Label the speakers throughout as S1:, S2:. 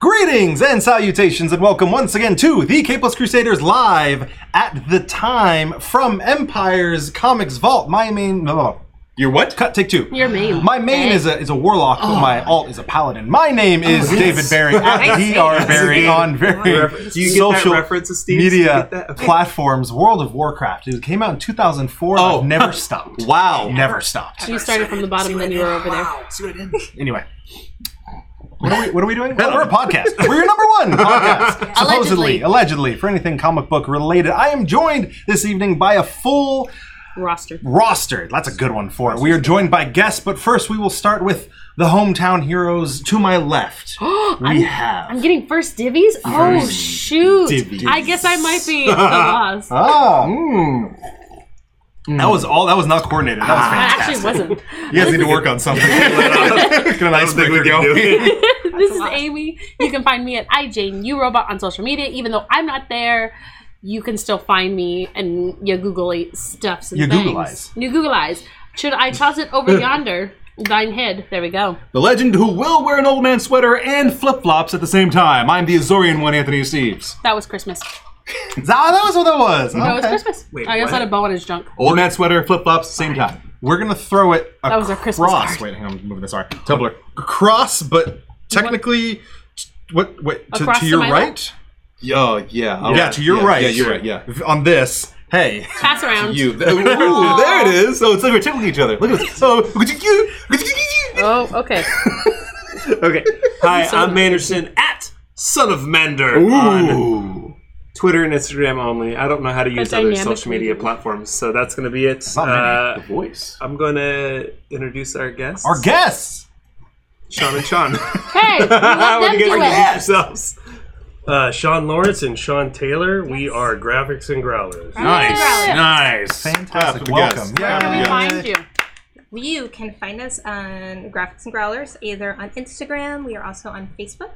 S1: Greetings and salutations, and welcome once again to the K Plus Crusaders live at the time from Empire's Comics Vault. My main, no, no, your what? Cut take two.
S2: Your main.
S1: My main
S2: Okay.
S1: is a is a warlock, but
S3: Oh.
S1: my alt is a paladin. My name is David Barry at
S2: Nice.
S1: dr Barry
S3: good
S1: on very
S3: reference. Do you get that
S1: social
S3: reference, Steve? Do you
S1: media
S3: get that? Okay.
S1: platforms. World of Warcraft. It came out in 2004. and
S3: Oh.
S1: I've never stopped.
S3: Wow.
S1: Never stopped.
S2: You started from the bottom, then you were over there.
S1: Anyway. What are, we, what are we doing? Oh, we're a podcast. We're your number one podcast. Supposedly,
S2: Allegedly.
S1: allegedly, for anything comic book related. I am joined this evening by a full
S2: Roster.
S1: roster. That's a good one for it. We are joined by guests, but first we will start with the hometown heroes to my left. we
S2: I'm
S1: have.
S2: getting first divvies? Oh, shoot.
S1: divvies.
S2: I guess I might be the boss. I
S1: Ah, hmm. That was all. That was not coordinated. That was fantastic.
S2: actually wasn't.
S1: You guys need to work on something. Get an icebreaker going.
S2: This is Amy. You can find me at IJNewRobot on social media. Even though I'm not there, you can still find me and your googly stuffs and
S1: Your
S2: things.
S1: Google eyes.
S2: Your Google eyes. Should I toss it over yonder? Thine head. There we go.
S4: The legend who will wear an old man sweater and flip flops at the same time. I'm the Azorian one, Anthony Steves.
S2: That was Christmas.
S1: Ah, that was what that was.
S2: That was
S1: Okay. Oh,
S2: Christmas.
S3: Wait,
S2: I just
S3: what?
S2: had a bow on his junk.
S4: Old man sweater, flip flops, same time.
S1: We're gonna throw it across.
S2: That was our Christmas card.
S1: Wait, hang on, I'm moving this. Sorry,
S4: Tumblr.
S1: across, but technically, t- what? Wait, to,
S2: Across
S1: to your
S2: to my
S1: right?
S3: Oh, yeah. All
S1: Yeah,
S3: right.
S1: to your right.
S3: Yeah, you're right. Yeah.
S1: On this, hey,
S2: Pass around.
S3: You. Ooh, there it is.
S4: So it's like we're tickling each other. Look at this. So,
S2: Oh, okay.
S3: Okay. Hi,
S2: Son of
S3: I'm Manderson at Son of Mander on Twitter and Instagram only. I don't know how to use other
S2: dynamic
S3: social media
S2: medium.
S3: platforms, so that's going to be it.
S1: not many.
S3: Uh,
S4: voice.
S3: I'm going to introduce our guests.
S1: our guests.
S3: Sean and Sean.
S2: Hey, you let them
S3: Why don't you
S2: do
S3: guys
S2: it.
S3: introduce yourselves?
S5: Uh, Sean Lawrence and Sean Taylor. We are graphics and growlers.
S4: Nice.
S2: Congrats.
S4: Nice.
S1: Fantastic.
S4: Clap for
S1: Welcome.
S4: guests.
S1: Yeah.
S2: Where can we find you?
S6: You can find us on Graphics and Growlers, either on Instagram. We are also on Facebook.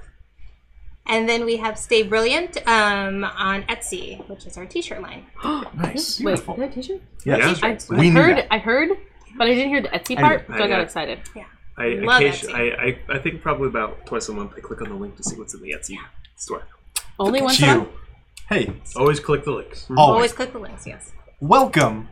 S6: And then we have Stay Brilliant um, on Etsy, which is our t-shirt line.
S4: Nice.
S2: Wait, did I teach you?
S1: Yes.
S2: I
S1: We knew
S2: heard,
S1: that.
S2: I heard, but I didn't hear the Etsy part, so I
S3: yeah.
S2: got excited.
S5: I,
S6: Love
S5: occasion-
S6: Etsy.
S5: I, I, I think probably about twice a month I click on the link to see what's in the Etsy store.
S2: Only one
S1: It's
S2: time.
S1: you. Hey,
S5: Always click the links.
S1: always
S6: Always click the links, yes.
S1: welcome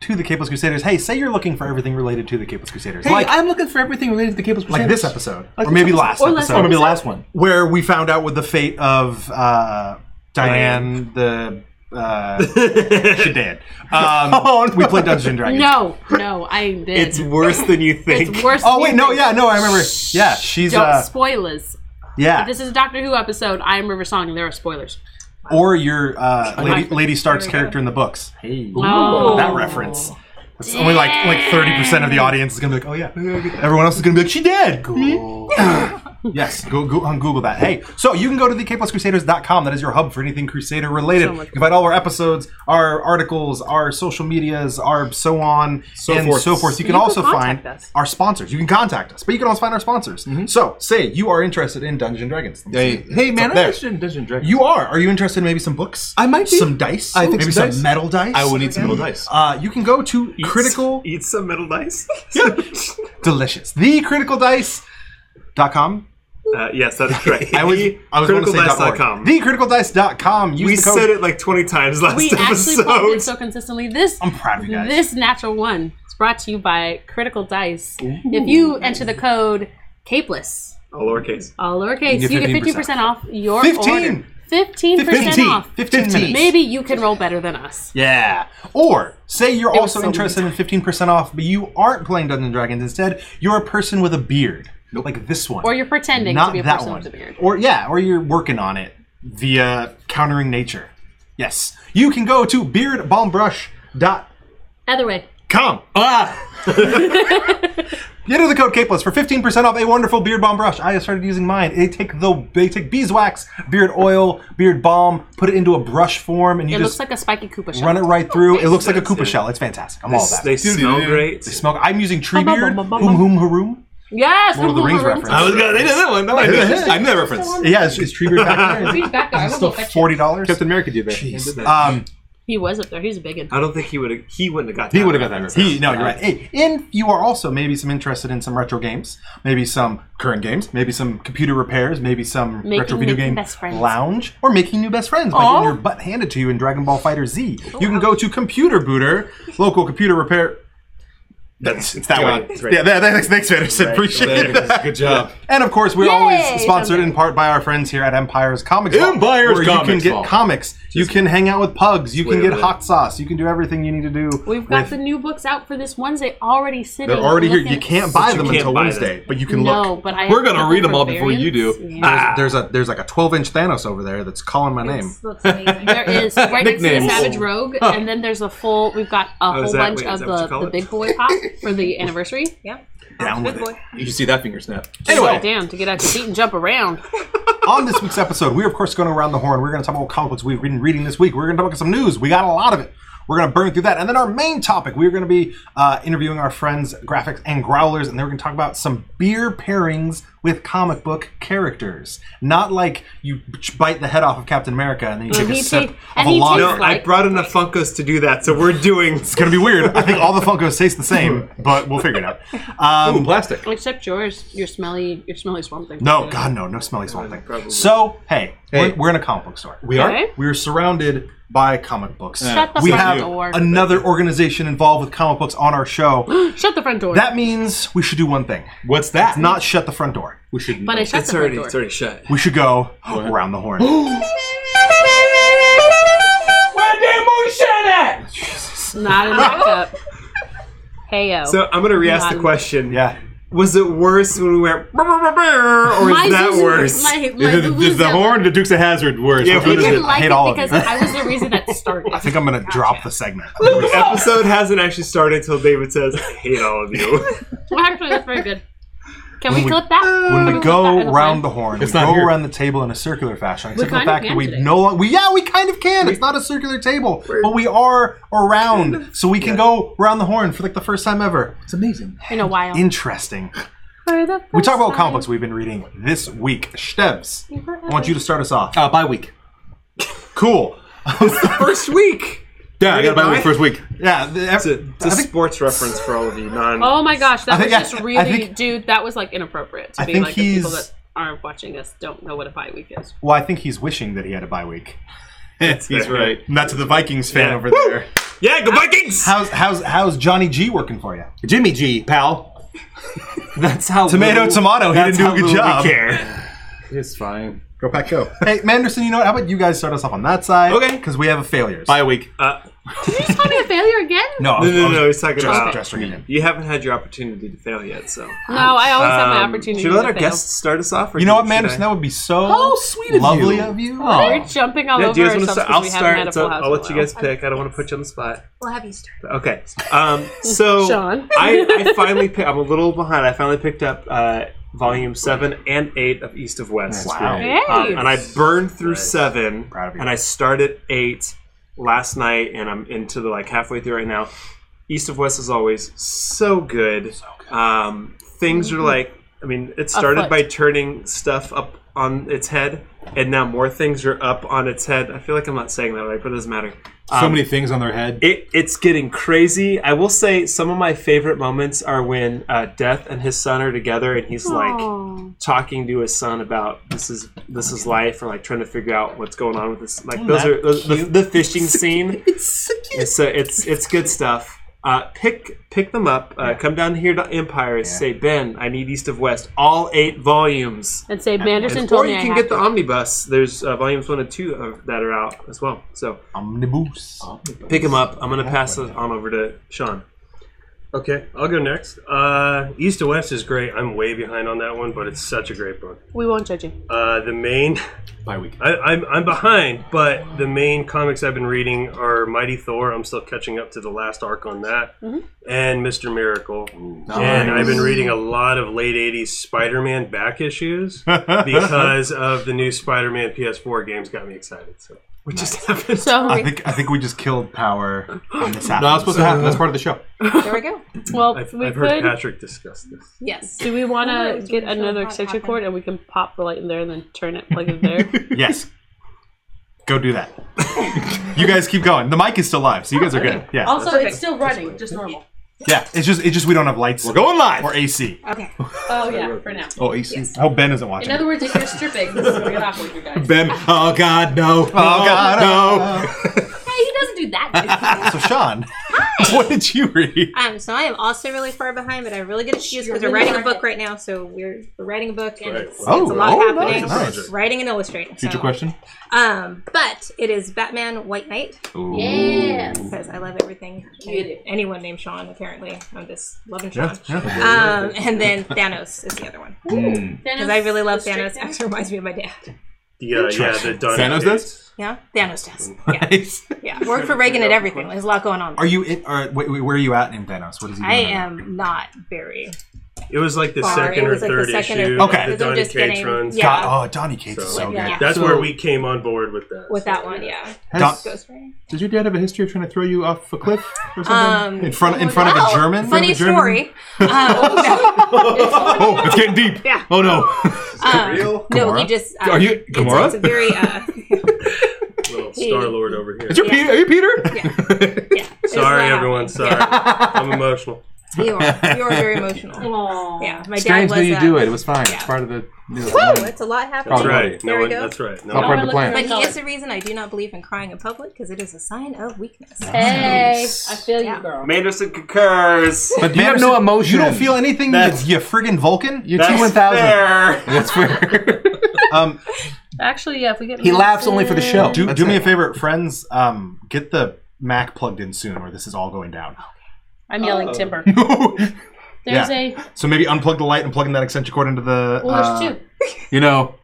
S1: to the Capeless Crusaders. Hey, say you're looking for everything related to the Capeless Crusaders,
S4: Hey,
S1: like
S4: I'm looking for everything related to the Cables
S1: like this episode, or maybe last
S2: Or last
S1: episode,
S4: Or maybe the last one.
S1: where we found out what the fate of uh, Diane the uh, Shadan. Um,
S4: Oh,
S1: we played Dungeons and Dragons.
S2: No, no, I did.
S3: It's worse than you think.
S2: It's worse.
S1: Oh
S2: than
S1: wait,
S2: you
S1: no,
S2: think.
S1: yeah, no, I remember. Yeah, she's
S2: Don't
S1: uh,
S2: spoilers.
S1: yeah,
S2: This is a Doctor Who episode. I am River Song. and There are spoilers.
S1: or your uh, Lady, Lady Stark's character in the books.
S2: Oh,
S1: That reference. It's only like like thirty percent of the audience is gonna be like, oh yeah. Everyone else is gonna be like, she
S4: Hmm?
S1: did. yes, go, go on Google that. Hey, so you can go to thekpluscrusaders.com. That is your hub for anything Crusader related. you can find all our episodes, our articles, our social medias, our so on and
S4: forth.
S1: so forth. You can
S2: You can
S1: also
S2: contact
S1: find
S2: us.
S1: our sponsors. You can contact us, but you can also find our sponsors. So, say you are interested in Dungeons and Dragons. Let me see.
S4: Mm-hmm. Hey, hey
S1: there.
S4: man, I'm interested in Dungeon Dragons.
S1: You are. Are you interested in maybe some books?
S4: I might be.
S1: Some dice.
S4: I think
S1: maybe
S4: some
S1: some,
S4: dice.
S1: metal dice.
S4: I will need some little dice.
S1: Uh, you can go to critical
S5: Eat some metal dice.
S1: delicious the critical dice.com
S5: Uh, yes, that is correct.
S1: i was i was going to say dot org.
S5: criticaldice.com.
S1: the criticaldice.com use
S5: We
S1: the code
S5: said it like 20 times last
S2: we actually
S5: episode.
S2: posted so consistently. This
S1: i'm proud of you guys
S2: This natural one is brought to you by Critical Dice. If you enter the code CAPELESS,
S5: All lowercase.
S2: all lowercase, you get
S1: 15%
S2: 15% off your
S1: 15.
S2: order. 15% off.
S1: 15 minutes.
S2: Maybe you can roll better than us.
S1: yeah or say you're also
S2: so
S1: interested in 15% off but you aren't playing dungeons and dragons instead you're a person with a beard like this one
S2: Or you're pretending
S1: not
S2: to be a
S1: that
S2: person
S1: one
S2: with a beard.
S1: or yeah or you're working on it via countering nature yes you can go to beardbalmbrush.com
S2: Either way,
S1: Come. Enter the code KPLUS for 15% off a wonderful beard balm brush. I started using mine. They take the they take beeswax, beard oil, beard balm, put it into a brush form, and you
S2: it
S1: just
S2: looks like a spiky Koopa shell.
S1: run it right through. It looks like a Koopa shell. It's fantastic. I'm all about
S5: They
S1: it.
S5: smell great.
S1: They smell. I'm using tree
S2: Bum, bum,
S1: beard. Um,
S2: bum, bum,
S1: Hoom
S2: bum.
S1: hoom haroom.
S2: Yes!
S1: Lord of the Rings reference.
S4: I was gonna. They did that one. No, I knew that. I knew that reference.
S1: Yeah, it's, it's tree beard back there. It's
S2: Back there, I will
S1: still
S2: go fetch it.
S1: forty dollars.
S4: Captain America did that.
S1: Um,
S2: He was up there. He's a big
S3: I don't think he would have. He wouldn't have got.
S1: He would have got that.
S3: reference.
S1: He no, you're right. Hey, and you are also maybe some interested in some retro games, maybe some current games, maybe some computer repairs, maybe some
S2: Making
S1: retro video
S2: new
S1: game
S2: best friends.
S1: lounge, or making new best friends by
S2: Aw.
S1: getting your butt handed to you in Dragon Ball Fighter Z. you can go to Computer Booter, local computer repair. That's it's that
S4: God,
S1: way.
S4: that's right.
S1: Yeah, that, thanks, thanks, Anderson. Appreciate
S4: Right.
S1: that.
S4: Good job.
S1: And of course, we're
S2: Yay!
S1: always sponsored in part by our friends here at Empire's Comics Vault,
S4: Empire's
S1: where you can
S4: Comics
S1: get
S4: Vault.
S1: comics, you can hang out with pugs, you can
S3: way
S1: get
S3: over
S1: hot sauce, you can do everything you need to do.
S2: We've got
S1: with-
S2: the new books out for this Wednesday already sitting.
S1: They're already here.
S2: Look
S1: You
S2: at-
S1: can't buy them
S3: can't
S1: until
S3: buy them.
S1: Wednesday, but you can
S2: No,
S1: look.
S2: but I
S4: We're
S2: have
S4: gonna
S2: to
S4: read them
S2: look
S4: all
S2: for
S4: before you do.
S2: variants.
S1: There's,
S3: Ah.
S2: Yeah.
S1: there's a there's like a 12 inch Thanos over there that's calling my name.
S6: This looks amazing.
S2: There is right next to the
S4: Nicknames.
S2: Savage Rogue, and then there's a full. We've got a
S3: is
S2: whole
S3: that-
S2: bunch
S3: wait, is
S2: of
S3: that what
S2: the,
S3: you call
S2: the
S3: it?
S2: big boy pop for the anniversary.
S6: yeah.
S1: Down
S6: Good
S1: with it.
S6: boy.
S4: You should see that finger snap.
S2: Anyway,
S1: Anyway.
S2: down to get out your feet and jump around.
S1: On this week's episode, we're of course going around the horn. We're going to talk about what comic books we've been reading this week. We're going to talk about some news. We got a lot of it. We're going to burn through that. And then our main topic, we're going to be uh, interviewing our friends, graphics and growlers, and then we're going to talk about some beer pairings with comic book characters. Not like you bite the head off of Captain America and then you take a
S2: he
S1: sip
S2: ta-
S1: of
S2: and
S1: a
S2: he
S1: lager.
S2: tastes
S3: No, I
S2: like-
S3: brought enough Funkos to do that, so we're doing.
S1: It's gonna be weird. I think all the Funkos taste the same, but we'll figure it out. Um,
S4: Plastic.
S2: Except yours, your smelly, your smelly swamp thing.
S1: no, God, no, no smelly swamp thing. So, hey,
S4: Hey.
S1: We're, we're in a comic book store. We
S2: are? Okay.
S1: We're surrounded by comic books.
S2: Shut the
S1: we
S2: front
S1: have
S2: door.
S1: another organization involved with comic books on our show.
S2: Shut the front door.
S1: that means we should do one thing:
S4: What's that?
S1: not shut the front door.
S4: We should.
S2: but I shut
S3: It's
S2: the
S3: already,
S2: front
S3: it's
S2: door.
S3: already shut.
S1: We should go around the horn.
S2: Not in that cup. Heyo.
S3: So I'm gonna re-ask the
S2: Not-
S3: question.
S1: yeah.
S3: Was it worse when we went, "Brr, brr, brr, brr," or is that
S2: Zuzu-
S3: worse?
S2: My, my
S4: Is, it, is
S2: Zuzu's
S4: the
S2: that
S4: horn
S2: one.
S4: the Dukes of Hazard worse?
S3: Yeah,
S4: Which
S3: we
S4: one is
S1: did-
S2: You
S4: it?
S2: didn't like
S1: hate
S2: it
S1: all of
S2: because
S1: you.
S2: I was the reason that started.
S1: I think I'm gonna drop the segment.
S3: the episode hasn't actually started till David says, "I hate all of you."
S2: Well, actually, that's very good. Can we clip that? Can
S1: when we
S2: clip that in
S1: go
S2: the
S1: round the
S2: line?
S1: horn,
S4: It's
S1: we
S4: not
S1: go
S4: here.
S1: around the table in a circular fashion. Except for the
S2: kind of
S1: fact that
S2: can
S1: we
S2: today.
S1: no longer, we, yeah, we kind of can. It's not a circular table, but we are around, so we can go around the horn for like the first time ever.
S4: It's amazing.
S2: in a while.
S1: Interesting.
S2: For the
S1: We talk
S2: first
S1: about what
S2: time.
S1: comic books we've been reading this week. Stebs, I want you to start us off.
S4: Uh, bye week.
S1: Cool.
S3: First week.
S4: Yeah, I got a bye
S3: Bye.
S4: week first week.
S1: Yeah, the-
S3: It's a, it's a
S1: I think
S3: sports reference for all of you. Non.
S2: Oh my gosh, that
S1: I think
S2: was
S1: I-
S2: just
S1: I
S2: really,
S1: think-
S2: dude. That was like inappropriate to
S1: I
S2: be
S1: think
S2: like the people
S1: he's-
S2: that aren't watching us don't know what a bye week is.
S1: well, I think he's wishing that he had a bye week.
S4: He's right.
S1: Not to the Vikings fan
S3: Yeah.
S1: over there.
S3: Yeah, go Vikings.
S1: How's how's how's Johnny G working for you?
S4: Jimmy G, pal. That's how
S1: Tomato, tomato. He
S4: that's
S1: didn't do
S4: how
S1: a good
S4: little we
S1: job.
S4: care. It's fine.
S1: Go pack, go. Hey, Manderson, you know what? How about you guys start us off on that side?
S3: Okay.
S1: Because we have a failures.
S4: Bye week.
S2: Did you just call me a failure again?
S1: No,
S3: Uh, no, no, no. He's talking
S1: Just,
S3: about.
S1: just ringing in.
S3: You haven't had your opportunity to fail yet, so.
S2: No, I always have my
S3: Um,
S2: opportunity.
S3: Should I let
S2: to
S3: our
S2: fail.
S3: guests start us off? or
S1: You know what,
S3: should
S1: Manderson?
S3: I-
S1: That would be so
S4: How sweet of
S1: lovely
S4: you.
S1: of you.
S2: You're jumping all
S3: Yeah,
S2: over
S3: do you
S2: yourself
S3: guys want to
S2: because
S3: start? I'll
S2: we haven't
S3: start.
S2: had a
S3: So
S2: full house.
S3: I'll
S2: in
S3: let
S2: a
S3: you
S2: while.
S3: guys pick. I don't want to put you on the spot.
S6: We'll have you start.
S3: Okay. Um, so
S2: Sean.
S3: I, I finally pick, I'm a little behind. I finally picked up uh, volume seven and eight of East of West.
S1: Wow.
S2: Hey.
S3: Um, and I burned through seven,
S1: Proud of you.
S3: and I started eight last night, and I'm into the like halfway through right now. East of West is always so good. Um, things are like, I mean, it started
S2: Afoot.
S3: by turning stuff up on its head, and now more things are up on its head. I feel like I'm not saying that right, but it doesn't matter.
S4: so many things on their head.
S3: It, it's getting crazy. I will say some of my favorite moments are when uh, Death and his son are together, and he's like
S2: Oh.
S3: talking to his son about this is this is life, or like trying to figure out what's going on with this. Like those are those, the, the fishing scene. It's so cute. It's uh, it's, it's good stuff. Uh, pick pick them up. Uh, Come down here to Empire. Say Ben, I need East of West, all eight volumes.
S2: And say Manderson told
S3: Or
S2: me
S3: you
S2: I
S3: can
S2: have
S3: get the
S2: to.
S3: omnibus. There's uh, volumes one and two of, that are out as well. So
S1: Omnibus.
S3: pick them up. I'm gonna pass it on over to Sean.
S5: Okay, I'll go next. Uh, East to West is great. I'm way behind on that one, but it's such a great book.
S2: We won't judge you.
S5: Uh, the main,
S4: Bye week.
S5: I, I'm, I'm behind, but the main comics I've been reading are Mighty Thor. I'm still catching up to the last arc on that,
S2: Mm-hmm.
S5: and Mister Miracle. And I've been reading a lot of late '80s Spider-Man back issues because of the new Spider-Man PS4 games. Got me excited. So.
S3: What just happened?
S2: So
S1: I think I think we just killed power on this happens.
S4: No, that's supposed to happen. That's part of the show.
S6: There we go.
S2: well,
S5: I've,
S2: we
S5: I've heard
S2: could.
S5: Patrick discuss this.
S6: Yes.
S2: Do we want
S6: Oh,
S2: to
S6: it's
S2: get
S6: gonna show
S2: another
S6: what
S2: extension
S6: happened.
S2: cord and we can pop the light in there and then turn it, plug it there?
S1: yes. Go do that. you guys keep going. The mic is still live, so you guys are good. Yeah.
S2: Also,
S6: Perfect.
S2: it's still running, just normal.
S1: yeah. It's just it's just we don't have lights. We're
S4: Going live.
S1: or AC.
S6: Okay.
S2: Oh yeah, for now.
S1: Oh, AC. I hope Ben isn't watching.
S2: In other words, if you're stripping, this is gonna get awkward, you guys.
S4: Ben, oh God, no. Oh
S1: God,
S4: no.
S2: Hey, he doesn't do that.
S1: so Sean, what did you read?
S6: Um, so I am also really far behind, but I have really good excuse because
S2: You're
S6: we're
S2: really
S6: writing a
S2: far
S6: book right now. So we're, we're writing a book, and it's,
S1: Right.
S6: it's a
S1: Oh,
S6: lot
S1: oh,
S6: happening.
S1: nice, nice.
S6: Writing and illustrating.
S4: Future
S6: so.
S4: question.
S6: Um, but it is Batman White Knight
S2: yes.
S6: because I love everything.
S2: You do.
S6: Anyone named Sean, apparently, I'm just loving
S1: Yeah,
S6: Sean.
S1: yeah.
S6: Um, and then Thanos is the other one because I really love
S2: Thanos.
S6: Thanos.
S2: the straight
S6: Actually, reminds me of my dad.
S5: Yeah, yeah, the Donny
S4: Thanos
S5: Cates.
S4: does?
S6: Yeah, Thanos does. Yeah, yeah. Worked for Reagan and everything. There's a lot going on.
S1: Are you in, or wait, wait, where are you at in Thanos? What is he doing?
S6: I
S1: right now?
S6: am not very.
S5: It was like the
S6: Sorry,
S5: second
S6: it
S5: or
S6: was like the
S5: third
S6: second or
S5: issue.
S6: third
S5: of
S1: Okay.
S5: The
S6: because I'm
S5: Donny
S6: just
S5: Cates
S6: getting-
S5: runs.
S6: yeah.
S1: God, oh, Donny Cates is so
S2: Yeah.
S1: good.
S5: That's where
S4: So-
S5: we came on board with that.
S6: with that one. Yeah.
S1: Don-
S6: Ghost Rider.
S4: Does your dad have a history of trying to throw you off a cliff
S6: Um,
S4: or something?
S1: in front in front of a
S6: well,
S1: German.
S6: Funny
S1: In front of a German-
S6: story. Um,
S4: oh, it's getting deep.
S6: Yeah.
S4: Oh no.
S6: no, no, he
S1: Gamora?
S6: just. uh,
S4: Are you-
S6: it's-
S4: Gamora?
S6: It's, a very. Uh,
S5: Little Star Lord over here.
S4: Is your Peter? Are you Peter?
S6: yeah. uh, it's not
S5: Sorry,
S6: happening.
S5: everyone. Sorry. I'm emotional.
S6: You are. You are very emotional.
S2: Aw.
S6: Yeah. My
S4: Strange
S6: dad was.
S4: that you
S6: uh,
S4: do it. It was fine. It's
S6: yeah.
S4: part of the. You know,
S6: Woo! It's a lot happening.
S5: That's
S4: Probably.
S6: There
S5: right. No
S6: we
S5: one,
S6: go.
S5: that's right.
S4: Not
S5: No one-
S4: part of the
S2: Now I
S4: plan.
S2: look
S6: But he
S2: Color.
S6: is the reason I do not believe in crying in public because it is a sign of weakness.
S2: Hey, I feel you,
S6: Yeah.
S2: girl.
S3: Manderson concurs.
S4: But you have no emotion.
S1: You don't feel anything.
S3: That's-
S1: you friggin' Vulcan.
S4: You're T one thousand.
S3: fair.
S4: That's fair.
S1: Um,
S2: Actually, yeah, if we get
S4: he laughs only for the show.
S1: do
S4: That's
S1: do me
S4: it.
S1: a favor, friends. Um, get the Mac plugged in soon, or this is all going down.
S2: I'm yelling timber.
S1: Yeah.
S2: There's a
S1: So maybe unplug the light and plug in that extension cord into the.
S2: well,
S1: uh,
S2: there's two.
S4: you know,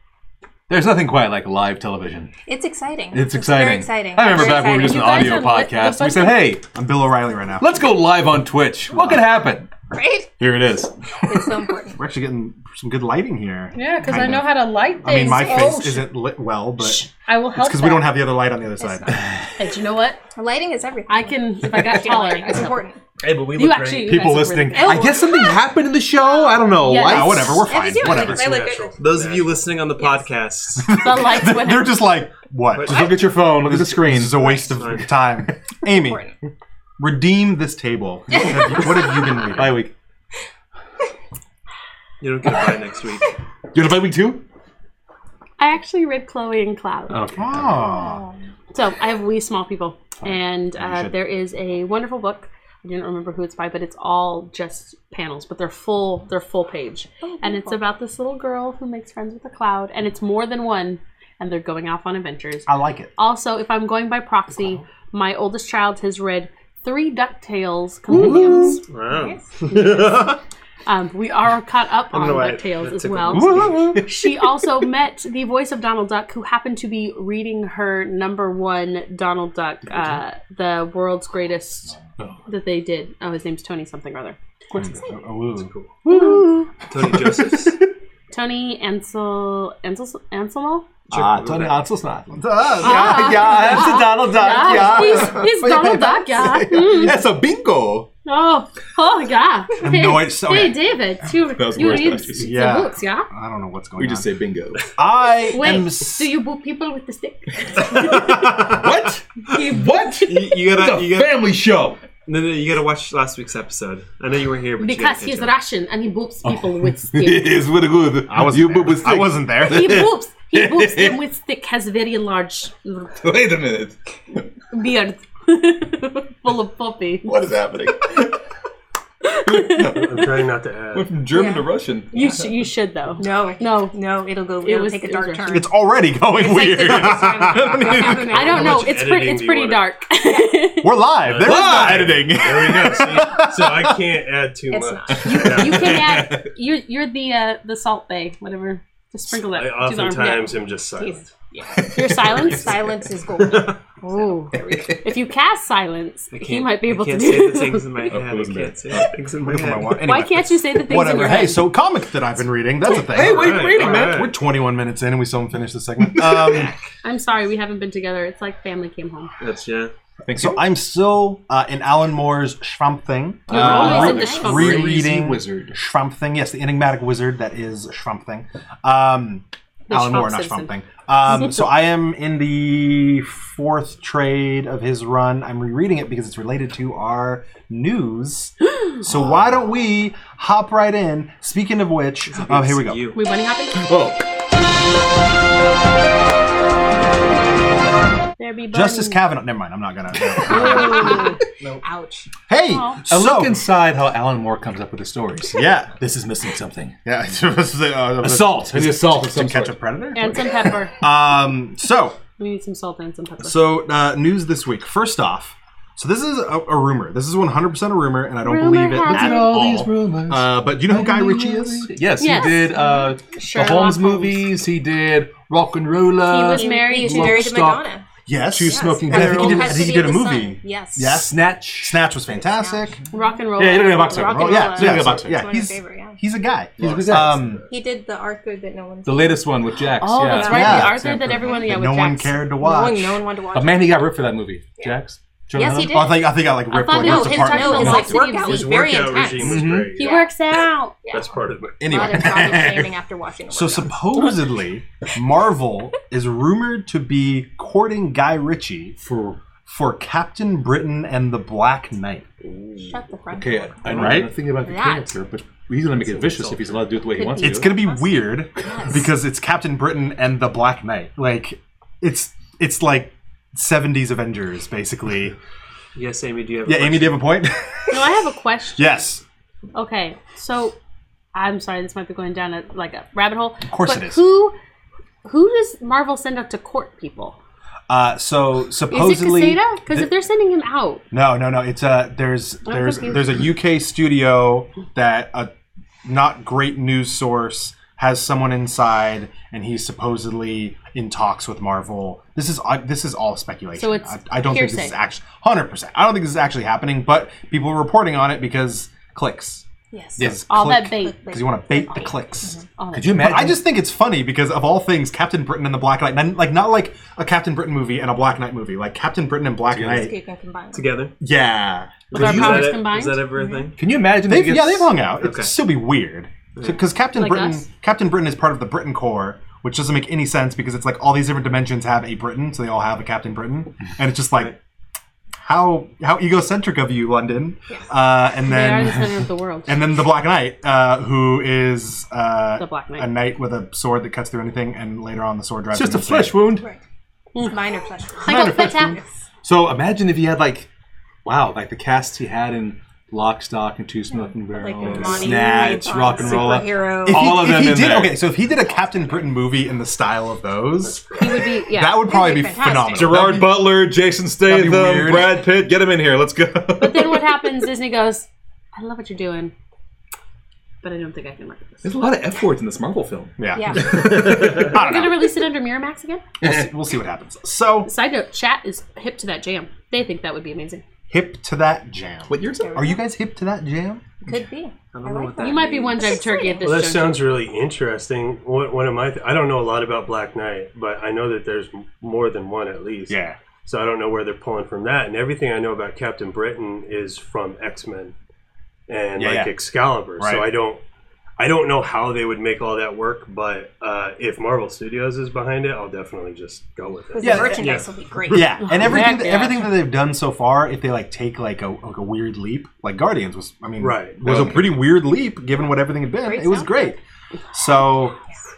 S4: there's nothing quite like live television.
S6: It's exciting.
S4: It's exciting.
S6: Very exciting.
S4: I remember
S6: Very
S4: back when we were just an
S6: exciting.
S2: You guys
S4: audio
S2: have lit the
S4: podcast. and we
S2: budget-
S4: said, "Hey,
S1: I'm Bill O'Reilly right now.
S4: let's go live on Twitch. What could happen?"
S6: right.
S4: Here it is.
S6: It's so important.
S1: We're actually getting some good lighting here.
S2: Yeah, because
S1: Kind
S2: I know
S1: of.
S2: how to light
S1: I
S2: things.
S1: mean, my
S2: Oh,
S1: face
S2: sh-
S1: isn't lit well, but it's
S2: I will help.
S1: because we
S2: that.
S1: don't have the other light on the other side.
S2: Hey, do you know what?
S6: Lighting is everything.
S2: I can if I got taller. I
S6: It's
S2: can help.
S6: important.
S5: Hey, but we
S2: You
S5: look
S2: actually,
S5: great.
S2: you guys Oh,
S1: People
S2: look
S1: listening,
S2: really-
S4: I guess something happened in the show. I don't know.
S2: Yes.
S4: Life-
S1: Ah, whatever. We're
S6: I have
S1: fine.
S6: to do it
S1: Whatever.
S6: because I look good.
S3: Those of you listening on the podcast,
S2: the lights went
S1: They're
S2: out.
S1: just like what?
S5: But-
S1: Just
S4: Look at your phone. Look at the screen.
S1: This is a waste of time. Amy,
S6: Important.
S1: redeem this table. What have you, what have you been reading?
S4: Bye week.
S5: You don't get a bye next week.
S4: You want a bye week too?
S2: I actually read Chloe and Cloud.
S4: Okay.
S1: Oh.
S2: So I have We Small People, and uh,
S4: should.
S2: there is a wonderful book. I didn't remember who it's by, but it's all just panels, but they're full. They're full page, and it's about this little girl who makes friends with a cloud, and it's more than one, and they're going off on adventures.
S1: I like it.
S2: Also, if I'm going by proxy, my oldest child has read three Ducktales compendiums.
S5: Wow.
S2: Um, we are caught up on
S5: know why
S2: Ducktales
S5: that
S2: as
S5: tickled
S2: well.
S5: me.
S2: she also met the voice of Donald Duck, who happened to be reading her number one Donald Duck, uh, the world's greatest that they did. Oh, his name's Tony something or other.
S5: Tony Josephs.
S2: Tony Ansel Ansel Anselmo.
S4: Ah, Tony Ansel's not.
S1: Ah,
S4: yeah, that's a Donald Duck.
S2: Yeah,
S4: Yeah.
S2: he's, he's Donald Duck. Yeah. Mm.
S4: That's a bingo.
S2: Oh, oh yeah. Hey,
S1: no, it's- oh,
S2: hey
S1: yeah.
S2: David, you,
S4: was
S2: you
S4: worse than I
S2: read
S4: just-
S1: yeah.
S2: the books, yeah?
S1: I don't know what's going
S4: We
S1: on.
S4: just say bingo.
S1: I
S2: Wait,
S1: am.
S2: do you boot people with the stick?
S4: what? What?
S3: you, you gotta, you gotta,
S4: Family show.
S3: no, no, you gotta watch last week's episode. I know you were here, but
S2: Because
S3: you
S2: he's
S3: gotta catch
S2: Russian and he boops
S5: Oh.
S2: people with stick.
S4: It is with a good.
S1: I wasn't.
S4: you
S1: there.
S4: with
S1: I wasn't there.
S2: he boops. He boops them with stick. Has very large
S4: Wait a minute.
S2: beard full of poppy.
S4: What is happening?
S5: I'm trying not to add.
S4: From German to Russian.
S2: You sh- you should though.
S6: No,
S2: No.
S6: no. It'll go. It'll
S2: was-
S6: take a
S2: it
S6: dark
S2: was-
S6: turn.
S1: It's already going weird.
S2: I don't know.
S5: much
S2: It's
S5: editing
S2: pretty. It's
S5: do you
S2: pretty
S5: wanna-
S2: dark.
S1: We're live. There's no
S4: Live.
S1: editing.
S5: There we go. See? So I can't add too
S6: It's
S5: much.
S2: you can add. You're you're the uh, the salt bay. Whatever. Just sprinkle that.
S5: I
S2: to the arm.
S5: oftentimes am just silent.
S2: Yeah. Your silence.
S6: Silence is golden.
S2: Ooh. If you cast silence, he might be able
S3: I
S2: to
S3: can't say
S2: do.
S3: the things in my
S5: Oh,
S3: head. I can't say the things in my head.
S2: Why can't you say the things in
S1: Whatever.
S2: your
S1: Hey,
S2: head?
S1: so comics that I've been reading. That's a thing.
S4: Hey, wait,
S5: Alright,
S4: wait a minute.
S5: alright.
S1: We're 21 minutes in and we still haven't finished the segment. Um,
S2: I'm sorry, we haven't been together. It's like family came home.
S3: That's yeah.
S1: so I'm still uh, in Alan Moore's Swamp Thing.
S2: You're
S5: Uh,
S4: Uh,
S2: always in the
S1: re-
S2: Swamp Thing.
S1: rereading
S4: Crazy wizard.
S1: Swamp Thing. Yes, the enigmatic wizard that is Swamp Thing. Um, Alan
S2: Swamp
S1: Moore, not
S2: Citizen.
S1: Swamp Thing. Um, so I am in the fourth trade of his run. I'm rereading it because it's related to our news. so why don't we hop right in? Speaking of which, oh, here we go.
S3: You.
S2: We bunny hopping.
S1: Oh.
S3: Whoa.
S2: There be bunny.
S1: Justice Kavanaugh. Never mind. I'm not gonna.
S6: Ouch.
S1: hey,
S4: A
S1: so
S4: look inside how Alan Moore comes up with his stories.
S1: yeah,
S4: This is missing something.
S1: yeah. uh,
S4: Assault. It's assault of
S1: to
S4: some
S1: catch a
S4: sort.
S1: predator.
S2: and some pepper.
S1: Um. So
S2: we need some salt and some pepper.
S1: So, uh, news this week. First off, so this is a, a rumor. This is 100% a rumor, and I don't believe it
S2: has
S1: at
S2: it.
S1: all.
S4: All these rumors.
S1: Uh, but do you know who Guy Ritchie is?
S4: Yes,
S2: Yes.
S4: he did uh, the
S2: Sherlock
S4: Holmes
S2: Holmes.
S4: movies. He did Rock and Roller.
S2: He was
S6: He
S2: married
S6: was
S2: to
S6: married to
S4: Lockstock.
S6: Madonna.
S1: Yes.
S4: Two smoking
S1: And I think he did, I
S6: Has to
S1: think he
S6: be
S1: did a
S6: the son.
S1: movie.
S6: Yes.
S1: Yes.
S4: Snatch.
S1: Snatch was fantastic.
S2: rock and roll.
S4: Yeah, you don't get a box
S2: rock
S4: office.
S2: and
S4: Oh, yeah,
S2: roll.
S4: so you
S1: Yeah,
S4: get a box
S1: so-
S4: office.
S1: yeah,
S6: It's one of my
S1: he's,
S6: favorite, yeah.
S1: he's a guy.
S4: He's a good guy.
S1: Um,
S6: He did the Arthur that no one's.
S4: The latest one with Jax.
S2: Oh,
S4: yeah.
S2: that's right.
S1: Yeah.
S2: the
S4: Sam
S2: Arthur that
S4: Cooke.
S2: everyone, yeah,
S1: that
S2: with
S1: no one
S2: Jax.
S1: cared to
S6: no,
S1: watch.
S6: one, no one wanted to watch.
S4: But man, he got ripped for that movie. Jax.
S6: yes, he did.
S1: Oh, I think I think I like ripped
S2: thought
S1: like ripped
S2: it
S6: no,
S2: was
S6: his,
S1: apart.
S6: no, his
S2: No.
S6: like workout was
S5: His
S6: very
S5: workout
S6: intense.
S5: regime
S3: Mm-hmm.
S5: was great.
S2: He
S5: yeah.
S2: works out.
S5: That's part of it.
S1: Anyway,
S6: Mother probably flaming after watching the
S1: so
S6: workout.
S1: supposedly Marvel is rumored to be courting Guy Ritchie
S4: For
S1: for Captain Britain and the Black Knight.
S6: Shut the front
S4: okay,
S6: door.
S4: I know
S1: Right?
S4: nothing about the
S6: That.
S4: character, but he's gonna make it vicious if he's allowed to do it the way he wants
S1: It's
S4: to.
S1: gonna be weird because it's Captain Britain and the Black Knight. Like it's it's like seventies Avengers basally.
S3: Yes, Amy, do you have a
S1: Yeah, Amy, do you have a point?
S2: No, I have a question.
S1: yes.
S2: Okay, so I'm sorry, this might be going down a, like a rabbit hole. Of
S1: course
S2: but
S1: it is.
S2: Who, who does Marvel send out to court people?
S1: Uh, so
S2: Is
S1: supposedly
S2: it Casada? Because if they're sending him out,
S1: no, no, no. It's uh there's there's there's
S2: confused.
S1: a UK studio that a not great news source has someone inside, and he's supposedly in talks with Marvel. This is uh, this is all speculation.
S2: So it's
S1: I, I don't think this is
S2: hearsay.
S1: actually hundred percent. I don't think this is actually happening, but people are reporting on it because clicks.
S6: Yes.
S4: Yes.
S2: all that bait.
S1: because you want to bait the clicks.
S2: All that.
S4: Could you
S1: But
S4: imagine?
S1: I just think it's funny because of all things, Captain Britain and the Black Knight, and like not like a Captain Britain movie and a Black Knight movie, like Captain Britain and Black Knight.
S6: You can combine. them.
S5: together?
S1: Yeah,
S2: With our
S5: Is
S2: powers
S5: that-
S2: combined?
S5: Is that everything?
S4: Can you imagine?
S1: they've,
S4: if he
S1: yeah,
S4: gets-
S1: they've hung out.
S5: Okay.
S1: It'd still be weird because Captain
S2: Like
S1: Britain,
S2: us?
S1: Captain Britain is part of the Britain Corps, which doesn't make any sense because it's like all these different dimensions have a Britain, so they all have a Captain Britain, and it's just like. How how egocentric of you, London, uh, and
S2: They are the
S1: then
S2: center of the world.
S1: and then the Black Knight, uh, who is uh,
S2: The Black Knight.
S1: a knight with a sword that cuts through anything, and later on the sword drives
S4: It's just
S1: him
S4: a
S1: insane.
S4: flesh wound.
S6: Right. Minor pleasure.
S2: I got fat taps.
S4: So imagine if he had like, wow, like the cast he had in Lock, Stock, and Two Smoking Barrels,
S6: Monty
S4: Snatch,
S6: Python,
S4: Rock and Roll.
S6: Superhero.
S1: If he-
S4: All of
S1: if
S4: them
S1: he
S4: in
S1: did,
S4: there.
S1: Okay, so if he did a Captain Britain movie in the style of those,
S2: He would be, yeah.
S1: that would probably be
S6: be fantastic.
S1: phenomenal.
S4: Gerard
S1: That'd be-
S4: Butler, Jason Statham,
S1: weird.
S4: Brad Pitt, get him in here. Let's go.
S2: But then what happens? Disney goes, "I love what you're doing, but I don't think I can market this.
S4: There's a lot of F words in this Marvel film.
S1: Yeah,
S6: Yeah.
S2: I'm gonna release it under Miramax again."
S1: We'll, see, we'll see what happens. So
S2: Side note: Chat is hip to that jam. They think that would be amazing.
S1: hip to that jam.
S4: What year's it?
S1: Are you guys hip to that jam?
S6: Could be.
S3: I don't know what that
S2: You might be
S3: means.
S2: one giant turkey at this
S5: Well, that
S2: juncture.
S5: sounds really interesting. One, one of my, th- I don't know a lot about Black Knight, but I know that there's m- more than one at least.
S1: Yeah.
S5: So I don't know where they're pulling from that. And everything I know about Captain Britain is from X Men and
S1: Yeah,
S5: like
S1: yeah.
S5: Excalibur.
S1: Right.
S5: So I don't, I don't know how they would make all that work. But uh, if Marvel Studios is behind it, I'll definitely just go with it.
S6: Because
S1: Yeah,
S6: the merchandise
S5: yeah.
S6: will be great.
S1: Yeah, and everything
S2: Heck
S1: that,
S2: yeah.
S1: everything that they've done so far, if they like take like a like a weird leap, like Guardians was, I mean,
S5: Right.
S1: was a pretty weird leap given what everything had been.
S6: Great
S1: it was
S6: soundtrack.
S1: great. So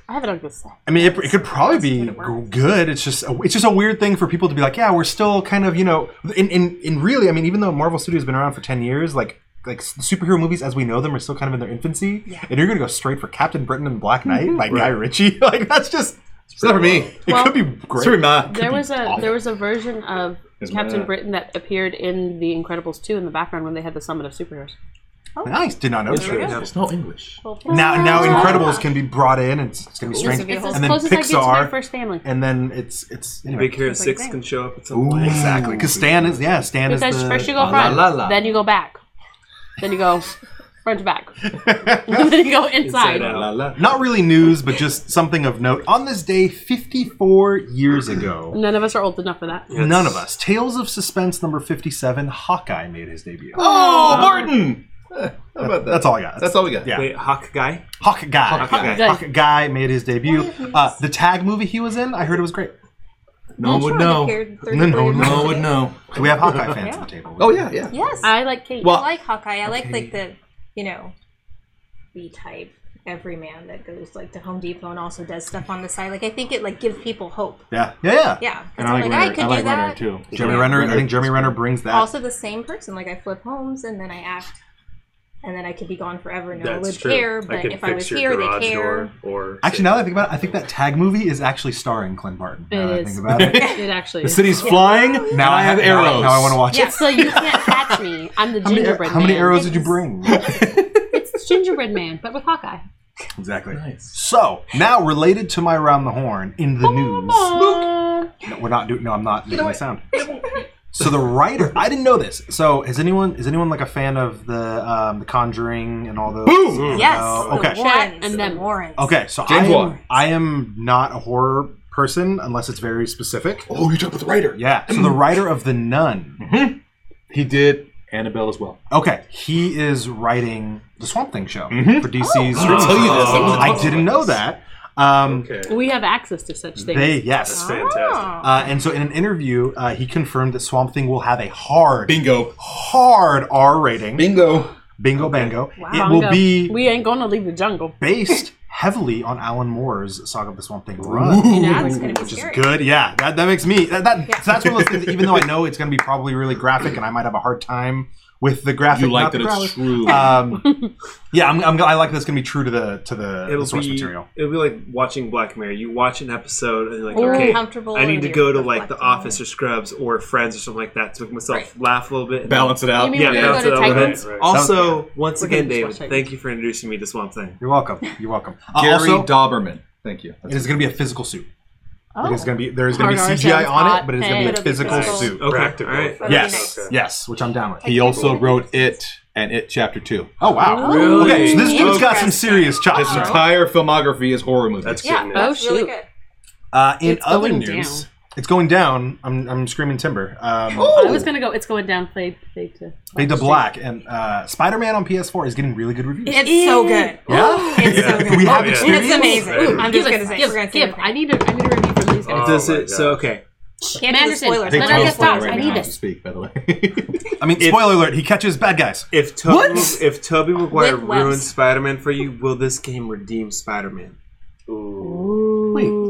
S2: I have it on good set.
S1: I mean, it, it could probably be
S6: That's what it was.
S1: good. It's just a, it's just a weird thing for people to be like, yeah, we're still kind of you know, in in, in really, I mean, even though Marvel Studios has been around for ten years, like like s- superhero movies as we know them are still kind of in their infancy, and you're gonna go straight for Captain Britain and Black Knight,
S6: Mm-hmm.
S1: like Guy Ritchie, like that's just
S4: It's not for me.
S1: it
S2: Well,
S1: could be great.
S4: It's for my.
S2: There was a there was a version of Captain Britain that appeared in The Incredibles 2 in the background when they had the Summit of Superheroes.
S1: nice. Did not know that.
S4: There's no English.
S1: Now now Incredibles can be brought in, and it's, it's gonna be strange,
S2: It's as
S1: and then
S2: close as I get to my
S1: Pixar,
S2: first family.
S1: and then it's it's anyway.
S3: Big Hero Six can show up at some
S1: Ooh,
S3: point.
S1: exactly because Stan is yeah Stan
S2: Because
S1: is the
S2: first you go
S4: la
S2: front,
S4: la la.
S2: then you go back, then you go front to back, then you go inside.
S3: Inside out.
S4: La, la.
S1: Not really news, but just something of note. On this day, 54 years ago,
S2: None of us are old enough for that.
S1: none of us, Tales of Suspense number 57, Hawkeye made his debut.
S4: Oh, Martin!
S7: How about that?
S1: That's all I got.
S7: That's all we got.
S1: Yeah.
S3: Wait, Hawk guy?
S1: Hawk Guy. Hawk
S3: Hawk
S1: Guy.
S2: Guy.
S1: made his debut. Uh, the tag movie he was in, I heard it was great.
S7: No one would know.
S1: No, no,
S7: No one would know.
S1: Do we have Hawkeye fans at the table?
S7: Oh yeah, yeah.
S6: Yes, I
S2: I like Kate.
S7: Well-
S6: like Hawkeye. I like like the you know B type everyman that goes like to Home Depot and also does stuff on the side. Like I think it like gives people hope.
S1: Yeah. Yeah, yeah.
S6: Yeah, 'cause
S4: And I like
S6: I'm
S4: Renner. I
S6: can
S4: like
S6: do that.
S4: Renner too.
S1: Jeremy Renner, I think Jeremy Renner brings that.
S6: Also the same person. Like I flip homes and then I act. And then I could be gone forever. No one
S5: That's
S6: would
S5: true.
S6: care.
S5: I
S6: But
S5: can
S6: if I was
S5: fix your
S6: here, they
S5: garage
S6: care.
S5: door or
S1: actually, now that I think about it, I think that tag movie is actually starring Clint Barton. Now
S2: It
S1: that I
S2: is.
S1: think about it.
S2: It actually
S4: The
S2: is.
S4: city's flying. Now I have
S1: Now,
S4: arrows.
S1: I want to watch
S6: Yeah.
S1: it.
S2: It's the you can't catch me. I'm the
S1: How many,
S2: gingerbread
S1: how many
S2: man.
S1: arrows did you bring?
S2: It's gingerbread man, but with Hawkeye.
S1: exactly. So now, related to my round the horn in the news.
S2: Uh,
S1: No, we're not doing. No, I'm not making a sound. So the writer, I didn't know this. So is anyone is anyone like a fan of the um, the Conjuring and all those?
S6: Yes.
S1: Oh, okay.
S6: The Warrens,
S2: And
S6: the
S2: them.
S6: Warrens.
S1: Okay, so
S7: James
S1: I am,
S7: Wan.
S1: I am not a horror person unless it's very specific.
S7: Oh, you talked about the writer.
S1: Yeah. So the writer of The Nun.
S4: He did Annabelle as well.
S1: Okay, he is writing the Swamp Thing show for DC's.
S7: I didn't Mm-hmm. tell you this.
S5: Oh.
S1: I didn't know that. Um,
S5: Okay.
S2: We have access to such things.
S1: They yes.
S5: That's fantastic.
S1: Uh, and so in an interview, uh, he confirmed that Swamp Thing will have a hard,
S7: Bingo.
S1: hard R rating.
S7: Bingo.
S1: Bingo, bango. It
S2: Bongo.
S1: will be
S2: We ain't gonna leave the jungle.
S1: based heavily on Alan Moore's Saga of the Swamp Thing run.
S6: You know, it's gonna be
S1: Which is
S6: scary.
S1: good, yeah. That, that makes me that, that so that's one of those things. that Even though I know it's going to be probably really graphic, and I might have a hard time with the graphic.
S7: You like
S1: not
S7: that
S1: the
S7: it's
S1: graphic.
S7: true.
S1: Um, yeah, I'm, I'm, I like that it's going to be true to the to the, the
S3: It'll
S1: source
S3: be
S1: material.
S3: it'll be like watching Black Mirror. You watch an episode and you're like,
S2: Or
S3: okay,
S6: uncomfortable
S3: I
S6: and
S3: need to
S6: you're
S3: go to like the
S6: reflecting.
S3: office or Scrubs or Friends or something like that to make myself
S6: Right.
S3: laugh a little bit. and-
S7: Balance it
S2: You
S7: out.
S2: mean-
S3: Yeah,
S2: We're
S3: balance
S2: gonna
S3: it
S2: go to
S3: out a little
S2: Titans?
S3: bit.
S5: Right.
S3: Also, once
S2: We're
S3: again,
S2: gonna
S3: David,
S2: just watch Titans.
S3: thank you for introducing me to Swamp Thing.
S1: You're welcome. You're welcome. Uh,
S7: Gary
S1: also,
S7: Dauberman. Thank you.
S1: it is going to be a physical suit.
S2: Oh.
S1: It is going to be there is going to be
S2: Hard R
S1: CGI
S2: sounds
S1: on it,
S2: hot.
S1: but it's going to be a
S2: Hey. It'll be
S1: physical
S2: physical.
S1: suit.
S3: Okay,
S5: Practical.
S3: all right.
S5: effects.
S1: Yes,
S5: Okay.
S1: yes, which I'm down with.
S7: He also wrote It and It Chapter 2.
S1: Oh wow!
S3: Really?
S1: Okay, so this dude's got some
S6: Interesting.
S1: serious chops.
S7: His entire filmography is horror movies.
S5: That's good
S6: Yeah,
S5: news.
S6: that's
S2: Oh,
S6: really
S2: shoot.
S6: good.
S1: Uh, in
S2: It's
S1: other
S2: going
S1: news,
S2: down.
S1: it's going down. I'm, I'm screaming timber. Um,
S2: Oh. I was gonna go. It's going down. Fade, fade to.
S1: Fade to Black and uh, Spider-Man on PS4 is getting really good reviews.
S6: It's so good.
S1: Yeah,
S6: It's so
S5: Yeah.
S6: good.
S1: we have
S5: Oh, yeah.
S1: experience.
S6: It's amazing.
S5: Ooh,
S6: I'm
S2: give
S6: just gonna
S2: us-
S6: say.
S2: give,
S6: we're gonna say
S2: give.
S6: everything.
S2: I need a. I need a review from these guys.
S5: Oh
S3: Does
S5: my
S3: it? So okay.
S6: Can't do the
S2: Anderson.
S6: spoilers.
S7: They
S2: No,
S6: Let
S2: no,
S6: us
S7: tell
S2: no,
S7: us
S2: stop.
S6: just
S7: right
S2: I
S7: now
S2: need
S7: to
S2: this.
S7: speak, by the way.
S1: I mean, spoiler alert: he catches bad guys.
S3: If Toby,
S1: What?
S3: if Toby Maguire
S6: With webs.
S3: ruins Spider-Man for you, will this game redeem Spider-Man?
S5: Ooh.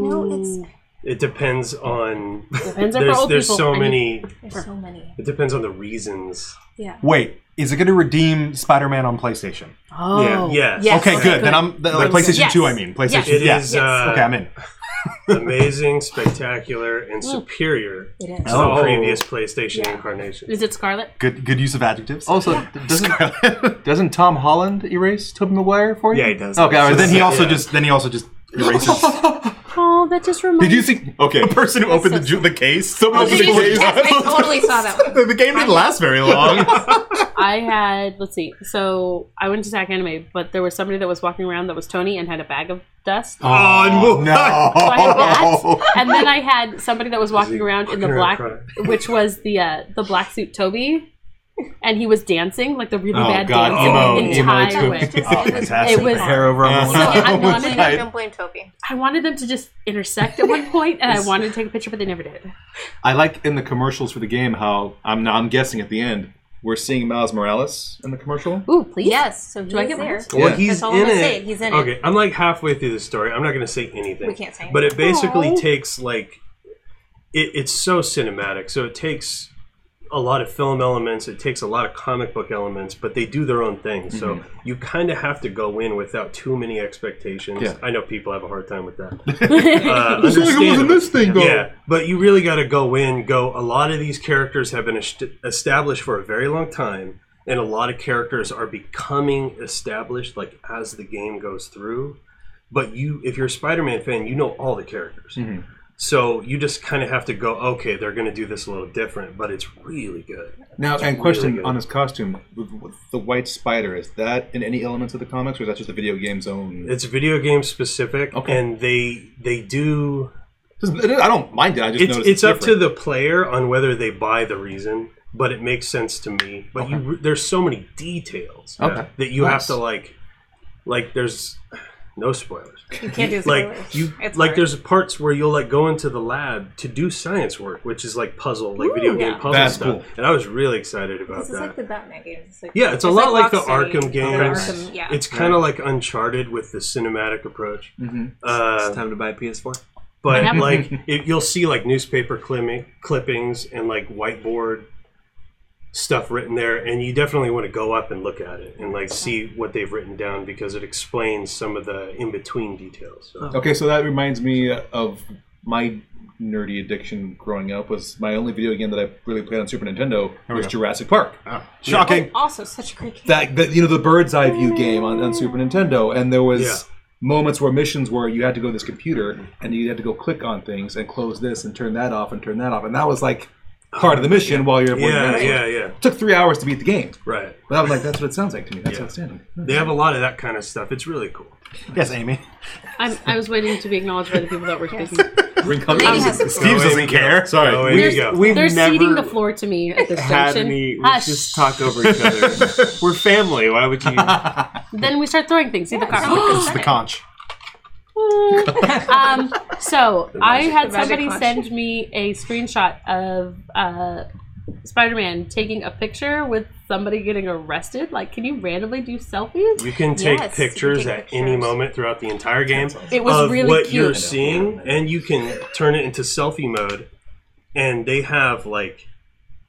S6: No, it's
S5: It depends on.
S2: Depends on for
S5: There's
S2: old
S5: there's
S2: people.
S5: so
S2: I need-
S5: many.
S6: there's so many.
S5: It depends on the reasons.
S6: Yeah.
S1: Wait, is it going to redeem Spider-Man on PlayStation?
S2: Oh.
S5: Yeah.
S6: Yes.
S1: okay, good. Then
S2: good.
S1: I'm the, like,
S5: Yes.
S1: PlayStation Two. I mean, PlayStation.
S6: Yes.
S5: It is
S1: yeah.
S6: Yes.
S5: Uh,
S1: okay, I'm in.
S5: amazing, spectacular, and superior
S6: It
S5: to
S6: is.
S5: the
S1: Oh.
S5: previous PlayStation
S6: Yeah.
S5: incarnation.
S2: Is it Scarlet?
S1: Good, good use of adjectives.
S4: Also, doesn't, doesn't Tom Holland erase Tobey Maguire for you?
S3: Yeah, he does.
S4: Okay, all right,
S1: But then he
S4: also.
S1: also just then he also just erases the
S2: Oh, that just reminds.
S7: Did you see? Okay.
S1: person who opened the, ju- the case.
S2: Oh,
S7: Someone
S1: The
S7: opened the
S1: case-
S7: case.
S6: Yes, I totally saw that one.
S1: the game didn't last very long.
S2: I had let's see. So I went to Sac Anime, but there was somebody that was walking around that was Tony and had a bag of dust.
S1: Oh
S2: So I had
S1: no!
S2: that, and then I had somebody that was walking around in the
S5: walking
S2: black,
S5: around
S2: which was the uh, the black suit Toby, and he was dancing like the really
S7: Oh,
S2: bad
S7: God,
S2: dancing
S7: emo,
S2: the
S7: emo
S2: entire
S7: Toby.
S2: way.
S6: Just-
S1: Oh,
S6: it was
S1: fantastic.
S2: It was-
S6: really
S1: hair over on
S7: Uh,
S1: one
S6: So
S1: side.
S2: I
S7: Oh,
S2: wanted-
S7: it's
S6: I
S7: like-
S6: don't blame Toby.
S2: I wanted them to just intersect at one point, and I wanted to take a picture, but they never did.
S7: I like in the commercials for the game how I'm now I'm guessing at the end we're seeing Miles Morales in the commercial.
S2: Ooh, please.
S6: Yes, so
S2: Do I
S6: he's
S2: get
S6: there.
S2: mine?
S3: Well,
S7: Yeah.
S3: he's
S6: That's all I'm
S3: in
S6: gonna
S3: it.
S6: say. He's in it.
S5: okay, I'm like halfway through the story. I'm not going to say anything.
S6: We can't say
S5: But it basically
S2: Aw.
S5: takes like it, it's so cinematic. So it takes a lot of film elements. It takes a lot of comic book elements, but they do their own thing. So you kind of have to go in without too many expectations.
S7: Yeah.
S5: I know people have a hard time with that. uh, understandable.
S7: thing
S5: Yeah, but you really got to go in. Go. A lot of these characters have been est- established for a very long time, and a lot of characters are becoming established like as the game goes through. But you, if you're a Spider-Man fan, you know all the characters,
S3: Mm-hmm.
S5: so you just kind of have to go. Okay, they're going to do this a little different, but it's really good.
S7: Now, and question
S5: really good.
S7: on his costume, with- with the white spider is that in any elements of the comics, or is that just the video game's own?
S5: It's video game specific,
S7: Okay.
S5: and they they do
S7: It is- I don't mind it. I just
S5: it's,
S7: noticed
S5: it's up to
S7: different.
S5: the player on whether they buy the reason but it makes sense to me. But you re- there's so many details
S7: Okay.
S5: that you
S7: Nice.
S5: have to like, like there's no spoilers.
S6: You can't do
S5: Like
S6: spoilers.
S5: you,
S6: It's
S5: like
S6: hard.
S5: there's parts where you'll like go into the lab to do science work, which is like puzzle, like video game puzzle
S7: That's
S5: stuff.
S7: cool.
S5: And I was really excited about
S6: This is
S5: that.
S6: like the Batman games. It's like-
S5: Yeah, it's a lot like, the
S6: Rocksteady.
S5: Arkham games.
S6: Arkham, yeah.
S5: It's kind of like Uncharted with the cinematic approach.
S7: Mhm.
S3: It's
S5: Uh,
S3: time to buy a PS4.
S2: I
S5: but
S2: have-
S5: like, it, you'll see like newspaper clipping, clippings and like whiteboard stuff written there, and you definitely want to go up and look at it and like see what they've written down because it explains some of the in between details. So,
S6: Oh,
S7: Okay, so that reminds me of my nerdy addiction growing up was my only video game that I really played on Super Nintendo was Jurassic Park.
S1: Shocking.
S6: also such a great game.
S7: That, that you know the bird's eye view game on, on Super Nintendo, and there was
S5: Yeah.
S7: moments where missions where you had to go to this computer and you had to go click on things and close this and turn that off and turn that off, and that was like part of the mission while you're avoiding
S5: yeah,
S7: dinosaurs.
S5: yeah, yeah.
S7: It took three hours to beat the game,
S5: Right.
S7: but I was like, that's what it sounds like to me. That's
S5: Yeah.
S7: outstanding.
S5: They have a lot of that kind of stuff. It's really cool.
S1: Yes, Amy.
S2: I'm, I was waiting to be acknowledged by the people that were speaking.
S6: Lady has a
S1: Steve
S5: Go, Amy,
S1: doesn't
S5: go.
S1: care.
S7: Sorry.
S5: Oh,
S2: They're,
S5: there you go.
S3: We've
S2: they're
S3: never
S2: ceding the floor to me at this
S3: had
S2: junction.
S3: any. We
S2: Hush.
S3: just talk over each other. We're family. Why would you?
S2: Then we start throwing things. See the car.
S1: It's the conch.
S2: um, so I had
S6: The magic
S2: somebody
S6: punch.
S2: send me a screenshot of uh, Spider-Man taking a picture with somebody getting arrested. Like, can you randomly do selfies?
S5: You can take
S6: Yes, you can
S5: pictures
S6: take
S5: at any
S6: pictures.
S5: moment throughout the entire game
S2: It was
S5: of
S2: really
S5: what
S2: cute.
S5: you're seeing, and you can turn it into selfie mode. And they have like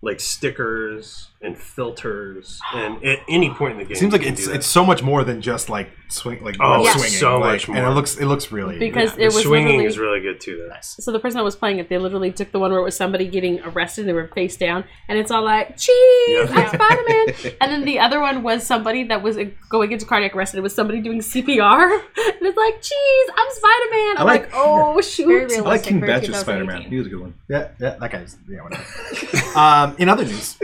S5: like stickers and filters, and at any point in the game,
S1: It seems like
S5: you can
S1: it's
S5: do that.
S1: it's so much more than just like swing like
S5: Oh,
S1: like
S5: yeah.
S1: swinging.
S5: so
S1: like,
S5: much
S1: And
S5: more.
S1: it looks it looks really
S2: Because
S1: yeah.
S2: it
S5: the
S2: was
S5: swinging
S2: literally,
S5: is really good too. Though.
S2: so the person that was playing it, they literally took the one where it was somebody getting arrested. They were face down, and it's all like, "Cheese,
S5: Yeah.
S2: I'm Spider-Man." and then the other one was somebody that was uh, going into cardiac arrest, and it was somebody doing CPR, and it's like, "Cheese, I'm Spider-Man." I'm
S7: I like-
S2: like, "Oh
S6: Very
S7: I
S2: shoot!"
S7: like
S6: realistic
S7: King
S6: for
S7: Batch of
S6: 2018.
S7: Spider-Man. He was a good one.
S1: yeah, yeah, that guy's yeah. Whatever. um, in other news,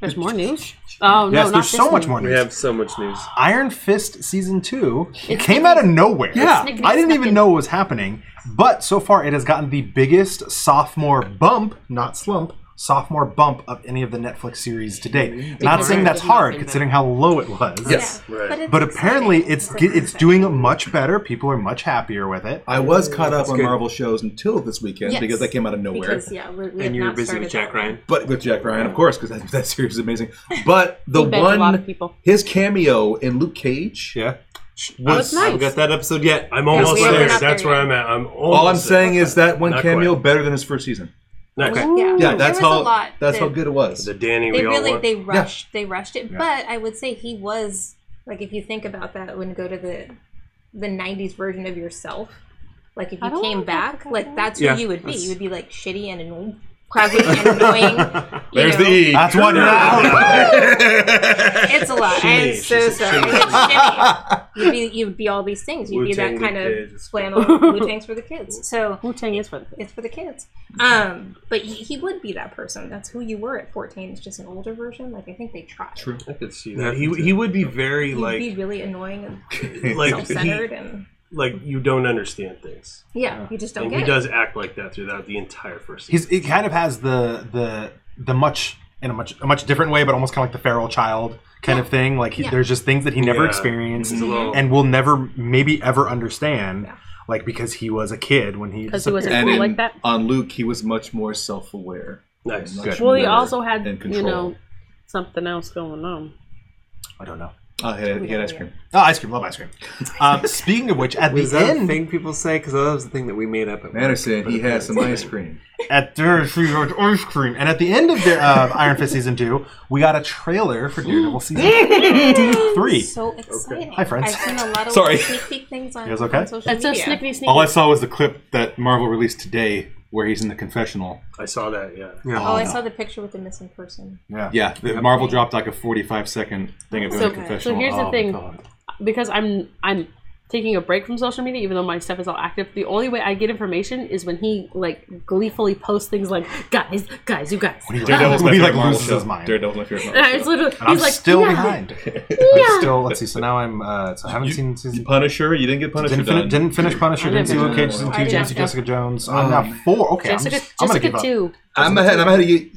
S2: There's more news. Oh no,
S1: yes,
S2: not
S1: there's so
S2: this
S1: much more
S2: one.
S3: We
S1: news.
S3: have so much news.
S1: Iron Fist season two
S2: It's
S1: came out of nowhere.
S7: Yeah.
S2: Snickety
S1: I didn't
S2: snuckin'.
S1: even know what was happening, but so far it has gotten the biggest sophomore bump, not slump, sophomore bump of any of the Netflix series to date. Not
S2: Because
S1: saying
S2: it
S1: that's
S2: has not
S1: hard
S2: been
S1: considering how low it was.
S7: Yes.
S6: Yeah,
S5: Right.
S6: it's
S1: But apparently
S6: exciting.
S1: it's ge- it's doing much better. People are much happier with it.
S7: I was caught up on
S3: good.
S7: Marvel shows until this weekend
S6: Yes.
S7: because that came out of nowhere.
S6: because yeah, we, we have
S3: And you were
S6: not
S3: busy with
S6: started
S3: Jack
S6: that.
S3: Ryan.
S7: but with Jack Ryan, of course, because that, that series is amazing. But the
S2: He begged a lot of
S7: one,
S2: people.
S7: his cameo in Luke Cage.
S3: Yeah.
S2: was
S3: I haven't
S2: nice.
S3: got that episode yet.
S5: I'm almost
S6: we are
S5: there.
S6: not
S5: That's
S6: there
S5: where
S6: yet.
S5: I'm at. I'm almost.
S7: All I'm saying is that one
S5: Not
S7: cameo
S5: quite.
S7: better than his first season.
S5: Nice.
S6: Yeah,
S7: Yeah,
S6: There
S7: that's
S6: was a
S7: how
S6: lot
S7: that's
S6: that-
S7: how good it was.
S5: the Danny
S6: They
S5: we all
S6: really
S5: want.
S6: they rushed they rushed it. But I would say he was like if you think about that when you go to the the '90s version of yourself, like if
S2: I
S6: you
S2: don't
S6: came
S2: like
S6: back, like that's
S3: Yeah,
S6: who you would be.
S3: that's-
S6: You would be like shitty and annoying, crabby and annoying. you know.
S7: E.
S1: That's one now.
S6: It's a lot. I'm
S5: Shitty.
S6: so
S5: She's a
S6: sorry. Shitty. You'd be you'd be all these things. You'd
S3: Wu-Tang
S6: be that kind
S3: for the
S6: of
S3: kids.
S6: flannel. Wu Tang's for the kids. So
S2: Wu Tang is for the kids.
S6: it's for the kids. Um, but he, he would be that person. That's who you were at 14. It's just an older version. Like I think they tried. True.
S5: I could see that. He he would be very
S6: You'd be
S5: like
S6: really annoying and
S5: like
S6: self-centered
S5: he,
S6: and
S5: like you don't understand things.
S6: yeah, you just don't
S5: And
S6: get
S5: he
S6: it.
S5: does act like that throughout the entire first season.
S1: He's it kind of has the the the much in a much a much different way, but almost kind of like the feral child kind of thing. Like he,
S6: Yeah.
S1: there's just things that he never
S5: Yeah.
S1: experienced
S5: He's a little-
S1: and will never maybe ever understand.
S6: Yeah.
S1: Like because he was a kid when he
S2: Because he was a
S1: disappeared.
S7: and
S2: Cool,
S7: in-
S2: like that.
S7: on Luke, he was much more self-aware.
S5: Nice.
S7: Much
S1: Good.
S2: Well, he
S7: more
S2: also had,
S7: in
S2: you
S7: control.
S2: know, something else going on.
S1: I don't know.
S7: Oh, he had, he had ice cream.
S1: Oh, ice cream, love ice cream. Um, speaking of which, at
S3: Was
S1: the
S3: that a
S1: end,
S3: thing people say? Because that was the thing that we made up. At work.
S7: Anderson, he had some ice cream.
S1: at their ice cream, and at the end of the uh, Iron Fist season two, we got a trailer for Daredevil season three.
S6: So exciting.
S1: Hi, friends.
S6: I've seen a lot of
S7: Sorry.
S6: little sneak peek things on,
S1: You guys okay?
S6: on social
S2: That's so
S6: media.
S2: snickety sneaky.
S4: All I saw was the clip that Marvel released today where he's in the confessional.
S5: I saw that. Yeah.
S6: Oh, I saw the picture with the missing person.
S1: Yeah.
S4: Yeah, the- Marvel dropped like a 45 second thing of him in
S2: So-
S4: the
S2: so
S4: confessional.
S2: here's the
S4: Oh, my
S2: thing.
S4: God.
S2: because I'm I'm taking a break from social media, even though my stuff is all active. The only way I get information is when he like gleefully posts things like, "Guys, guys, you guys."
S1: When he,
S7: Daredevil's
S1: when
S7: my
S1: he
S7: favorite
S1: like
S7: Marvel
S1: loses
S7: show.
S1: his mind.
S7: Daredevil's my favorite
S2: And I
S7: Marvel
S2: was
S7: show.
S2: literally,
S1: And I'm
S2: he's like,
S1: still
S2: "Yeah."
S1: behind. I'm still. Let's see. So now I'm. Uh, so I haven't seen season.
S7: Punisher, you didn't get Punisher
S1: Didn't, fini-
S7: done.
S1: didn't finish Punisher. Didn't see
S2: didn't
S1: Luke Cage season
S6: I
S1: two.
S6: did
S1: Didn't see
S6: not.
S3: Um,
S1: Jessica Jones. I'm now four. Okay,
S2: Jessica,
S1: I'm, just, I'm gonna
S2: Jessica
S1: give up.
S2: too.
S7: I'm ahead. I'm ahead of you.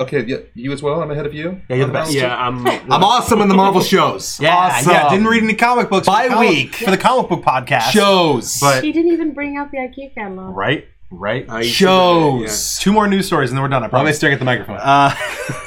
S7: Okay, yeah, you as well. I'm ahead of you.
S1: Yeah, you're the best.
S3: Yeah, I'm.
S4: I'm awesome in the Marvel shows.
S1: Yeah,
S4: awesome.
S1: yeah. Didn't read any comic books for
S4: By
S1: the comic-
S4: week.
S1: for the comic book podcast.
S4: shows.
S1: But
S2: She didn't even bring out the IKEA catalog.
S1: right, right.
S3: I used to do that,
S4: shows.
S1: Two more news stories and then we're done. I
S4: Why am I
S1: promise.
S4: staring at the microphone?
S1: Uh,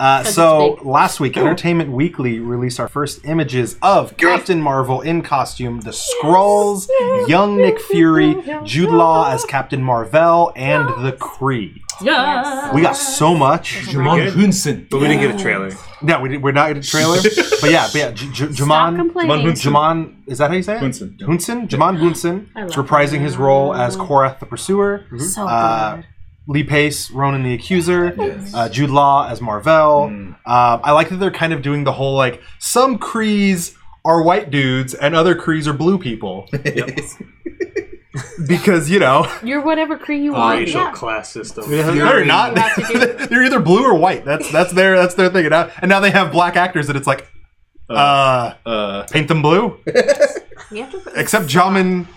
S1: uh,
S2: That's
S1: so
S2: big.
S1: last week, Entertainment Weekly released our first images of Captain Marvel in costume, the Skrulls, young Nick Fury, Jude Law as Captain Marvel, and the Kree.
S2: Yes.
S1: We got so much.
S4: Jamon
S3: good.
S4: Hunsen.
S3: But we didn't get a trailer.
S1: Yeah, we, did- we're not in a trailer, but yeah, but yeah, J- J-
S2: Stop
S1: Jamon.
S2: complaining.
S1: Jamon, is that how you say it?
S7: Hunsen.
S1: Hunsen, Jamon Hunsen,
S2: I
S1: is
S2: love Mm-hmm.
S1: reprising his role as Korath the Pursuer.
S2: So
S1: Uh,
S2: good.
S1: Lee Pace, Ronan the Accuser, uh, Jude Law as Marvell. Um, I like that they're kind of doing the whole like some Crees are white dudes and other Crees are blue people because you know
S2: You're whatever Cree you want.
S5: racial
S2: Yeah.
S5: class system.
S1: they're not
S2: have to do-
S1: they're either blue or white. That's that's their that's their thing. And now, and now they have black actors and it's like uh,
S7: Uh,
S1: paint them blue.
S6: You have to
S1: Except Jamin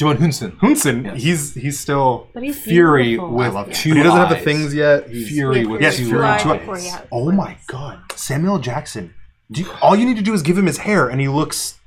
S4: Jamon Hunsen.
S1: Hunsen, he's he's still
S2: But he's
S4: Fury
S2: beautiful.
S4: with
S2: I love
S4: two
S1: but he doesn't have the
S4: eyes.
S1: things yet. He's-
S4: Fury with
S1: Yes,
S4: two
S1: Fury
S4: eyes.
S1: with two eyes. Oh my god, Samuel Jackson. Do you- all you need to do is give him his hair, and he looks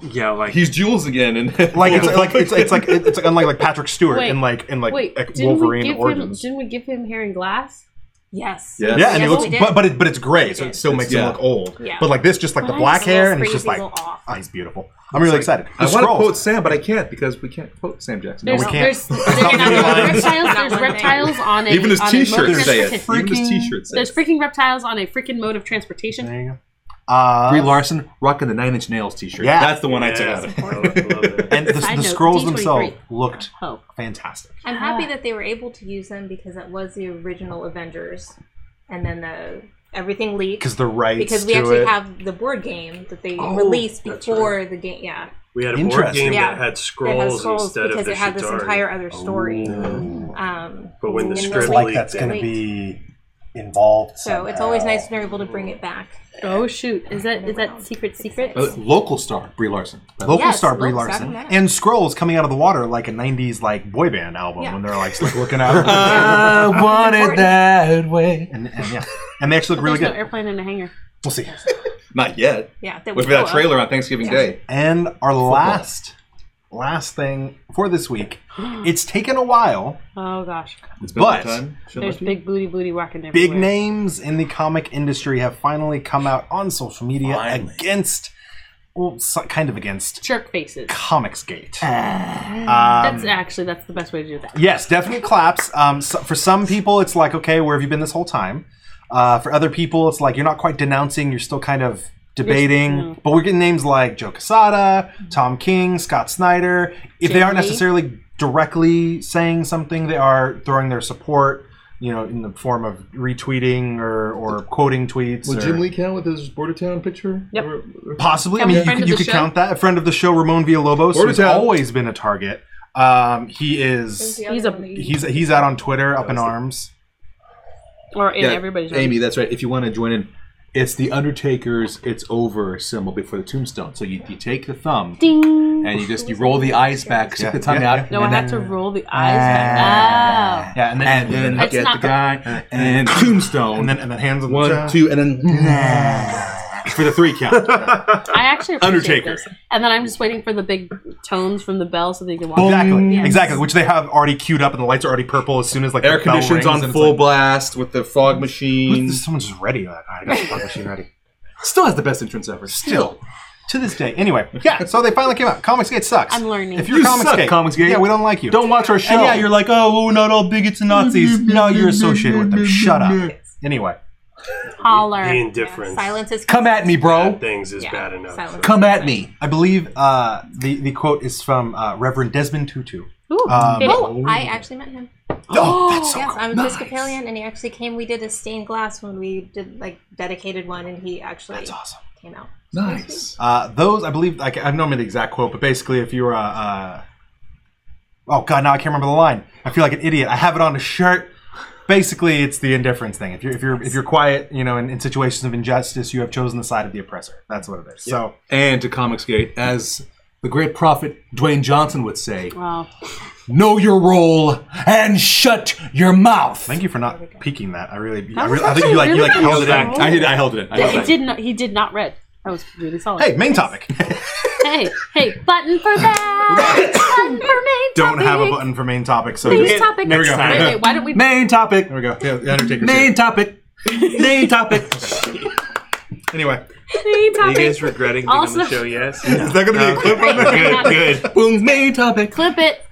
S3: Yeah, like
S7: he's Jules again, and
S1: like it's like it's, it's like it's like unlike like Patrick Stewart
S2: Wait,
S1: in like in like,
S2: Wait,
S1: like
S2: didn't we
S1: Wolverine
S2: give
S1: Origins.
S2: him? Didn't we give him hair and glass?
S6: Yes.
S7: Yeah.
S1: yeah, and
S6: Yes,
S1: he looks,
S6: we did.
S1: but but it, but it's gray, so it still makes
S7: yeah.
S1: him look old.
S6: Yeah.
S1: But like this, just like the
S2: But
S1: black
S2: it's a
S1: hair,
S2: little
S1: and it's just like,
S6: crazy, little off.
S1: oh, he's beautiful. I'm really excited.
S7: I
S1: The
S7: want to
S1: Skrulls.
S7: quote Sam, but I can't because we can't quote Sam Jackson.
S2: There's,
S1: can't.
S2: There's,
S6: Not
S2: there's
S1: one thing.
S2: reptiles. There's
S6: Not one thing.
S2: reptiles on a.
S7: Even his
S2: on a
S7: T-shirt
S2: motor
S7: say it.
S2: transportation-
S7: Even his T-shirt says
S2: There's freaking reptiles on a freaking mode of transportation.
S1: There you go. Uh,
S4: Brie Larson rocking the Nine Inch Nails t-shirt.
S1: Yeah.
S7: That's the one I took
S5: Yeah,
S7: out. of
S5: I love it, love it.
S1: and the,
S2: Side
S1: the
S2: note,
S1: scrolls
S2: D23.
S1: themselves looked
S2: Oh,
S1: fantastic.
S6: I'm happy that they were able to use them because that was the original Avengers, and then the everything leaked
S1: Because the rights
S6: because we
S1: to
S6: actually
S1: it.
S6: have the board game that they released
S5: that's
S6: before the game. Yeah,
S5: We had a board
S1: Interesting.
S5: game
S6: Yeah.
S5: that had
S6: it
S5: scrolls,
S6: has scrolls
S5: instead of
S6: because
S5: the
S6: it had this
S5: Shatari.
S6: entire other story.
S1: Ooh.
S6: Um,
S5: But when the
S6: and it
S5: script
S6: was
S1: like
S5: leaked,
S1: that's going to
S6: leaked.
S1: be involved.
S6: So it's always
S1: somehow.
S6: nice when they're able to bring it back.
S2: oh shoot! Is that is that secret secret?
S1: Oh,
S4: Uh, local star Brie Larson.
S1: Local
S6: Yes,
S1: star Brie
S6: local star,
S1: Larson
S6: yeah.
S1: and Scrolls coming out of the water like a '90s like boy band album
S6: Yeah.
S1: when they're like, like looking out
S4: I want it
S6: important.
S4: that way.
S1: and, and yeah, and they actually look really
S2: there's no
S1: good.
S2: airplane in a hangar.
S1: we'll see.
S7: Not yet.
S6: Yeah, that
S7: We've got
S6: would go
S2: Oh,
S7: a
S6: up.
S7: trailer
S2: uh,
S7: on Thanksgiving Day.
S1: And our last last thing for this week, it's taken a while.
S2: Oh gosh,
S7: It's
S1: But-
S7: some time. Shouldn't
S2: there's
S7: let you-
S2: big booty booty rocking everywhere.
S1: Big names in the comic industry have finally come out on social media against, well, so, kind of against
S2: jerk faces.
S1: Comicsgate. Um,
S2: that's actually that's the best way to do that.
S1: Yes, definite claps. Um, so for some people, it's like, okay, where have you been this whole time? Uh, for other people, it's like you're not quite denouncing, you're still kind of debating. But we're getting names like Joe Casada, Tom King, Scott Snyder. If they aren't
S2: Jim Lee.
S1: necessarily directly saying something, they are throwing their support, you know, in the form of retweeting or, or quoting tweets.
S7: Will
S1: or-
S7: Jim Lee count with his Border Town picture?
S2: Yep.
S7: Or- or-
S1: Possibly. I
S2: Can
S1: mean,
S2: we
S1: you
S2: friend
S1: could,
S2: of
S1: you
S2: the
S1: could
S2: show?
S1: count that. A friend of the show, Ramon Villalobos,
S7: Or
S1: who's
S7: Ted.
S1: always been a target. Um, he is.
S2: He's a
S1: He's, he's out on Twitter, up in arms.
S2: or in
S7: Yeah,
S2: everybody's.
S4: Amy, that's right. If you want to join in, it's the Undertaker's "It's Over" symbol before the tombstone. So you, you take the thumb
S2: Ding.
S4: and you just you roll the eyes back, stick
S1: Yeah,
S4: the tongue
S1: yeah,
S4: out,
S1: yeah.
S2: No, I
S4: and
S2: have
S4: then,
S2: to roll the eyes. back.
S4: yeah, and then, and then
S2: It's
S4: get the
S2: not-
S4: guy and tombstone,
S1: and then and then hands on the
S4: one,
S1: chest.
S4: two, and then for the three count.
S2: Oh, I actually appreciate
S4: Undertaker.
S2: This. And then I'm just waiting for the big tones from the bell so they can watch.
S1: Exactly,
S2: Yes.
S1: exactly. Which they have already queued up, and the lights are already purple as soon as like
S7: Air
S1: the bell
S7: conditions
S1: rings, and
S7: on
S1: it's
S7: full
S1: like,
S7: blast with the fog machine.
S1: "Who's this? Someone's just ready. Like, I got the fog machine ready.
S4: Still has the best entrance ever.
S1: Still, to this day. Anyway, yeah. So they finally came out. Comicsgate sucks.
S2: I'm learning.
S1: If you're
S4: You suck,
S1: Comicsgate,
S4: Comicsgate.
S1: yeah, we don't like you.
S4: Don't watch our show.
S1: And yeah, you're like, oh, well, we're not all bigots and Nazis. no, you're associated with them. Shut up. Anyway,
S2: Holler.
S5: The indifference.
S6: Silence is
S4: come at me, bro.
S5: Things is
S6: Yeah,
S5: bad enough.
S6: silence.
S4: Come at me.
S1: I believe uh, the the quote is from uh, Reverend Desmond Tutu.
S2: Ooh,
S1: Um,
S2: hit it.
S6: Oh, I actually met him.
S1: Oh, that's so
S6: yes,
S1: cool.
S6: I'm Episcopalian, and he actually came. We did a stained glass when we did like dedicated one, and he actually
S1: That's awesome.
S6: came out.
S7: nice.
S1: Uh, those, I believe, I, ca- I don't remember the exact quote, but basically, if you're a, uh, oh god, now I can't remember the line. I feel like an idiot. I have it on a shirt. Basically, it's the indifference thing. If you're if you're if you're quiet, you know, in, in situations of injustice, you have chosen the side of the oppressor. That's what it is. So
S4: And to Comicsgate, as the great prophet Dwayne Johnson would say,
S2: Wow.
S4: know your role, and shut your mouth.
S1: Thank you for not peeking that. I really, I,
S2: was
S1: really, I think you like you like
S2: actually
S1: held it
S2: really
S1: back.
S2: good.
S4: I, did- I held it in. I held
S2: He
S4: it in.
S2: did not. He did not read. That was really solid.
S1: Hey, main topic.
S2: hey, hey! Button for that. button for main.
S1: Don't have a
S2: topic.
S1: button for main topic, so
S2: Main
S1: just,
S2: topic.
S1: There we go.
S2: Wait, wait, why don't we?
S4: Main topic.
S1: there we go. Yeah, the Undertaker's
S4: Main
S1: here.
S4: topic. Main topic.
S1: Anyway,
S2: Main
S3: Are you
S2: topic.
S3: guys regretting being on
S2: Also-
S3: the show? Yes.
S1: is that going to be a clip on there?
S3: good. Good.
S4: Boom. Main topic.
S2: Clip it.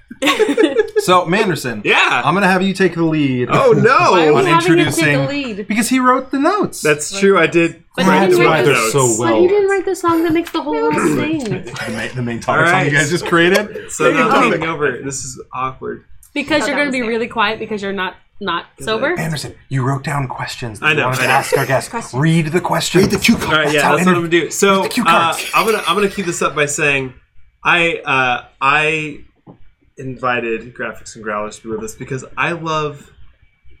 S1: So, Manderson.
S3: Yeah.
S1: I'm going to have you take the lead.
S3: oh
S2: Why are
S3: no.
S2: we having him take the
S1: introducing-
S2: lead?
S1: Because he wrote the notes.
S3: That's true. I did.
S2: But
S1: Right,
S2: he didn't
S1: that's
S2: write
S1: why
S2: the-
S1: they're
S3: those.
S1: so
S2: But
S1: well.
S2: he didn't write the song that makes the whole thing.
S1: the, main, the main topic
S3: All
S1: song you
S3: right.
S1: guys just created.
S3: So
S1: Main
S3: now
S1: topic.
S3: taking over. This is awkward.
S2: Because
S6: Oh,
S2: you're
S6: that
S2: going to
S6: was
S2: be
S6: it.
S2: really quiet because you're not not sober.
S1: Anderson, you wrote down questions that
S3: I
S1: you
S3: know,
S1: wanted
S3: I
S1: to
S3: know.
S1: ask our guests. Read the questions. Read the cue
S3: All right, yeah, that's what I'm gonna do. So
S1: cue
S3: uh,
S1: cards.
S3: I'm gonna I'm gonna keep this up by saying I uh, I invited graphics and growlers to be with us because I love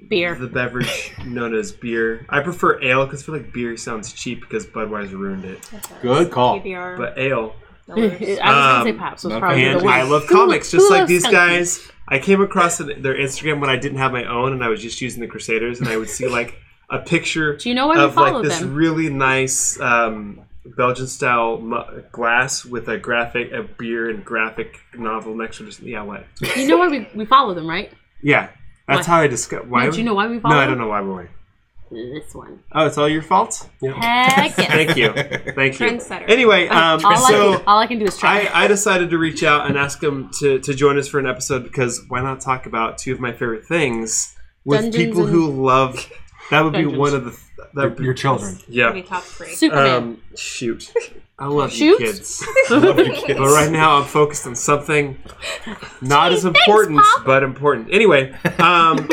S2: Beer.
S3: the beverage known as beer. I prefer ale because I feel like beer sounds cheap because Budweiser ruined it.
S4: Good call.
S6: PBR.
S3: But ale,
S2: I was going to say Paps was probably the
S3: and
S2: one.
S3: Um, I love
S2: Who-
S3: comics
S2: who
S3: just like
S2: loves
S3: these
S2: Skunky?
S3: guys. I came across it- their Instagram when I didn't have my own and I was just using the Crusaders and I would see like a picture
S2: Do you know why we
S3: of like
S2: follow
S3: this
S2: them?
S3: really nice um, Belgian style mu- glass with a graphic, a beer and graphic novel next to it. Yeah, what?
S2: You know why we, we follow them, right?
S3: Yeah, that's
S2: Why?
S3: how I discovered. Why?
S2: Did you know why we follow
S3: No, I
S2: them?
S3: don't know why. Why?
S2: This one.
S3: Oh, it's all your fault.
S2: Heck yes.
S3: Thank you, thank you.
S6: Trendsetter.
S3: Anyway, um,
S2: all, I
S3: so
S2: can, all I can do is try.
S3: I, I decided to reach out and ask them to, to join us for an episode because why not talk about two of my favorite things with
S2: Dungeons
S3: people
S2: and-
S3: who love. That would be
S2: Dungeons.
S3: one of the. That would
S1: Your, your children.
S3: yeah.
S6: Maybe top three.
S2: Superman.
S3: Um, shoot. I love
S2: Shoot?
S3: you kids. But right now I'm focused on something not as important, but important. Anyway, um,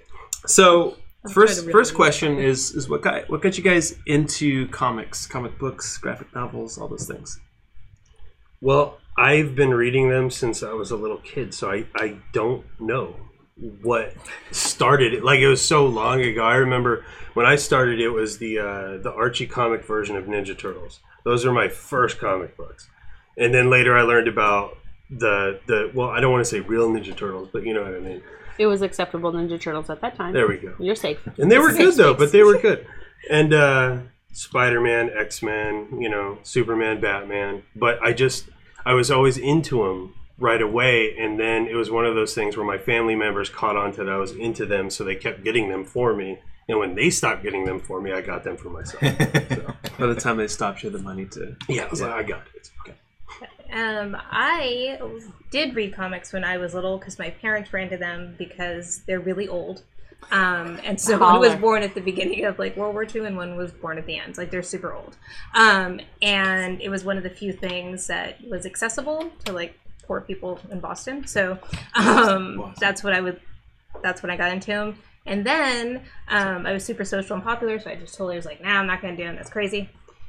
S3: so first first question is is what got what got you guys into comics, comic books, graphic novels, all those things?
S5: Well, I've been reading them since I was a little kid, so I, I don't know what started it. Like it was so long ago. I remember when I started it was the uh, the Archie comic version of Ninja Turtles. Those were my first comic books. And then later I learned about the the well, I don't want to say real Ninja Turtles, but you know what I mean.
S2: it was acceptable Ninja Turtles at that time.
S5: There we go.
S2: You're safe.
S5: And they were good though, but they were good. And uh, Spider Man, X Men, you know, Superman, Batman. But I just, I was always into them right away. And then it was one of those things where my family members caught on to that I was into them, so they kept getting them for me. And when they stopped getting them for me, I got them for myself.
S3: By the time they stopped you the money to
S5: yeah, I was like, I got it. It's okay.
S6: Um, I did read comics when I was little because my parents ran to them because they're really old. Um, and so one was
S2: Holler.
S6: born at the beginning of like World War II, and one was born at the end. Like they're super old. Um, and it was one of the few things that was accessible to like poor people in Boston. So um, that's what I would. That's when I got into them. And then um, I was super social and popular, so I just totally was like, "Nah, I'm not gonna do them. That's crazy."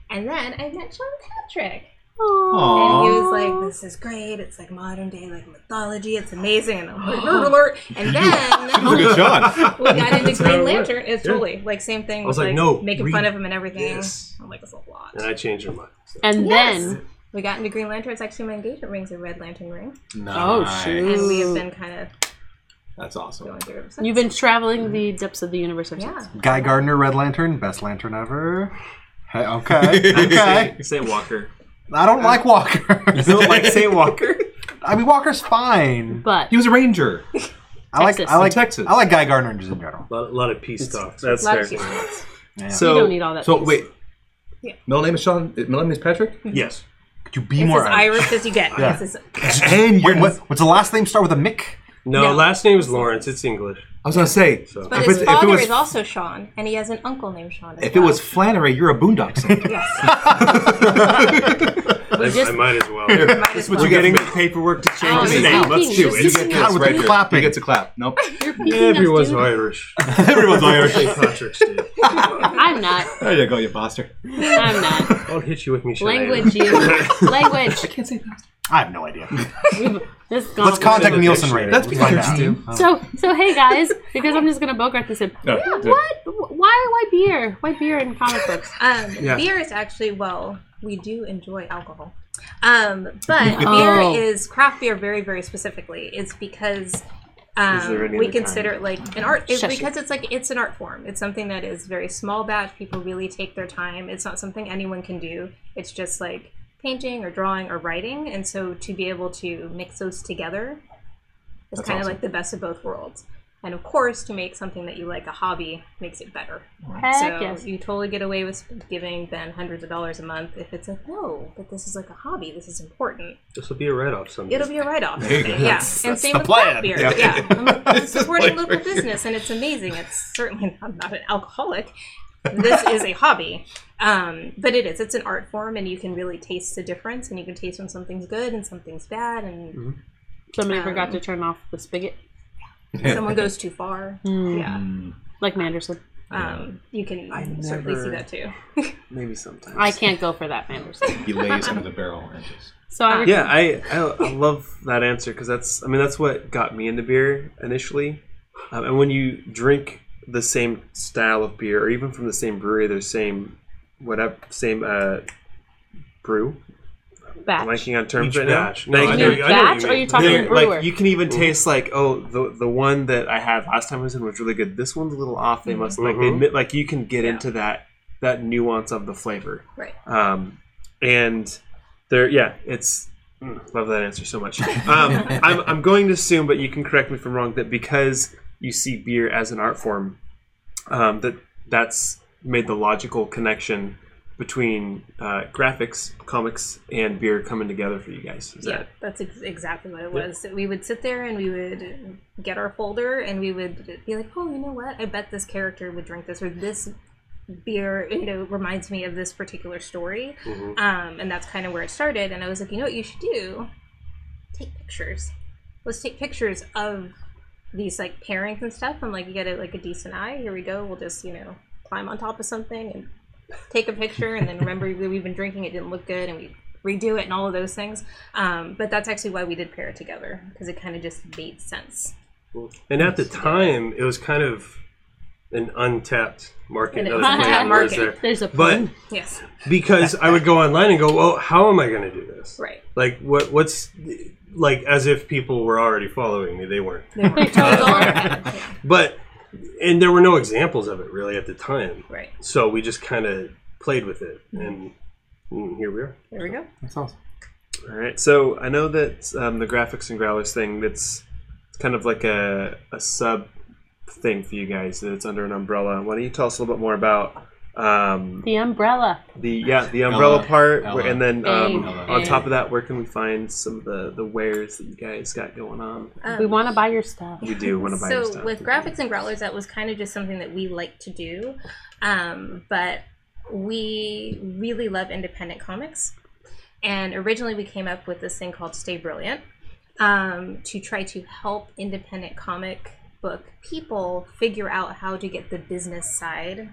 S6: And then I met Sean Patrick. And he was like,
S5: Oh.
S6: "This is great. It's like modern day like mythology. It's amazing." And I'm like, "Nerd alert!" And then
S4: Good shot.
S6: we got into
S5: how it
S6: Green
S5: went.
S6: Lantern. It's
S5: Yeah.
S6: totally like same thing.
S5: I was
S6: with,
S5: like, "No,
S6: making
S5: read
S6: fun of him and everything."
S5: this."
S6: I'm like, "That's a lot."
S5: And I changed my mind. So.
S2: And
S6: Yes.
S2: then,
S6: We got into Green Lantern. It's actually my engagement ring's a red lantern ring,
S2: oh
S4: Nice.
S2: shoot,
S6: and we
S5: Mm.
S6: have been kind of
S4: That's awesome.
S6: going through it. since.
S2: you've been traveling the depths of the universe ever since.
S6: yeah.
S1: Guy Gardner, Red Lantern, best lantern ever. Hey, okay, okay.
S3: Saint Walker.
S1: I don't like Walker.
S3: You don't like Saint Walker?
S1: I mean, Walker's fine.
S2: But
S4: He was a ranger.
S1: I like,
S2: Texas.
S1: I like
S4: Texas.
S1: I like Guy Gardner just in general.
S5: A lot, a lot of peace talks.
S3: That's
S6: Love
S3: fair.
S6: you.
S2: you
S3: So
S2: don't need all that.
S4: So
S2: piece.
S4: wait,
S7: Middle name is Sean. Middle name is Patrick.
S5: yes.
S1: Could you be
S6: It's
S1: more
S6: as Irish as you get.
S1: Yeah.
S6: It's as-
S4: and
S1: Wait,
S4: you're
S1: what, what's the last name start with a Mick?
S5: No, last name is Lawrence. It's English.
S4: I was gonna say,
S6: but
S4: if,
S6: his
S4: it, if it
S6: father
S4: was
S6: is also Sean, and he has an uncle named Sean. As
S4: if it
S6: well.
S4: was Flannery, you're a boondock saint.
S5: I, I might as well.
S6: Might as well.
S3: we're getting the paperwork to
S2: Oh,
S3: change
S2: you're
S3: his name.
S2: speaking-
S3: Let's do
S2: you're
S3: it.
S2: speaking
S1: God,
S2: us.
S1: with
S4: right
S1: the
S4: here.
S1: clapping.
S4: He gets a clap. Nope.
S2: You're peeking us,
S5: Everyone's
S2: dude.
S5: Irish.
S4: Everyone's Irish.
S5: Patrick's dude.
S2: I'm not.
S4: There you go, you bastard.
S2: I'm not.
S5: I'll hit you with me. Shania.
S2: Language, you. Language.
S4: Can't say bastard.
S1: I have no idea.
S2: This is
S1: Let's
S2: gone.
S1: contact Nielsen Rater.
S4: That's
S1: Let's find
S4: because
S1: out.
S4: do.
S2: So, so hey guys, because I'm just gonna bogart this in. What? Why? Why beer? Why beer in comic books?
S6: Um,
S3: Yeah.
S6: Beer is actually well, we do enjoy alcohol. Um, but
S2: Oh.
S6: beer is craft beer very, very specifically. It's because
S3: Is there any
S6: um, we
S3: other kind?
S6: consider it like an art. It,
S2: Shush it.
S6: because it's like it's an art form. It's something that is very small batch. People really take their time. It's not something anyone can do. It's just like painting or drawing or writing. And so to be able to mix those together is kind of like the best of both worlds. And of course, to make something that you like a hobby makes it better.
S2: Heck
S6: So
S2: yes.
S6: you totally get away with giving Ben hundreds of dollars a month if it's like, no, but this is like a hobby. This is important.
S5: This will be a write off someday.
S6: It'll be a write off. Yeah. And same
S1: the
S6: with craft
S1: plan.
S6: beer.
S1: Yeah.
S6: Yeah. I'm- I'm
S4: This is
S6: supporting
S4: my
S6: local business and it's amazing. It's certainly I'm not an alcoholic. This is a hobby. Um, but it is. It's an art form and you can really taste the difference and you can taste when something's good and something's bad and
S2: Somebody
S6: Um,
S2: forgot to turn off the spigot,
S6: someone goes too far.
S2: Hmm.
S6: Yeah.
S4: Mm.
S2: like Manderson.
S6: Um, you can certainly see that too.
S3: Maybe sometimes.
S2: I can't go for that Manderson.
S4: He lays under the barrel and just.
S6: Uh,
S2: So I
S5: Yeah, I, I, I love that answer because that's I mean that's what got me into beer initially, um, and when you drink the same style of beer or even from the same brewery, the same whatever same uh, brew. I'm
S2: batch.
S5: blanking on terms
S7: Each
S5: right
S7: batch?
S5: now.
S7: No, I
S5: you
S7: know-
S5: can-
S7: I know what you
S2: batch? Or are
S7: mean.
S2: you talking
S5: they're-
S2: brewer?
S5: like you can even taste like oh the the one that I had last time I was in was really good. This one's a little off. They must like they Mhm. admit like you can get into that that nuance of the flavor.
S6: Right.
S5: Um, and there, yeah, it's mm, love that answer so much. Um, I'm I'm going to assume, but you can correct me if I'm wrong, that because you see beer as an art form, um, that that's made the logical connection between uh, graphics, comics, and beer coming together for you guys. Is
S6: Yeah,
S5: that
S6: that's ex- exactly what it was. We would sit there and we would get our folder and we would be like, oh, you know what? I bet this character would drink this or this beer, you know, reminds me of this particular story. Um, and that's kind of where it started. And I was like, you know what you should do? Take pictures. Let's take pictures of these like pairings and stuff. And like, you get it like a decent eye. Here we go. We'll just, you know, climb on top of something and take a picture and then remember that we've been drinking it didn't look good and we redo it and all of those things um, but that's actually why we did pair it together because it kind of just made sense
S5: cool?
S3: And
S5: And at the time, it was kind of an untapped market.
S6: An
S5: Another play on
S6: untapped
S5: words
S6: market.
S5: there.
S2: There's a
S5: But
S6: yes
S5: because I would go online and go, well, how am I going to do this?
S6: right
S5: Like what? What's like as if people were already following me. They weren't.
S6: They weren't- Yeah,
S5: But and there were no examples of it really at the time.
S6: right
S5: So we just kind of played with it,
S6: Mm-hmm.
S5: and mm, here we are.
S6: there we go
S3: All right. So I know that um, the graphics and growlers thing. That's it's kind of like a, a sub thing for you guys. That it's under an umbrella. Why don't you tell us a little bit more about um,
S2: the umbrella.
S3: the yeah the umbrella
S4: Ella,
S3: part,
S4: Ella,
S3: and then um,
S2: Ella.
S3: on top of that, where can we find some of the the wares that you guys got going on?
S6: Um,
S2: We want to buy your stuff.
S3: We do want to buy your
S6: so
S3: stuff.
S6: with graphics and growlers that was kind of just something that we like to do um, but we really love independent comics and originally we came up with this thing called stay brilliant um, to try to help independent comic book people figure out how to get the business side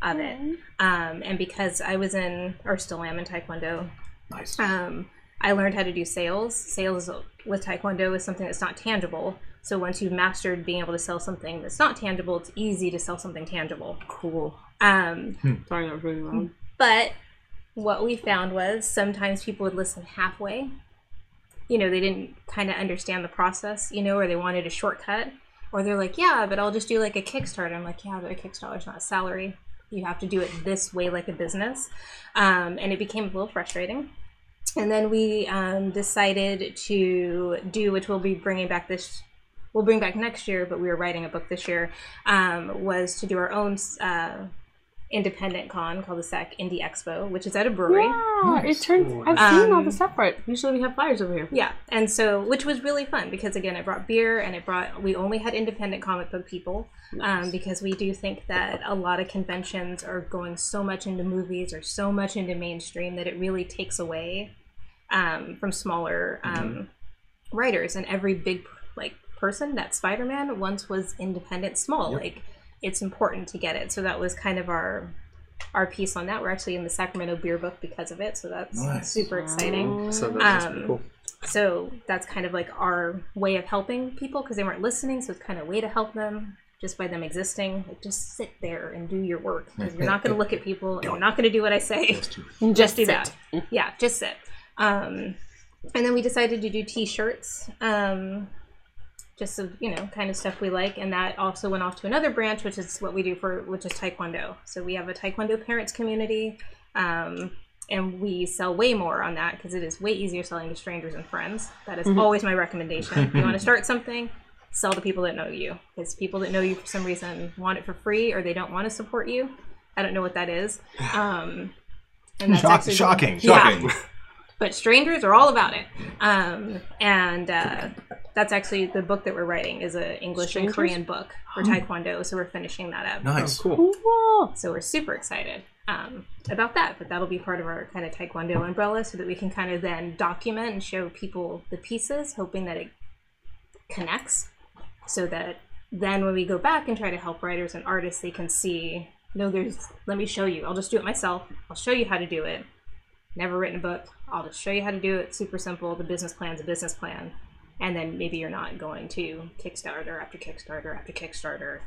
S6: of it um, and because i was in or still am in taekwondo
S4: Nice.
S6: um, I learned how to do sales. Sales with Taekwondo is something that's not tangible. So once you've mastered being able to sell something that's not tangible, it's easy to sell something tangible.
S2: Cool.
S6: Um,
S2: Sorry, that was really loud.
S6: but what we found was sometimes people would listen halfway. You know, they didn't kind of understand the process, you know, or they wanted a shortcut. Or they're like, yeah, but I'll just do like a Kickstarter. I'm like, yeah, but a Kickstarter's not a salary. You have to do it this way, like a business. Um, and it became a little frustrating. And then we um, decided to do, which we'll be bringing back this, we'll bring back next year, but we were writing a book this year, um, was to do our own uh, independent con called the SAC Indie Expo, which is at a brewery.
S2: Yeah, it turns. I've seen all
S6: Um,
S2: the stuff for it. Usually we have flyers over here.
S6: Yeah, and so which was really fun because again, it brought beer and it brought. We only had independent comic book people um, because we do think that a lot of conventions are going so much into movies or so much into mainstream that it really takes away um, from smaller um, writers. And every big like person that Spider Man once was independent, small. Like it's important to get it. So that was kind of our our piece on that. We're actually in the Sacramento Beer Book because of it. So that's
S7: Nice.
S6: super exciting.
S3: so that's
S6: um,
S3: cool.
S6: So that's kind of like our way of helping people because they weren't listening. So it's kind of a way to help them just by them existing. Like just sit there and do your work because you're not going to look at people. And you're not going to do what I say.
S2: And Just
S6: do that. Yeah, just sit. Um, and then we decided to do t-shirts, um, just so, you know, kind of stuff we like, and that also went off to another branch, which is what we do for which is taekwondo. So we have a taekwondo parents community, um, and we sell way more on that because it is way easier selling to strangers and friends. That
S1: Mm-hmm.
S6: is always my recommendation. if you want to start something, sell to people that know you because people that know you for some reason want it for free or they don't want to support you. I don't know what that is. Um, and that's
S1: Shock-
S6: actually-
S1: shocking.
S6: Yeah.
S1: Shocking.
S6: But strangers are all about it, um, and uh, that's actually the book that we're writing is an English
S2: Strangers?
S6: and Korean book
S1: Oh.
S6: for Taekwondo. So we're finishing that up.
S1: Nice.
S2: Cool.
S6: So we're super excited um, about that. But that'll be part of our kind of Taekwondo umbrella so that we can kind of then document and show people the pieces, hoping that it connects so that then when we go back and try to help writers and artists, they can see no, there's, let me show you. I'll just do it myself. I'll show you how to do it. Never written a book. I'll just show you how to do it. Super simple. The business plan's a business plan. And then maybe you're not going to Kickstarter after Kickstarter after Kickstarter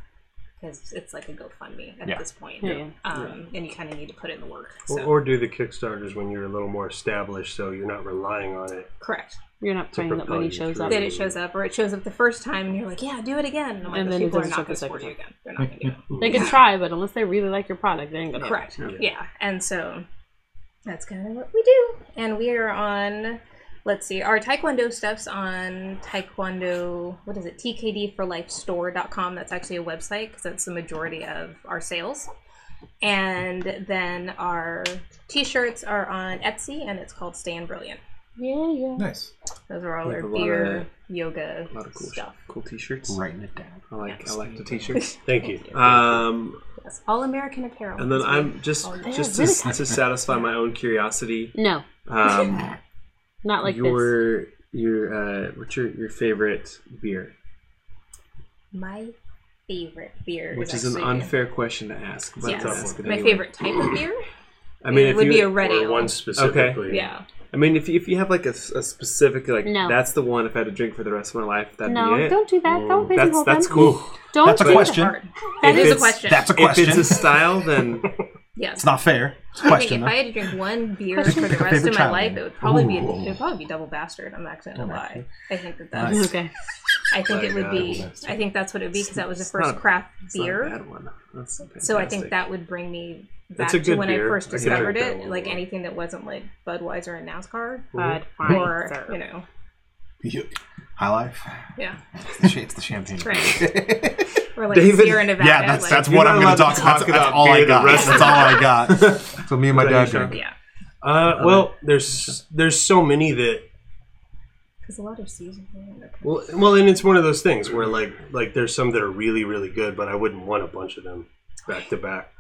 S6: because it's like a GoFundMe at
S4: Yeah.
S6: this point.
S2: Yeah, yeah.
S6: Um, And you kind of need to put in the work. So.
S5: Or, or do the Kickstarters when you're a little more established, so you're not relying on it.
S6: Correct.
S2: You're not praying that
S5: propel
S2: money
S5: you
S2: shows
S5: through.
S2: up.
S6: Then it shows up, or it shows up the first time, and you're like, yeah, do it again. And I'm like,
S2: And
S6: those
S2: then it
S6: people are
S2: doesn't
S6: not
S2: show up
S6: going
S2: the second
S6: to support you again. They're not going to do it.
S2: They could try, but unless they really like your product, they ain't gonna.
S6: Correct. Yeah. And so that's kind of what we do. And we are on, let's see, our Taekwondo stuff's on Taekwondo, what is it, tkdforlifestore.com. That's actually a website because that's the majority of our sales. And then our t shirts are on Etsy and it's called Stay in Brilliant.
S2: Yeah, yeah.
S7: Nice.
S6: Those are all
S3: We
S6: our
S3: have a lot
S6: beer,
S3: of-
S6: yoga
S3: A lot of cool, sh-
S6: stuff.
S3: cool t-shirts.
S1: Writing it down.
S3: I like I like the t-shirts.
S5: Thank you.
S3: Um,
S6: Yes, all American apparel.
S3: and then
S6: It's
S3: I'm just
S6: Oh, yeah,
S3: just
S2: really
S3: to, to satisfy my own curiosity.
S2: No,
S3: Um,
S2: not like this.
S3: your your uh, what's your your favorite beer?
S6: my favorite beer.
S3: Which is an
S6: actually-
S3: unfair question to ask. But
S6: Yes.
S3: I'll ask it
S6: My
S3: anyway.
S6: favorite type of beer?
S3: I mean, if
S6: would
S3: you,
S6: be a red
S5: Or
S6: ale.
S5: one specifically.
S6: Yeah.
S3: I mean, if you, if you have like a, s- a specific like
S2: No.
S3: that's the one if I had to drink for the rest of my life, that'd be
S2: No,
S3: it.
S2: don't do that. Don't
S3: That's
S2: pigeonhole
S3: that's
S2: them.
S3: cool.
S2: Don't
S1: That's a
S2: do that.
S1: question.
S6: Hard. That
S3: If
S6: is a
S3: it's-
S6: question.
S1: That's a
S3: If
S1: question.
S3: it's a style, then
S6: yes.
S1: It's not fair. It's a
S6: I think
S1: question.
S6: if
S1: though.
S6: I had to drink one beer
S2: Question.
S6: for the
S2: Pick a
S6: rest of
S1: favorite
S6: my
S1: child.
S6: life, it would probably
S1: Ooh.
S6: be it would probably be double bastard. I'm actually
S3: Oh
S6: gonna lie. I think that that's
S1: Nice.
S2: Okay.
S6: I think it would
S3: Like, uh,
S6: be I think that's what it would be because that was the
S3: It's not
S6: first
S3: a-
S6: craft
S3: it's not a
S6: beer.
S3: bad one. That's
S6: So I think
S3: fantastic.
S6: that would bring me back
S3: That's a
S6: to
S3: good
S6: when I
S3: beer.
S6: first
S3: I could
S6: discovered
S5: drink that
S6: it,
S5: one a
S6: like
S5: lot.
S6: anything that wasn't like Budweiser and NASCAR
S2: Bud, fine,
S6: or
S2: sir.
S6: you know,
S1: High life.
S6: yeah,
S1: It's the, sh- it's the champagne.
S6: right. or like
S3: David-
S6: Sierra Nevada.
S1: Yeah, that's
S6: like,
S1: that's
S3: You're
S1: what
S3: not
S1: I'm going
S3: allowed
S1: to
S3: to
S1: talk about. That's,
S3: talk
S1: that's
S3: about
S1: all I
S3: beer the
S1: got.
S3: rest
S1: That's all I got. So me and my
S5: Is that
S1: dad
S5: your
S1: drink.
S6: yeah,
S5: Uh, well, there's there's so many that
S6: because a lot of seasonal.
S5: well, well, and it's one of those things where like like there's some that are really really good, but I wouldn't want a bunch of them back to back.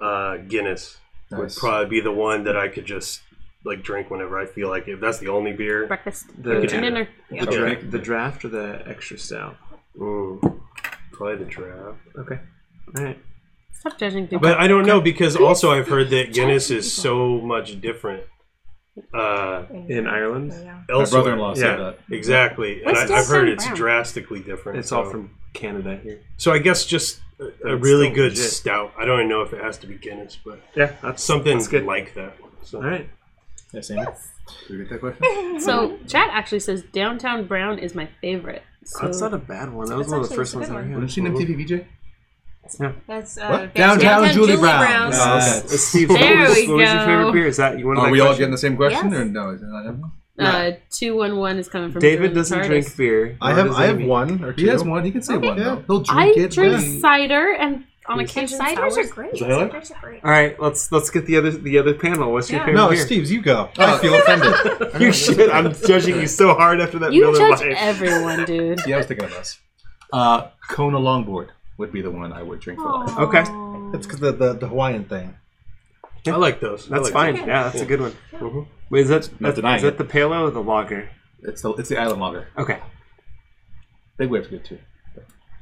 S5: Uh, Guinness would
S7: Nice.
S5: probably be the one that I could just like drink whenever I feel like it. If that's the only beer,
S2: Breakfast.
S3: The-
S2: lunch, and dinner.
S3: the,
S5: Okay.
S3: dra- the draft or the extra style.
S5: mm, probably the draft.
S3: Okay, all right.
S2: Stop judging people.
S5: But I don't know because also I've heard that Guinness is so much different. Uh,
S3: In Ireland,
S6: Yeah.
S5: elsewhere.
S7: brother-in-law said that.
S5: Exactly, and
S2: But
S5: I,
S2: still
S5: I've heard
S2: some
S5: it's
S2: brown.
S5: drastically different.
S3: it's all
S5: so-
S3: from Canada here.
S5: So I guess just a, a
S3: It's
S5: really
S3: still
S5: good
S3: legit.
S5: stout. I don't even know if it has to be Guinness, but
S3: Yeah, that's
S5: something
S3: That's good.
S5: like that. So.
S3: all right.
S7: Yes, Amy. Did we get that question?
S2: So chat actually says downtown brown is my favorite. So
S3: That's not a bad one. That was
S6: That's
S3: one of the
S6: actually
S3: first
S6: a
S3: ones
S6: good
S3: I
S6: one.
S7: Haven't you
S3: had.
S7: seen MTV
S6: Uh,
S7: VJ?
S6: That's uh,
S7: What?
S6: Van-
S7: Downtown Julie Brown.
S4: Oh,
S6: Brown's.
S7: Yes.
S3: Uh, Steve,
S2: There
S3: what was,
S2: we
S3: what was your
S2: go.
S3: favorite beer? Is that you want
S7: Are
S3: that
S7: we all
S3: question?
S7: getting the same question
S6: Yes.
S7: or no? Is it not everyone?
S2: uh, two one one is coming from
S3: David
S2: Julie
S3: doesn't
S2: Tardis.
S3: drink beer.
S4: I
S3: nor
S4: have
S3: does
S4: I have
S3: Amy.
S4: one or two.
S7: He has one. He can say one.
S4: Yeah,
S7: Though.
S4: he'll drink
S2: I
S4: it.
S2: drink
S4: but-
S2: cider and on
S6: And
S2: occasion
S6: ciders are
S2: sours.
S6: great.
S7: that it?
S6: Ciders are great.
S3: All right, let's let's get the other the other panel. What's your
S6: Yeah.
S3: favorite
S4: No,
S3: beer?
S4: Steve's. You go. Oh. I feel offended.
S3: You should. I'm judging you so hard after that.
S2: You
S3: Miller
S2: judge
S3: Lite.
S2: everyone, dude.
S7: Yeah, I was thinking of us. Uh, Kona Longboard would be the one I would drink for life.
S3: Okay,
S4: It's because the, the the Hawaiian thing.
S5: I like those. I
S3: that's
S5: like
S3: fine.
S6: okay.
S3: Yeah, that's a good one. Wait, is that
S7: Not
S3: that-
S7: denying
S3: is that
S7: it.
S3: the pale ale or the lager?
S7: It's the it's the island lager.
S3: Okay.
S7: Big wave's good too.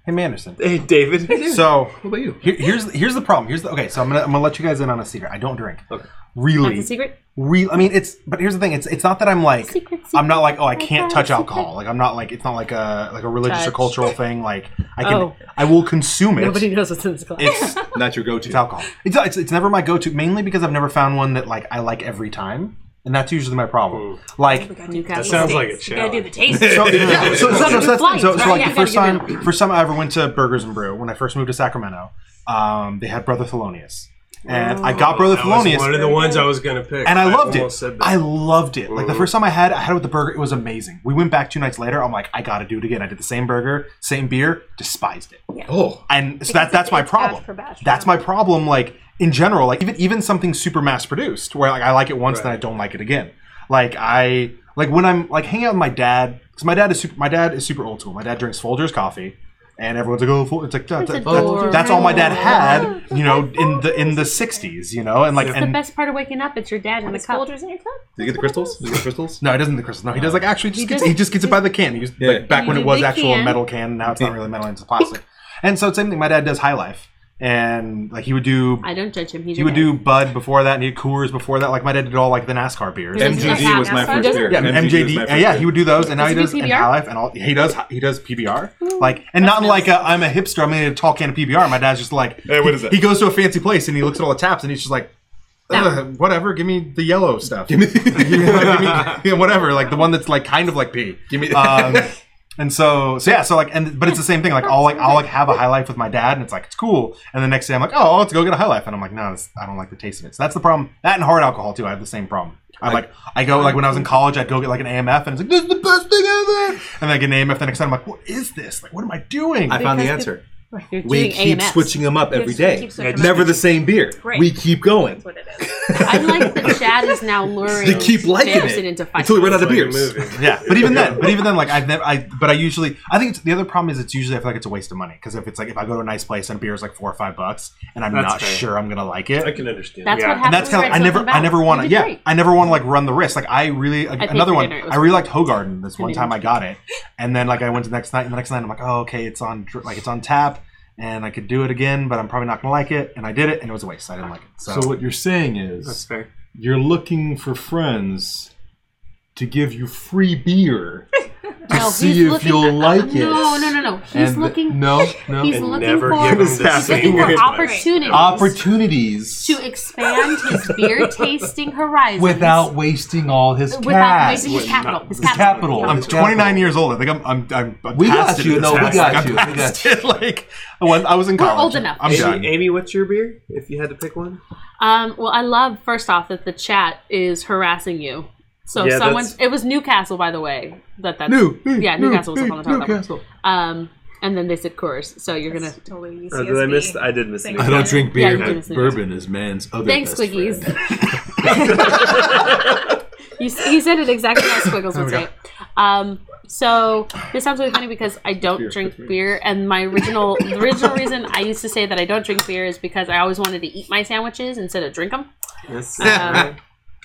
S1: Hey, Manderson.
S3: Hey, David.
S1: So
S7: What about you?
S1: here, here's here's the problem. Here's the okay. So I'm gonna I'm gonna let you guys in on a secret. I don't drink.
S3: Okay.
S1: Really.
S2: That's a secret.
S1: real I mean it's but here's the thing it's it's not that I'm like
S2: Secret,
S1: I'm not like oh I
S2: secret,
S1: can't touch
S2: secret.
S1: alcohol like I'm not like it's not like a like a religious or
S2: Touch.
S1: cultural thing like I can
S2: Oh.
S1: I will consume it
S2: Nobody knows what's in this glass.
S1: it's
S7: Not your
S1: it's
S7: go-to.
S1: alcohol it's, it's it's never my go to mainly because I've never found one that like I like every time and that's usually my problem. Like,
S2: You got
S5: That sounds like a
S6: You gotta do
S5: challenge.
S6: the taste.
S1: so, yeah, so, so, no, so, that's, so, so
S2: Flights,
S1: like
S2: right?
S1: the first
S2: Yeah, gotta
S1: time, first time I ever went to Burgers and Brew when I first moved to Sacramento, um, they had Brother Thelonious, and I got Brother
S5: Oh, That was
S1: Thelonious.
S5: one of the ones I was gonna pick,
S1: and I loved
S5: almost
S1: it.
S5: said that.
S1: I loved it. Like the first time I had, it, I had it with the burger. It was amazing. We went back two nights later. I'm like, I gotta do it again. I did the same burger, same beer, despised it.
S7: Oh,
S1: And so that, that's my problem. That's my problem. Like in general, like even even something super mass produced, where like I like it once, then I don't like it again. Like I like when I'm like hanging out with my dad because my dad is super, my dad is super old school. My dad drinks Folgers coffee. And everyone's like, oh, Fol-" it's like that- that-
S2: Folgers.
S1: that's all my dad had, you know, in the in the '60s, you know, and like
S2: the
S1: and
S2: best part of waking up. It's your dad in the cup.
S6: Folders in your cup.
S7: did you get the crystals? Did you get the crystals?
S1: No, he doesn't the crystal. No, he does like actually just
S2: He
S1: gets,
S2: does-
S1: he just gets it by the can. He used,
S7: Yeah.
S1: like, back when
S2: He
S1: it
S2: did
S1: was
S2: the
S1: actual
S2: can.
S1: metal can. Now it's not really metal; it's plastic. And so it's same thing. My dad does High Life, and like he would do
S2: I don't judge him. He's
S1: he
S2: your
S1: would
S2: dad.
S1: do Bud before that, and he did Coors before that. Like my dad did all like the NASCAR beers.
S2: He does
S7: MGD was my
S2: He
S7: first
S2: does-
S7: beer.
S1: Yeah,
S7: MGD
S1: MJD.
S7: was my
S1: yeah,
S7: first
S1: yeah,
S7: beer.
S1: he would do those, and now he
S2: Does
S1: does
S2: he do
S1: and
S2: PBR?
S1: High Life, and all he does he does PBR, like and not in like a, I'm a hipster, I'm gonna tall can of PBR. My dad's just like,
S7: Hey, what is that?
S1: He goes to a fancy place and he looks at all the taps, and he's just like, "Ugh, whatever, give me the yellow stuff, give me, yeah, whatever, like the one that's like kind of like pee.
S7: Give me-
S1: Um, and so, so yeah, so like, and but it's the same thing. Like, I'll like, I'll like have a high life with my dad, and it's like it's cool. And the next day, I'm like, oh, let's go get a high life, and I'm like, no, this, I don't like the taste of it. So that's the problem. That and hard alcohol too. I have the same problem. I like, I go like when I was in college, I'd go get like an AMF, and it's like this is the best thing ever. And then I get an AMF the next time, I'm like, what is this? Like, what am I doing?
S7: I found the
S2: Because
S7: answer.
S2: You're
S7: We
S2: doing
S7: keep
S2: AMS.
S7: switching them up every
S6: Keep-
S7: day.
S6: keep switching 'em
S7: Never
S6: up.
S7: the same beer.
S6: Right.
S7: We keep going.
S6: That's what it is.
S2: I like that Chad is now luring.
S7: They keep liking
S2: Samson
S7: it
S2: into fights.
S7: until we run out of
S5: Like a
S7: beers.
S5: movie.
S1: yeah, but even then, but even then, like I've never, I but I usually, I think it's, the other problem is it's usually I feel like it's a waste of money because if it's like if I go to a nice place and beer is like four or five bucks and I'm
S5: That's
S1: not
S5: fair.
S1: sure I'm gonna like
S5: I
S1: it,
S5: can understand.
S2: That's
S5: yeah.
S2: what
S1: and
S2: happened.
S1: that's
S2: with
S1: kind of I
S2: Red
S1: never
S2: Sox and
S1: I never want
S2: Bell.
S1: to
S2: You did
S1: yeah
S2: great.
S1: I never want to like run the risk like I really
S2: paid
S1: another
S2: for
S1: one
S2: dinner. It was
S1: I really liked Hogarden this one
S2: didn't
S1: time I got it and then like I went to the next night and the next night I'm like oh okay it's on dr- like it's on tap and I could do it again but I'm probably not gonna like it and I did it and it was a waste I didn't like it so,
S4: So what you're saying is
S3: That's fair.
S4: you're looking for friends to give you free beer to
S2: No,
S4: see
S2: he's
S4: if
S2: looking-
S4: you'll like it.
S2: No, no, no, no. He's
S4: And the-
S2: looking.
S4: No, no.
S2: He's
S5: And
S2: looking
S5: never
S2: for.
S5: give him
S2: He's
S5: the
S2: looking
S5: same
S2: for
S5: advice.
S2: opportunities
S4: Opportunities
S2: to expand his beer tasting horizons
S4: without wasting all his
S2: without
S4: cash.
S2: raising his capital. His
S4: His
S2: capital.
S4: capital.
S1: I'm 29 years old I think I'm I'm, I'm, I'm
S4: We
S1: past
S4: got
S1: it
S4: you.
S1: at this
S4: No, we
S1: point.
S4: got
S1: Like,
S4: you.
S1: I'm
S4: We
S1: past
S4: got
S1: it. like when I was in
S2: We're
S1: college
S2: old enough.
S1: I'm done
S3: Amy, Amy, what's your beer? If you had to pick one,
S2: Um, well, I love first off that the chat is harassing you. So
S5: Yeah,
S2: someone's.
S5: that's-
S2: It was Newcastle, by the way. That that's
S4: New,
S2: yeah,
S4: new,
S2: Newcastle was up
S4: new,
S2: on the top. of that one.
S4: Newcastle.
S2: Um, and then they said Coors. So you're gonna.
S6: Totally
S5: or did I
S6: UCSB.
S5: miss? I did miss.
S6: Thank
S5: the-
S4: I don't drink
S2: Yeah,
S4: beer,
S2: you
S4: but
S2: do.
S4: bourbon is man's other
S2: Thanks,
S4: best friend.
S2: Squiggies. you, s- you said it exactly how Squiggles would say it. Um, so this sounds really funny because I don't drink beer, and my original the original reason I used to say that I don't drink beer is because I always wanted to eat my sandwiches instead of drink them.
S3: Yes.
S2: Um,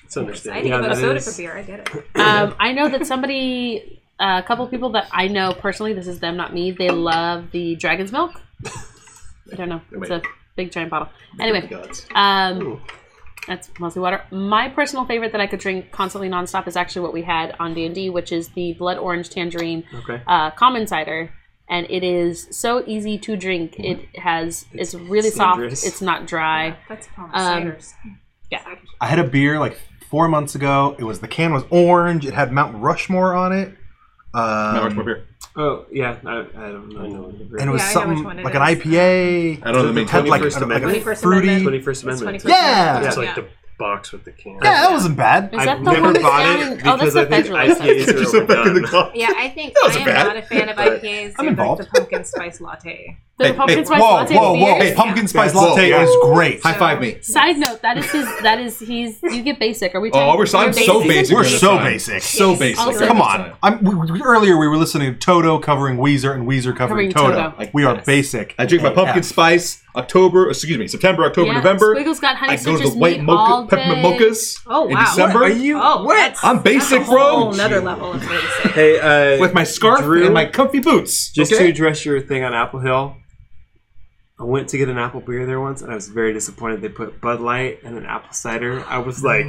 S5: It's
S6: I
S5: understandable.
S6: didn't go
S3: that
S6: to soda
S3: is-
S6: for beer. I get it.
S2: Um, I know that somebody, uh, a couple people that I know personally, this is them, not me, they love the dragon's milk. I don't know. It's a big giant bottle. Anyway, um, that's mostly water. My personal favorite that I could drink constantly nonstop is actually what we had on D&D, which is the blood orange tangerine
S3: Okay.
S2: uh, common cider. And it is so easy to drink. It has, it's really soft.
S3: Mm-hmm. dangerous.
S2: It's not dry.
S6: That's palm
S2: Um,
S6: ciders.
S2: yeah.
S1: I had a beer like four months ago. It was the can was orange. It had Mount Rushmore on it. Um,
S7: Not much more Uh, beer.
S3: Oh yeah, I, I don't know. I know the beer.
S1: And it was
S6: Yeah, I know which
S1: something
S6: one it
S1: like
S6: is.
S1: an IPA.
S7: I don't know the main
S1: It had, like,
S5: 21st
S1: a- like a
S5: Amendment.
S6: 21st
S1: fruity.
S6: Amendment.
S3: 21st Amendment.
S6: It's 21st
S1: Yeah.
S5: It's
S1: Yeah,
S5: like the box with the can.
S1: that wasn't bad.
S2: Is that
S3: I've
S2: the
S3: never
S2: one that's
S3: bought
S2: down
S3: it
S2: in- Oh, that's
S3: because
S2: the
S3: I think
S2: federal. is that-
S3: IPAs are overdone.
S6: Yeah, I think
S7: That
S6: I
S7: was
S6: am
S7: bad.
S6: not a fan of IPAs.
S1: I'm
S6: They're
S1: involved.
S6: Like the pumpkin spice latte.
S2: The
S7: Hey,
S2: pumpkin
S7: hey,
S2: spice
S1: whoa,
S2: latte
S1: whoa, whoa!
S2: beer?
S1: Hey, pumpkin spice
S7: Whoa,
S1: latte
S7: yeah.
S1: is great.
S7: High five me.
S2: Side note, that is his. That is he's. You get basic. Are we?
S7: Oh,
S2: trying-
S7: we're so, I'm
S2: you're
S7: so basic.
S1: We're
S7: on this
S1: so
S7: time.
S1: basic.
S7: So
S6: Yes.
S7: basic.
S2: Also-
S1: Come on! I'm, we, we- earlier we were listening to Toto covering Weezer and Weezer covering, Toto.
S2: Covering Toto.
S1: Like, we are basic.
S7: I drink my pumpkin spice October, excuse me, September, October,
S2: Yeah,
S7: November.
S2: Squiggles got honey
S7: I go to
S2: citrus
S7: the white
S2: meat all
S7: mocha, peppermint
S2: day.
S7: mochas
S6: Oh,
S7: in
S6: wow.
S7: December.
S6: What
S7: Are you?
S6: Oh, that's,
S7: I'm basic,
S6: that's a whole
S7: bro.
S6: Another level of basic.
S3: Hey, uh,
S7: With my scarf
S3: Drew,
S7: and my comfy boots.
S3: just to
S7: okay?
S3: address your thing on Apple Hill, I went to get an apple beer there once, and I was very disappointed. They put Bud Light and an apple cider. I was like,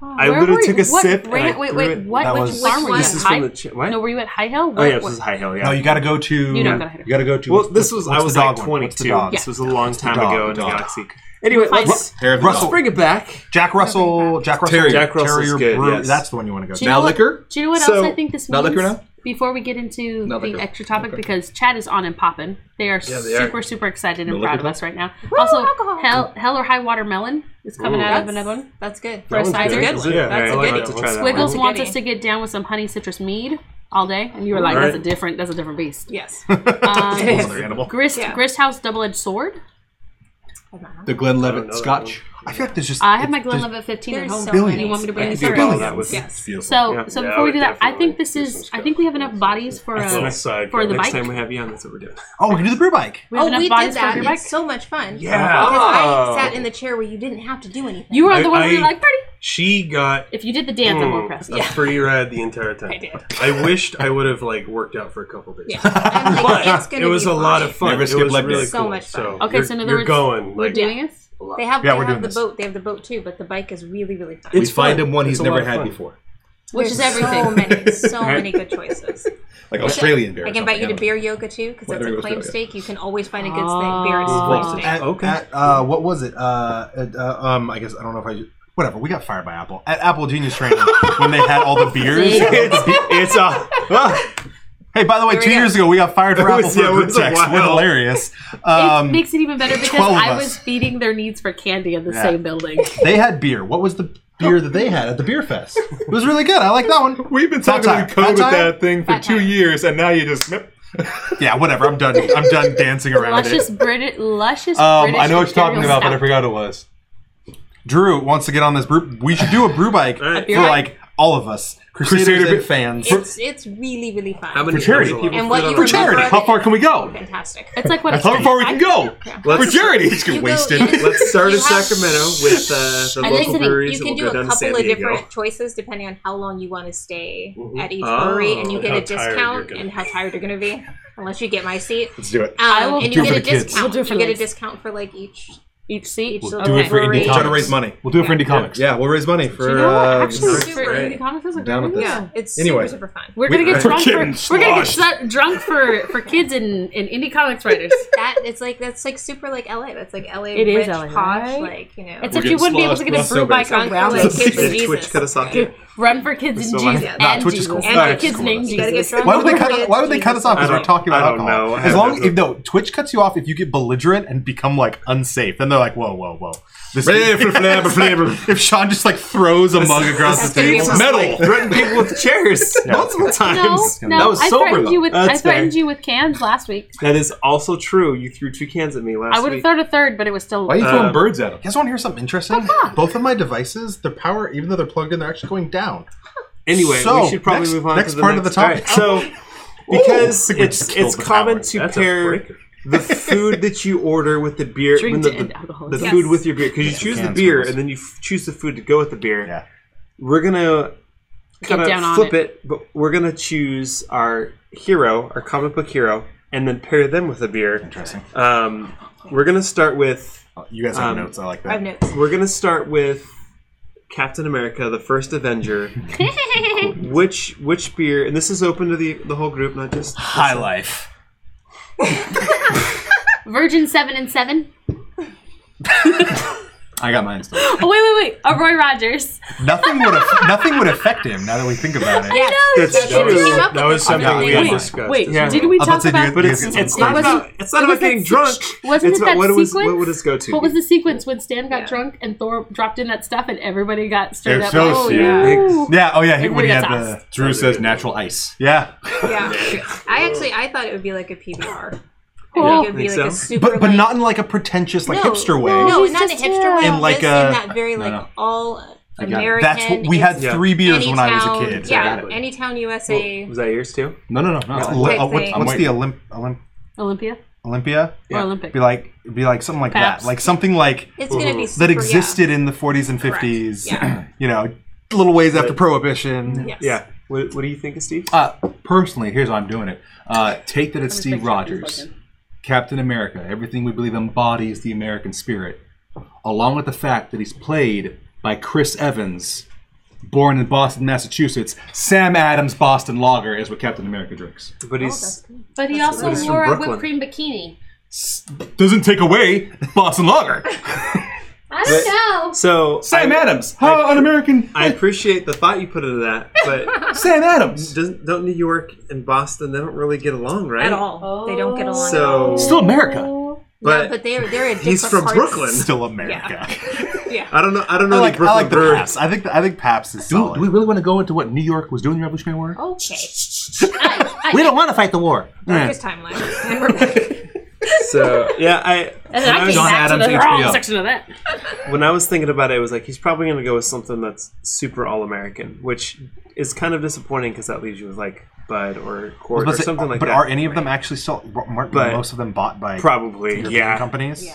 S3: I
S2: Where
S3: literally
S2: were you-
S3: took a
S2: what
S3: sip.
S2: ran-
S3: and I
S2: wait,
S3: threw
S2: wait,
S3: it.
S2: what?
S1: That
S2: Which,
S1: was-
S2: which one were you
S3: This
S2: at?
S3: is from
S2: High?
S3: the ch- what?
S2: No, were you at High Hill?
S3: oh
S2: What-
S3: yeah, this
S2: what-
S3: is High Hill. Yeah.
S1: No, you got to go to.
S2: You don't gotta hit her.
S1: You got to go to.
S3: well, this was
S1: what's
S3: I was
S1: the
S3: like
S1: dog one? What's the
S3: 22.
S1: dog?
S3: This was a long time
S1: dog?
S3: ago in
S1: The
S3: the
S1: dog.
S3: galaxy. Anyway, let's,
S4: Hair of the
S1: Russell.
S3: let's bring it back.
S1: Jack Russell. Jack Russell.
S7: Terrier.
S3: Jack Russell's
S1: Terrier
S3: good,
S1: Brewery.
S3: yes.
S1: That's the one you want to go.
S2: Do
S1: to.
S2: you
S7: Now
S2: know what-
S7: liquor?
S2: Do you know what
S3: So-
S2: else I think this means?
S7: Not liquor now?
S2: Before we get into
S7: Not
S2: the
S7: liquor.
S2: extra topic, because Chad is on and popping. They are
S5: Yeah, they are.
S2: super, super excited and
S7: No
S2: proud
S7: liquor
S2: of
S7: now?
S2: us right now. also,
S6: alcohol.
S2: hell, hell or High Water Melon is coming
S3: Ooh.
S2: out of
S6: That's-
S2: another one.
S6: That's good.
S2: For a
S6: That's a
S2: cider.
S6: good
S3: Is
S6: one.
S3: it?
S6: That's
S3: Yeah,
S6: a
S3: I
S6: good
S3: like
S6: one.
S3: to try that
S2: Wiggles
S6: one.
S2: wants
S6: Spaghetti.
S2: us to get down with some honey citrus mead all day, and you were like,
S3: All
S2: "That's a
S3: right.
S2: different, that's a different beast."
S6: Yes.
S2: Um,
S1: Another animal.
S2: Grist,
S6: Yeah.
S2: Grist House Double Edged Sword.
S7: The Glenlivet
S5: that
S7: Scotch.
S1: I feel like there's just.
S2: I have my
S1: there's-
S2: Glenlivet 15 at
S6: There's
S2: home.
S6: so
S2: Do
S6: many.
S2: you want me to bring
S3: I
S2: you
S3: could do
S2: some?
S3: all that with
S6: Yes.
S7: Beautiful.
S2: So,
S3: Yeah.
S2: so
S5: Yeah, I
S2: before we
S5: would
S2: do that, I think
S5: definitely
S2: this
S5: do some
S2: is. I
S5: stuff.
S2: think we have enough bodies for
S5: That's my
S2: a.
S5: side.
S2: for
S5: girl.
S2: the
S3: Next
S2: bike?
S3: time we have you on, that's what we're doing.
S1: Oh, we can do the brew bike.
S2: We have
S6: Oh,
S2: enough
S6: we did
S2: bodies
S6: that.
S2: for
S6: It's
S2: your bike.
S6: so much fun.
S5: Yeah.
S6: Because
S3: Oh.
S6: I sat in the chair where you didn't have to do anything.
S2: You are the
S5: I-
S2: one who
S5: I-
S2: were like party.
S5: She got
S2: If you did the dance,
S7: Hmm.
S2: I'm more
S5: Mm,
S2: impressed.
S5: a free ride the entire time. I
S6: did.
S5: wished I would have like worked out for a couple days.
S6: Yeah. I'm like, it's
S5: But
S6: gonna
S5: it was
S6: be
S5: a lot
S6: fun.
S5: of fun.
S7: Never
S5: it
S7: skip
S5: was
S7: leg day.
S5: really
S6: So
S5: cool.
S6: much fun.
S2: Okay,
S5: you're,
S2: so in other
S5: you're
S2: words,
S5: going
S2: We're
S5: like
S2: doing this.
S5: a lot.
S6: They have,
S1: Yeah,
S6: they
S1: we're
S6: have
S1: doing
S6: the
S1: this.
S6: boat. They have the boat too, but the bike is really, really fun.
S7: We
S5: It's
S7: find
S5: fun.
S7: him one he's
S5: It's a
S7: never
S5: lot of
S7: had
S5: fun.
S7: before.
S2: Which is
S6: There's So
S2: everything.
S6: many, so many good choices.
S7: Like Australian beer. or
S6: I can invite you
S7: something,
S6: to
S7: I
S6: beer yoga too, because that's
S7: there
S6: a
S7: goes
S6: claim
S7: beer, yeah.
S6: steak. You can always find a good steak. Beer is
S2: Ah.
S6: claim steak.
S1: At,
S5: Okay.
S1: At, uh, what was it? Uh, at, uh, um, I guess I don't know if I. Whatever. We got fired by Apple at Apple Genius Training when they had all the beers.
S2: See?
S1: It's- it's a. ah. Hey, by the way,
S6: Here we
S1: two
S6: go.
S1: years ago we got fired for
S5: It was-
S1: Apple for
S5: yeah,
S1: a
S5: it
S1: group
S5: was a
S1: text. We're
S5: while.
S1: hilarious.
S2: it
S1: Um,
S2: makes it even better because
S1: 12 of
S2: I
S1: us.
S2: was feeding their needs for candy in the
S1: Yeah.
S2: same building.
S1: they had beer. What was the beer that they had at the beer fest? It was really good. I like that one.
S7: don't know. We've been
S1: Fat
S7: talking about
S1: tire. Fat
S7: COVID
S1: tire?
S7: that thing for
S2: Fat
S7: two
S2: tire.
S7: years, and now you just. nope.
S1: Yeah, whatever. I'm done. I'm done dancing around
S2: Luscious
S1: it.
S2: British, luscious
S7: Um,
S2: British
S7: I know what you're talking
S2: Imperial
S7: about, but I
S2: Stout.
S7: forgot what it was.
S1: Drew wants to get on this brew. We should do a brew bike
S5: All right.
S1: for like all of us Crusaders
S7: Crusader
S1: and
S7: bit-
S1: fans.
S6: It's it's really, really fun.
S5: How many
S7: For charity.
S5: people?
S6: And what
S5: fit on
S6: you
S5: a
S1: For
S5: bike?
S1: charity.
S6: remember-
S7: How far can we go?
S6: Fantastic.
S2: It's like what a
S7: How
S2: street
S7: far we can
S2: bike-
S7: go?
S3: Let's-
S7: For charity. Just
S6: You
S7: get
S6: go-
S7: wasted.
S6: you-
S3: Let's start in
S6: you have-
S3: Sacramento with uh, the
S2: I'm
S3: local
S2: listening.
S3: breweries
S6: You
S3: that
S6: can
S3: will
S6: do
S3: go
S6: a
S3: down to San
S6: couple of
S3: Diego.
S6: different choices depending on how long you want to stay at each
S3: Oh,
S6: brewery, and you get
S5: how
S6: a
S5: tired you're
S6: discount
S5: gonna
S6: and
S5: be.
S6: how tired you're going to be, unless you get my seat.
S7: Let's do it.
S6: Um,
S2: I will
S6: and
S7: do
S6: you
S7: it
S6: get
S7: for
S6: a
S7: the kids.
S6: discount.
S2: We'll do it for
S6: you get a
S2: Liz.
S6: discount for like each.
S2: Each seat.
S6: We'll
S7: Do it for
S6: Brewery.
S7: indie
S6: Try
S7: comics.
S6: to raise
S7: money. We'll do it for indie comics.
S1: Yeah, we'll raise money for.
S2: You know what?
S1: uh,
S2: Actually,
S6: it's
S2: for
S6: great.
S2: indie comics, that's a
S7: Down
S2: good
S7: with this.
S2: idea.
S6: Yeah, it's
S1: Anyway.
S6: super, super fun.
S2: We're gonna
S1: We-
S2: get
S1: we're
S2: drunk for
S7: getting
S2: we're gonna get
S7: sloshed.
S2: slu- drunk for for kids and, and indie comics writers.
S6: That it's like that's like super like LA. That's like LA.
S2: It is
S6: rich,
S2: LA,
S6: posh,
S2: right?
S6: like you know.
S2: It's
S7: We're
S2: if
S7: getting
S2: you wouldn't be able to
S7: sloshed.
S2: get a
S7: That's
S2: brew
S7: so
S2: bike
S6: bad.
S2: around
S6: Drunk
S2: with
S6: for, like,
S2: kids and
S6: kids.
S3: Twitch
S2: Jesus.
S3: cut us off. Yeah.
S2: Run for kids and
S3: We're so
S2: Jesus
S3: lucky.
S1: Nah,
S2: and
S1: Twitch is
S2: Jesus
S1: cool.
S2: and
S1: Nah,
S2: the
S1: it's
S2: kids
S1: cool.
S2: named
S6: You gotta get
S2: Jesus.
S6: drunk.
S1: Why would they cut?
S6: Appropriate
S1: Why would they cut us off?
S5: I
S1: Because we're
S5: don't-
S1: talking about
S5: I don't
S1: alcohol.
S5: know.
S1: As long
S5: Happens.
S1: as no, Twitch cuts you off if you get belligerent and become like unsafe. Then they're like, whoa, whoa, whoa. This if Sean just like throws a mug across the table,
S3: Metal. Threaten people with chairs multiple
S2: No,
S3: times.
S2: no,
S3: That was
S2: I
S3: sober,
S2: threatened
S3: though.
S2: you with I
S3: That's fair.
S2: threatened you with cans last week.
S3: That is also true. You threw two cans at me last
S2: I would have
S3: week.
S2: thrown a third, but it was still
S7: Why are you throwing
S3: Uh,
S7: birds at him?
S1: You guys want to hear something interesting? Both of my devices, their power, even though they're plugged in, they're actually going down.
S3: Anyway,
S1: So,
S3: we should probably
S1: next-
S3: move on
S1: next
S3: to the
S1: part of
S3: next
S1: the topic.
S3: All right, so, because
S1: Ooh.
S3: it's
S1: Killed
S3: it's
S1: the
S3: common
S1: power.
S3: to
S5: That's a
S3: pair
S5: breaker.
S3: the food that you order with the beer, I mean,
S2: drink
S3: the,
S2: to end
S3: the,
S2: alcohol.
S3: the
S2: Yes.
S3: food with your beer, because you choose the
S1: cans
S3: beer
S1: almost.
S3: and then you f- choose the food to go with the beer.
S1: Yeah.
S3: We're gonna kind
S2: down
S3: of
S2: on
S3: flip it. but we're gonna choose our hero, our comic book hero, and then pair them with a beer.
S1: Interesting.
S3: Um, we're gonna start with
S1: Oh, You guys have
S3: Um,
S1: notes. I like
S6: I have
S1: that.
S6: notes.
S3: we're gonna start with Captain America, the first Avenger. which which beer? And this is open to the the whole group, not just
S1: High life.
S2: Virgin seven and seven.
S7: I got mine still.
S2: Oh wait, wait, wait. A Roy Rogers.
S1: Nothing would aff- nothing would affect him. Now that we think about it.
S6: Yeah,
S3: That's
S6: you
S5: That
S3: true.
S5: was,
S6: came up
S5: that
S6: with
S5: was
S6: the
S5: something
S1: comic
S5: we
S1: book.
S5: had
S1: Wait,
S5: discussed.
S2: Wait,
S3: Yeah.
S2: did we
S1: I thought
S2: talk
S1: so,
S2: about?
S1: dude.
S3: But it's, it's not
S2: It
S3: about
S2: wasn't-
S3: it's not
S2: it
S3: about
S2: wasn't
S3: getting
S2: such-
S3: drunk.
S2: wasn't
S3: it's
S2: it
S3: about
S2: that
S3: what it was what
S2: sequence?
S3: would his go to?
S2: What was the sequence when Stan got
S6: Yeah.
S2: drunk and Thor dropped in that stuff and everybody got straight up?
S1: so
S2: like,
S1: serious.
S2: "Ooh."
S1: Yeah. Oh yeah. He, when he had
S2: Everybody got
S1: the
S2: tossed.
S7: Drew says natural ice.
S1: yeah.
S6: Yeah, I actually I thought it would be like a PBR.
S2: Cool.
S6: It would be
S3: Think
S6: like a
S3: so?
S6: super,
S1: But but
S6: like-
S1: not in like a pretentious like
S6: No,
S1: hipster way.
S6: No,
S2: He's
S6: not in a
S2: just
S6: hipster
S2: him.
S6: way.
S1: In like uh,
S6: just
S1: a-
S6: in that very like
S7: no.
S6: all
S7: got it.
S6: American.
S1: That's what we had
S6: it's
S3: Yeah.
S1: three beers when I was a
S6: Anytown-
S1: kid.
S6: Yeah,
S3: Exactly.
S6: Anytown
S3: Well,
S6: USA.
S3: was that yours too?
S7: No, no, no, no.
S1: Oli- uh,
S6: Type
S1: what's
S6: thing.
S1: what's
S7: I'm
S1: the Olymp- Olymp-
S2: Olympia
S1: Olympia?
S2: or
S3: Yeah.
S2: Olympic.
S1: Be like be like something like
S2: Perhaps.
S1: that. Like something like
S6: it's gonna be super,
S1: that
S6: yeah.
S1: existed in the 40s and 50s.
S6: Yeah.
S1: You know, little ways after prohibition.
S6: Yes.
S3: Yeah. What, what do you think
S2: Oh,
S3: of Steve?
S7: Uh, personally, here's how I'm doing it. Uh, take that it's Steve
S2: picture of him
S7: Rogers,
S2: plugged
S7: Captain America. Everything we believe embodies the American spirit, along with the fact that he's played by Chris Evans,
S4: born in Boston, Massachusetts, Sam Adams Boston Lager is what Captain America drinks.
S3: But he's
S8: But he also
S3: He's from
S8: wore a whipped
S3: Brooklyn.
S8: cream bikini.
S4: Doesn't take away Boston Lager.
S8: I don't know.
S3: so
S4: Sam
S3: I,
S4: Adams, how un-American?
S3: I appreciate the thought you put into that, but
S4: Sam Adams,
S3: doesn't don't New York and Boston they don't really get along, right?
S6: at all. They don't get along. at
S3: So,
S6: all.
S4: still America.
S3: but,
S6: but they're they're at
S3: he's
S6: different
S3: from
S6: parts.
S3: Brooklyn.
S1: Still America.
S3: I don't know. I don't know
S1: I
S3: the
S1: like, I
S3: Brooklyn
S1: like the
S3: bird.
S1: Paps. I think I think Paps is
S4: Do,
S1: solid.
S4: do we really want to go into what New York was doing in the Revolutionary War?
S8: Okay.
S4: We don't want to fight the war.
S6: Here's timeline. And we're back.
S3: So yeah, I
S2: And then I came
S4: John
S2: back
S4: Adams
S2: to the wrong
S4: HBO.
S2: section of that.
S3: when I was thinking about it, it was like he's probably going to go with something that's super all American, which is kind of disappointing because that leaves you with like Bud or
S1: I was
S3: Cord
S1: about
S3: or
S1: to say,
S3: something like
S1: but
S3: that.
S1: are any of them actually still? Weren't
S3: But-
S1: most of them bought by
S3: probably
S1: European
S3: yeah.
S1: companies?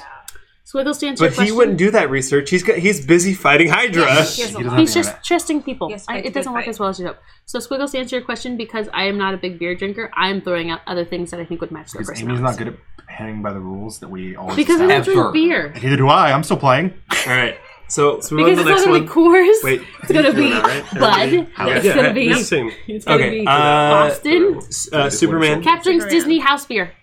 S2: So Wiggles, to answer
S3: But
S2: your question,
S3: he wouldn't do that research. He's got, he's busy fighting Hydra.
S6: He has a
S1: He
S6: lot.
S1: doesn't
S2: He's
S1: have
S2: just trusting people.
S6: Yes,
S2: I,
S6: fight the
S2: it
S6: good
S2: doesn't work
S6: fight.
S2: as well as you hope. So Squiggles, to answer your question, because I am not a big beer drinker, I am throwing out other things that I think would match their
S1: Because Amy's
S2: personalities.
S1: not good at hanging by the rules that we always.
S2: because I don't
S1: establish.
S2: drink beer.
S1: neither do I. I'm still playing.
S3: All right. So, so we
S2: Because
S3: went to
S2: it's
S3: the
S2: not
S3: next
S2: gonna be
S3: one.
S2: Coors.
S3: Wait,
S2: it's gonna
S3: you
S2: be
S3: doing all right?
S2: Bud. It's
S3: Yeah,
S2: gonna
S3: yeah,
S2: be.
S5: Yeah, same.
S2: It's gonna
S3: Okay.
S2: be
S3: Uh,
S2: Austin.
S3: s- uh, Superman.
S2: Cap drinks
S6: Superman.
S2: Disney house beer.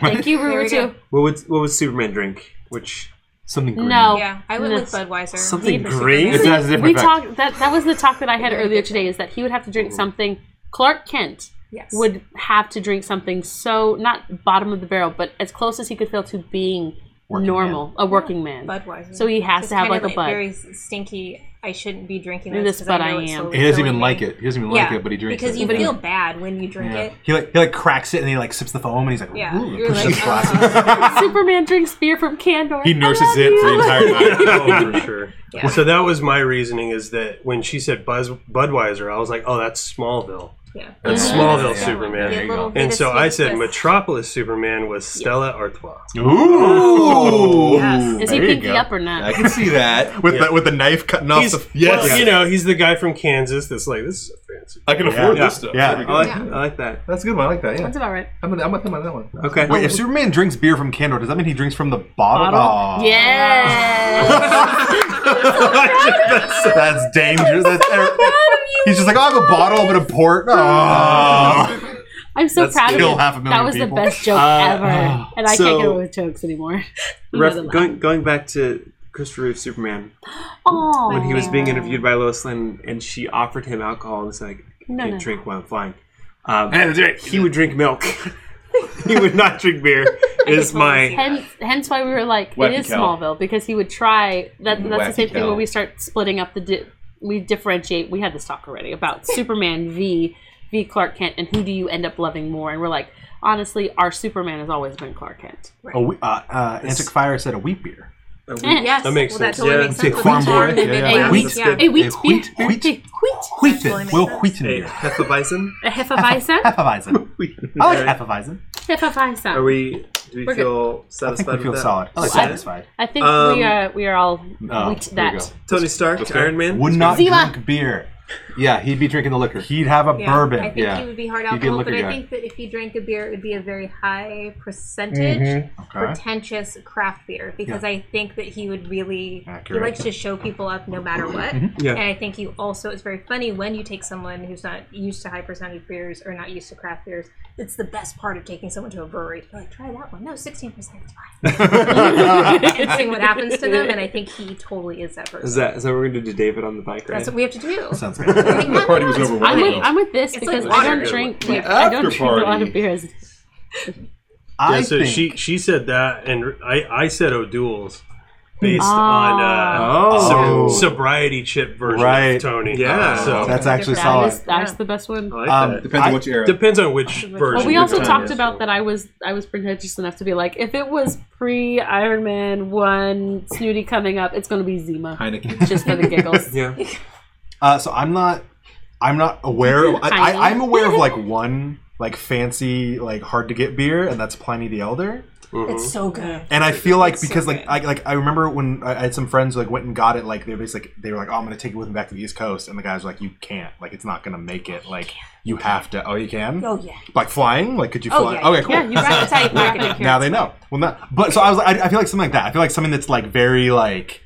S2: Thank you,
S6: Here
S2: Ruru
S6: we go.
S2: too.
S3: What would what would Superman drink? Which
S4: Something green.
S2: No.
S6: Yeah, I went with Budweiser.
S3: something
S6: Me for
S3: green?
S4: It
S2: We
S4: has a different effect.
S2: talked that that was the talk that I had earlier today is that he would have to drink something Clark Kent
S6: Yes.
S2: would have to drink something so not bottom of the barrel, but as close as he could feel to being normal, a working man.
S6: Budweiser.
S2: So he has
S6: Just
S2: to have
S6: kinda
S2: like a bud.
S6: Very stinky. I shouldn't be drinking
S2: And
S6: this.
S2: this
S6: 'cause I
S2: bud
S6: know
S2: I
S6: it's
S2: am.
S6: slowly
S4: He doesn't
S6: killing
S4: even
S6: me.
S4: like it. He doesn't even
S6: yeah,
S4: like it, but he drinks
S6: because
S4: it.
S6: you feel bad when you drink it.
S1: He like he like cracks it and he like sips the foam and he's like,
S6: Yeah,
S1: "Ooh,"
S6: you're
S1: pushes
S6: like, uh,
S1: his glass.
S2: Superman drinks beer from Candor.
S4: he nurses it for the entire time.
S5: oh, for sure. So that was my reasoning is that when she said Buzz, Budweiser, I was like, oh, that's Smallville.
S6: Yeah.
S5: That's Smallville Superman.
S6: Get a little bit
S5: And
S6: of
S5: so I
S6: sweet
S5: said
S6: twist.
S5: Metropolis Superman was Stella Artois.
S1: Ooh,
S2: Is he
S4: There you
S2: pinky
S4: go.
S2: up or not?
S7: I can see that.
S1: with the with the knife cutting off
S5: He's,
S1: the.
S5: well, you know, he's the guy from Kansas that's like, this is a fancy.
S7: I can afford
S1: Yeah.
S7: this stuff.
S1: Yeah.
S7: There we
S3: I
S7: go.
S3: like I like that.
S7: That's a good one. I like that. Yeah.
S2: That's about right.
S7: I'm gonna, I'm gonna think about that one.
S3: Okay.
S1: Wait, if Superman drinks beer from Candor, does that mean he drinks from the bottle? Aw.
S2: Yeah.
S1: that's, that's dangerous. That's er- He's just like, oh, I have a bottle, but a port. Oh.
S2: I'm so
S1: Let's
S2: proud of
S1: kill
S2: you.
S1: half a million
S2: that was
S1: people.
S2: the best joke
S3: Uh,
S2: ever, and I
S3: so-
S2: can't get away with jokes anymore. You know
S3: Ref-
S2: the laugh.
S3: going going back to Christopher Reeve's Superman
S2: Aw.
S3: when he was being interviewed by Lois Lane and she offered him alcohol and was like, "Can
S2: No,
S3: you
S2: no.
S3: drink while I'm flying?" Um, He would drink milk. he would not drink beer. Is my
S2: Hence, hence why we were like,
S7: Wacky
S2: it is
S7: cow.
S2: Smallville because he would try. That, that's the
S7: Wacky
S2: same thing
S7: cow.
S2: when we start splitting up the. Di- we differentiate. We had this talk already about Superman v v Clark Kent and who do you end up loving more? And we're like, honestly, our Superman has always been Clark Kent.
S1: A whe- uh, uh, Antic Fire said a wheat beer.
S2: Eh,
S6: Yes,
S5: That makes
S6: well,
S5: sense,
S6: That totally
S5: yeah.
S6: makes
S4: Take
S6: sense.
S4: farm
S6: With
S4: boy.
S6: farm and
S4: Yeah,
S6: mid-
S4: yeah.
S6: and
S1: Wheat.
S6: wheat, yeah.
S2: A wheat
S1: A
S2: beer.
S1: wheat-
S2: A
S1: wheat-
S2: wheat.
S1: Wheaton. Will Wheaton
S3: hey,
S1: beer.
S3: Hefeweizen.
S2: A Hefeweizen.
S1: Hefeweizen. I like Hefeweizen.
S3: Are
S2: Hefeweizen.
S3: we? Do we
S2: We're good.
S3: feel
S1: I think
S3: satisfied?
S1: we feel
S3: with that?
S1: solid. I like
S3: Solid.
S1: satisfied.
S2: I think
S3: Um,
S2: we are we are all
S4: Oh,
S2: wheat
S4: there you
S2: that.
S3: Tony Stark, Iron Man.
S1: Would not
S2: Ziva.
S1: drink beer.
S4: go. Yeah, he'd be drinking the liquor.
S1: He'd have a
S6: Yeah,
S1: bourbon.
S6: I think
S4: yeah.
S6: he would be hard
S4: He'd be a
S6: alcohol, but
S4: liquor guy.
S6: I think that if you drank a beer, it would be a very high percentage
S1: Okay.
S6: pretentious craft beer because I think that he would really
S1: Accurate.
S6: he likes to show people up no matter what.
S3: Yeah.
S6: And I think you also it's very funny when you take someone who's not used to high percentage beers or not used to craft beers. It's the best part of taking someone to a brewery. You're like, try that one. No, sixteen percent. It's fine. and seeing what happens to them. And I think he totally is that person.
S3: Is that is that what we're gonna do, David, on the bike ride?
S6: That's what we have to do.
S1: Sounds good.
S6: I mean,
S7: The party was
S6: not-
S7: over.
S2: I'm
S7: one
S2: with,
S7: ago.
S2: I'm with this
S6: It's
S2: because
S6: like
S2: I
S6: water.
S2: don't drink
S6: The
S2: like, I don't
S7: after
S2: drink a lot
S7: party.
S2: of beers.
S1: I
S5: yeah, so
S1: think
S5: she she said that, and I I said O'Doul's based
S6: Ah.
S5: on uh,
S3: oh,
S1: Oh.
S5: so- sobriety chip version
S1: Right.
S5: of Tony.
S3: Yeah.
S5: so
S1: that's actually
S2: That
S1: solid.
S2: is, that's the best one.
S5: I like
S1: Um,
S5: that.
S7: Depends
S1: I-
S7: on which era.
S5: Depends on which version.
S2: Well, we
S5: you're
S2: also
S5: talking
S2: talked
S5: about.
S2: about that I was I was pretentious enough to be like, if it was pre Iron Man one Snooty coming up, it's gonna be Zima
S7: Heineken.
S2: just for the giggles.
S3: yeah.
S1: Uh, so I'm not, I'm not aware. Of, I,
S2: Tiny.
S1: I, I'm aware of like one like fancy like hard to get beer, and that's Pliny the Elder.
S6: It's so good.
S1: And I feel like because like I like I remember when I I had some friends who like went and got it. Like they were basically like, they were like, oh, I'm gonna take it with me back to the East Coast, and the guys were like, you can't. Like it's not gonna make it. Like you have to. Oh, you can.
S6: Oh yeah.
S1: Like flying. Like could you
S6: Oh,
S1: fly?
S6: yeah.
S1: Okay, cool.
S2: yeah, you wrap the tight pocket.
S1: Now they know. Well, not. But so I was. I, I feel like something like that. I feel like something that's like very like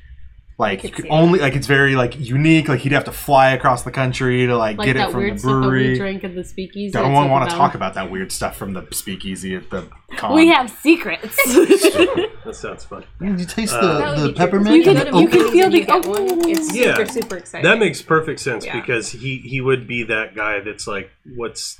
S1: Like
S6: could
S1: you could
S6: see that.
S1: only like it's very like unique. Like he'd have to fly across the country to like,
S2: Like
S1: get
S2: that
S1: it from
S2: weird
S1: the
S2: stuff that we
S1: brewery.
S2: drank at the speakeasy.
S1: I
S2: at
S1: don't want,
S2: Taco
S1: to
S2: Bell.
S1: talk about that weird stuff from the speakeasy at the con.
S2: We have secrets. you
S5: That sounds fun.
S1: You taste
S5: Uh,
S1: the,
S6: would
S1: the
S6: be
S1: peppermint.
S6: You
S2: can,
S1: and the
S2: you
S1: oak.
S2: can feel the
S6: get one.
S2: oh,
S6: It's
S5: Yeah.
S6: super, super exciting.
S5: That makes perfect sense
S6: Yeah.
S5: because he he would be that guy that's like, what's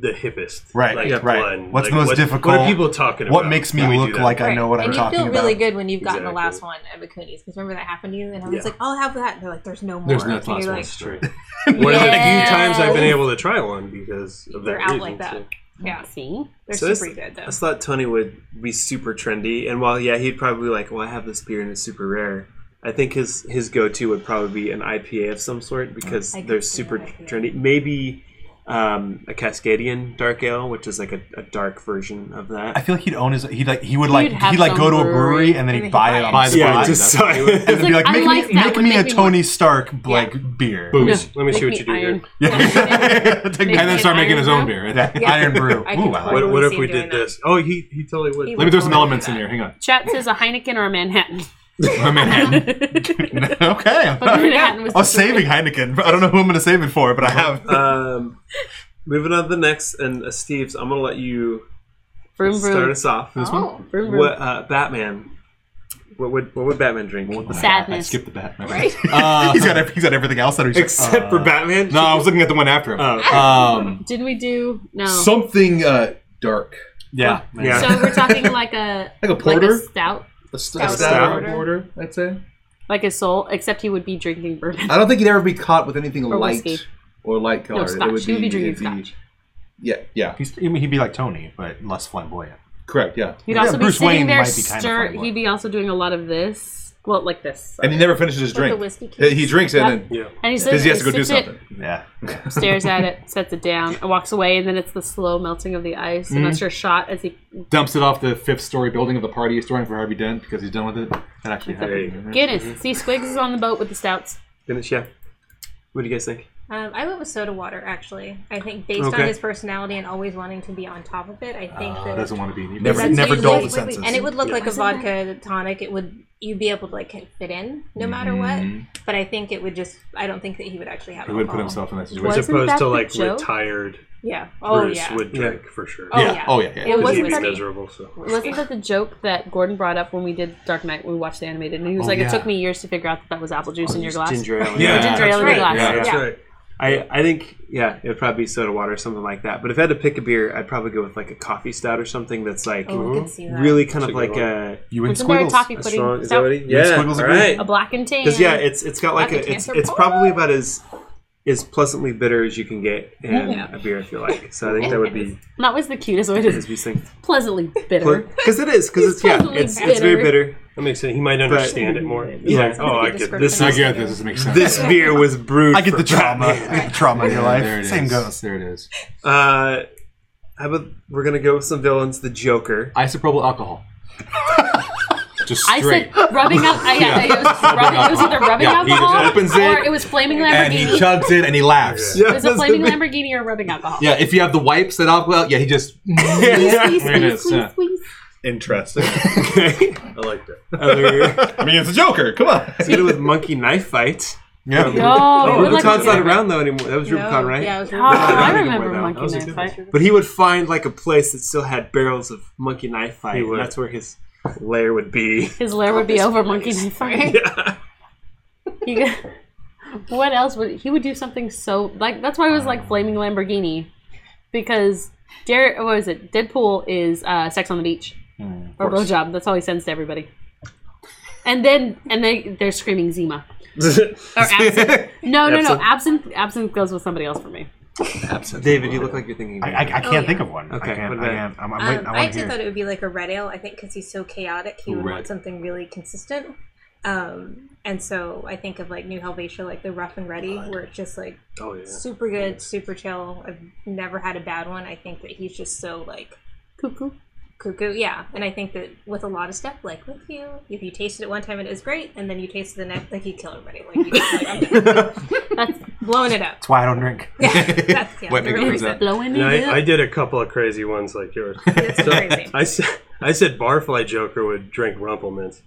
S5: the hippest?
S1: Right,
S5: Like,
S1: yeah, right.
S5: one?
S1: What's
S5: Like,
S1: the most
S5: what-
S1: difficult?
S5: What are people talking about?
S1: What makes me
S5: when we do
S1: look
S5: that?
S1: like I
S6: Right.
S1: know what I'm
S6: and you
S1: talking
S6: feel really
S1: about?
S6: good when you've gotten the
S5: Exactly.
S6: last one at Bakuni's because remember that happened to you and I was
S5: Yeah.
S6: like, I'll have that. And they're like, there's no more.
S4: There's no
S6: And you're
S4: last
S6: like,
S4: one.
S5: True. One of the few
S6: Yes.
S5: times I've been able to try one because of that
S6: They're out
S5: reason,
S6: like that.
S5: so.
S6: Yeah,
S2: see.
S6: they're
S3: So it's-
S6: super good though.
S3: I just thought Tony would be super trendy, and while yeah, he'd probably be like, "Well, I have this beer and it's super rare." I think his his go to would probably be an IPA of some sort because
S6: Oh, I could
S3: they're
S6: see
S3: super
S6: an IPA.
S3: trendy. Maybe um, a Cascadian dark ale, which is like a, a dark version of
S1: I
S3: that.
S1: feel like he'd own his. He like he would like
S2: have
S1: he like go
S2: some
S1: to a brewery
S2: brewery
S1: and then he'd
S6: and
S1: buy
S6: he'd
S1: it
S6: buy
S1: on
S6: it.
S1: the spot.
S3: yeah, just so
S1: and then be
S2: like,
S1: like,
S2: I
S1: make
S2: like
S1: me
S2: that
S1: make
S2: one.
S1: me a
S2: Make me
S1: Tony Stark like beer.
S4: Boom.
S5: Let me see
S2: Make
S5: what
S2: me
S5: you do
S2: iron.
S5: here.
S1: Yeah. Take
S2: Make
S1: that.
S4: and then
S2: an
S4: start making
S2: iron
S4: his own
S2: brew?
S4: beer.
S1: Yeah, Iron Brew.
S6: I
S1: Ooh,
S6: could
S1: I like
S5: What,
S1: it.
S5: what if
S6: see
S5: we
S6: him doing
S5: did this? Oh, he he totally would.
S6: He
S4: Let me throw some elements in here. Hang on.
S2: Chat says a Heineken or a Manhattan.
S4: My Manhattan.
S1: okay.
S2: But Manhattan was
S1: I was saving Heineken. I don't know who I'm going to save it for, but I have.
S3: um, moving on to the next, and uh, Steve's, I'm gonna let you
S2: Vroom
S3: start
S2: vroom.
S3: us off.
S4: This one?
S2: Vroom vroom.
S3: What uh, Batman? What would what would Batman drink?
S4: I
S2: Sadness.
S4: skipped the bat.
S6: Right.
S4: Uh,
S1: he's got he's got everything else that he's Uh, just
S3: Except for Batman.
S4: no, I was looking at the one after him.
S1: Uh,
S3: Oh,
S4: Um,
S2: Did we do no? So,
S7: Something uh, dark.
S1: yeah
S3: yeah.
S2: we're talking like a
S7: Like a
S2: like
S7: porter?
S2: a stout,
S7: a st-
S6: Stout.
S7: a
S3: Stout.
S7: porter, I'd say.
S2: like a soul, except he would be drinking bourbon.
S7: I don't think he'd ever be caught with anything
S2: Or
S7: light
S2: whiskey.
S7: or light
S2: No,
S7: colored.
S2: scotch. He would be drinking
S7: it'd
S2: scotch.
S7: Yeah, yeah.
S1: He's, I mean, he'd be like Tony, but less flamboyant.
S7: Correct, yeah.
S2: He'd
S1: Yeah,
S2: also be
S1: Bruce
S2: sitting
S1: Wayne
S2: there
S1: might be kinda
S2: stir.
S1: flamboyant.
S2: He'd be also doing a lot of this. Well, like this.
S7: And he never finishes his
S6: With the
S7: drink.
S6: whiskey
S7: He-
S6: case.
S7: he drinks it and then
S5: Yeah.
S2: And he
S7: because
S2: says
S7: he has to go do
S2: sips it,
S7: something.
S1: Yeah.
S2: Oh, stares at it, sets it down, and walks away. And then it's the slow melting of the ice, and that's your shot as he
S4: dumps it off the fifth story building of the party he's throwing for Harvey Dent because he's done with it. That actually happened.
S2: Guinness.
S7: Mm-hmm.
S2: See, Squigs is on the boat with the stouts.
S3: Finish, yeah. What do you guys think?
S6: Um, I went with soda water actually. I think based on
S3: Okay.
S6: his personality and always wanting to be on top of it, I think
S4: Uh,
S6: that
S4: doesn't want to be. He
S1: Never
S6: That's
S1: never
S6: what you
S1: dull
S6: would-
S1: the senses.
S6: And it would look like a vodka tonic. It would you would be able to like fit in no matter
S4: Mhm.
S6: what. But I think it would just. I don't think that he would actually have.
S4: He would put
S6: alcohol.
S4: himself in that situation.
S2: What?
S5: As
S2: Wasn't
S5: opposed
S2: that
S5: to
S2: the
S5: like
S2: joke?
S5: retired
S6: Yeah. Oh
S5: Bruce
S6: yeah.
S5: would
S3: Yeah.
S5: drink for sure.
S6: Oh,
S4: yeah.
S6: yeah.
S4: Oh yeah. yeah.
S6: It
S5: Because
S6: wasn't
S5: he'd be
S6: that-
S5: miserable. So
S2: Wasn't that the joke that Gordon brought up when we did Dark Knight? We watched the animated, and he was
S4: Oh,
S2: like,
S4: yeah.
S2: "It took me years to figure out that that was apple
S7: Oh,
S2: juice in your glass."
S3: Ginger ale.
S4: Yeah.
S2: Or ginger ale in your
S6: That's
S2: glass.
S6: right.
S3: Yeah,
S4: Yeah.
S3: that's
S6: Yeah.
S3: right. I, I think yeah, it would probably be soda water or something like that. But if I had to pick a beer, I'd probably go with like a coffee stout or something that's like
S6: Oh, I could see that.
S3: really kind of
S5: That's a
S3: like
S5: good
S3: a,
S1: you and
S2: Isn't there a
S1: Squiggles.
S2: toffee
S3: a
S2: pudding?
S3: strong. Is
S2: stout?
S3: that what he-
S1: Yeah,
S3: Yeah,
S1: Squiggles
S3: all
S1: agree.
S3: right.
S2: a black and tan.
S3: Because yeah, it's it's got like
S6: Like a
S3: a it's
S6: cancer
S3: it's probably about as as pleasantly bitter as you can get in
S6: Yeah.
S3: a beer, I feel like. So I think that would be
S2: that was the cutest way to
S3: as we think
S2: pleasantly bitter.
S3: because it is because it's yeah
S2: pleasantly
S3: it's it's very
S2: bitter.
S3: bitter.
S5: That makes sense. He might understand it more. He's
S3: Yeah.
S5: like, oh, I get
S6: Description.
S5: this.
S4: I get this. This makes sense.
S3: This beer was brewed.
S1: I get
S3: for
S1: the trauma. I
S3: Batman.
S1: get the trauma in your
S4: Yeah, there
S1: life.
S4: it
S1: Same
S4: is.
S1: goes.
S4: There it is.
S3: Uh, how about we're gonna go with some villains? The Joker.
S4: Isopropyl alcohol. Just
S2: I
S4: straight.
S2: said rubbing out. I, yeah, it, was rubbing, it was either rubbing
S4: Yeah, he just
S2: alcohol
S4: opens it
S2: or it was flaming
S4: and he
S2: Lamborghini.
S4: chugs it and he laughs.
S2: It was a flaming Lamborghini or rubbing alcohol.
S4: Yeah, if you have the wipes that off, well, yeah, he just.
S2: Squeeze,
S4: There it
S2: squeeze,
S4: is,
S2: squeeze,
S4: yeah.
S2: squeeze.
S7: Interesting.
S5: I like that.
S3: Other,
S7: I mean, it's a Joker. Come on.
S3: let's go with Monkey Knife Fight.
S1: Yeah.
S2: No,
S3: Oh,
S2: it would like
S3: Rubicon's
S2: to-
S3: not around though anymore. That was Rubicon, right?
S6: Yeah. It was
S2: Oh,
S6: really
S2: I
S3: I
S2: remember
S3: remember that.
S2: Monkey
S3: That was a
S2: Knife
S3: good
S2: Fight.
S3: But he would find like a place that still had barrels of Monkey Knife Fight,
S5: He
S3: and
S5: would.
S3: that's where his lair would be.
S2: His lair would be over Monkey Knife Fight. He could- what else would he would do something so like that's why it was like flaming Lamborghini because Jared what is it Deadpool is uh, Sex on the Beach or blowjob that's all he sends to everybody and then and they they're screaming Zima or absinthe no no no absinthe absinthe goes with somebody else for me
S3: David, you look like you're thinking.
S1: I, I, I can't
S6: Oh, yeah.
S1: think of one.
S3: Okay,
S1: I can't.
S3: what
S1: I
S3: about-
S1: can't. I'm, I'm
S6: Um,
S1: waiting. I
S6: I
S1: want
S6: actually
S1: to hear.
S6: thought it would be like a red ale. I think because he's so chaotic, he would
S4: Red.
S6: want something really consistent. Um, and so I think of like New Helvetia, like the rough and ready, where it's just like
S5: Oh yeah.
S6: super good, super chill. I've never had a bad one. I think that he's just so like
S2: cuckoo
S6: cuckoo. Yeah, and I think that with a lot of stuff, like with you, if you taste it one time, it is great, and then you taste it the next, like you kill everybody, like you just, like, I'm done.
S2: that's
S6: blowing it up.
S1: That's why I don't drink.
S6: That's, yeah,
S4: Wait,
S6: the
S4: make it
S6: real
S4: freeze
S6: reason.
S4: up.
S2: blowing it
S5: And I, I
S2: up
S5: did a couple of crazy ones like yours.
S6: That's crazy.
S5: I said I said Barfly Joker would drink Rumplemint.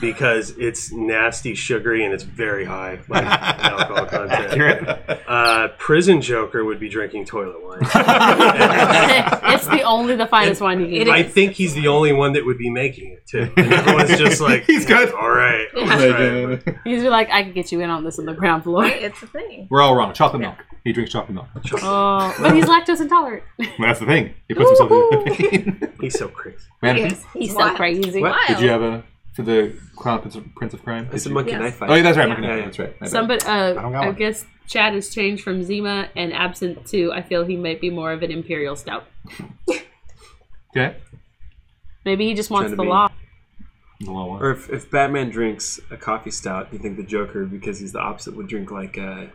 S5: because it's nasty, sugary, and it's very high like, alcohol content. Uh, Prison Joker would be drinking toilet wine.
S2: it's the only the finest wine you can.
S6: It
S2: get.
S5: I think he's the only one that would be making it too. And everyone's just like, he's good. All right, all right."
S2: He's like, I can get you in on this on the ground floor.
S6: Right? It's a thing.
S4: We're all wrong. Chocolate milk. He drinks chocolate milk.
S2: Oh, but he's lactose intolerant.
S4: Well, that's the thing. He puts himself in the
S5: He's so crazy.
S4: Man,
S6: Yes.
S2: He's so
S6: Wild.
S2: crazy.
S5: What?
S6: Wild.
S4: did you have a for the Clown Prince of, Prince of Crime?
S3: I said
S4: Did you-
S3: monkey
S6: Yes.
S3: knife fight.
S4: Oh yeah, that's right. monkey
S3: Yeah.
S4: knife. That's right. My bad.
S2: Somebody, uh,
S1: don't got
S2: I
S1: one.
S2: guess Chad has changed from Zima and absent to. I feel he might be more of an imperial stout.
S4: Okay.
S2: Maybe he just
S3: Trying
S2: wants
S3: to
S2: the
S3: be-
S2: law.
S4: The long one.
S3: Or if, if Batman drinks a coffee stout, do you think the Joker, because he's the opposite, would drink like uh,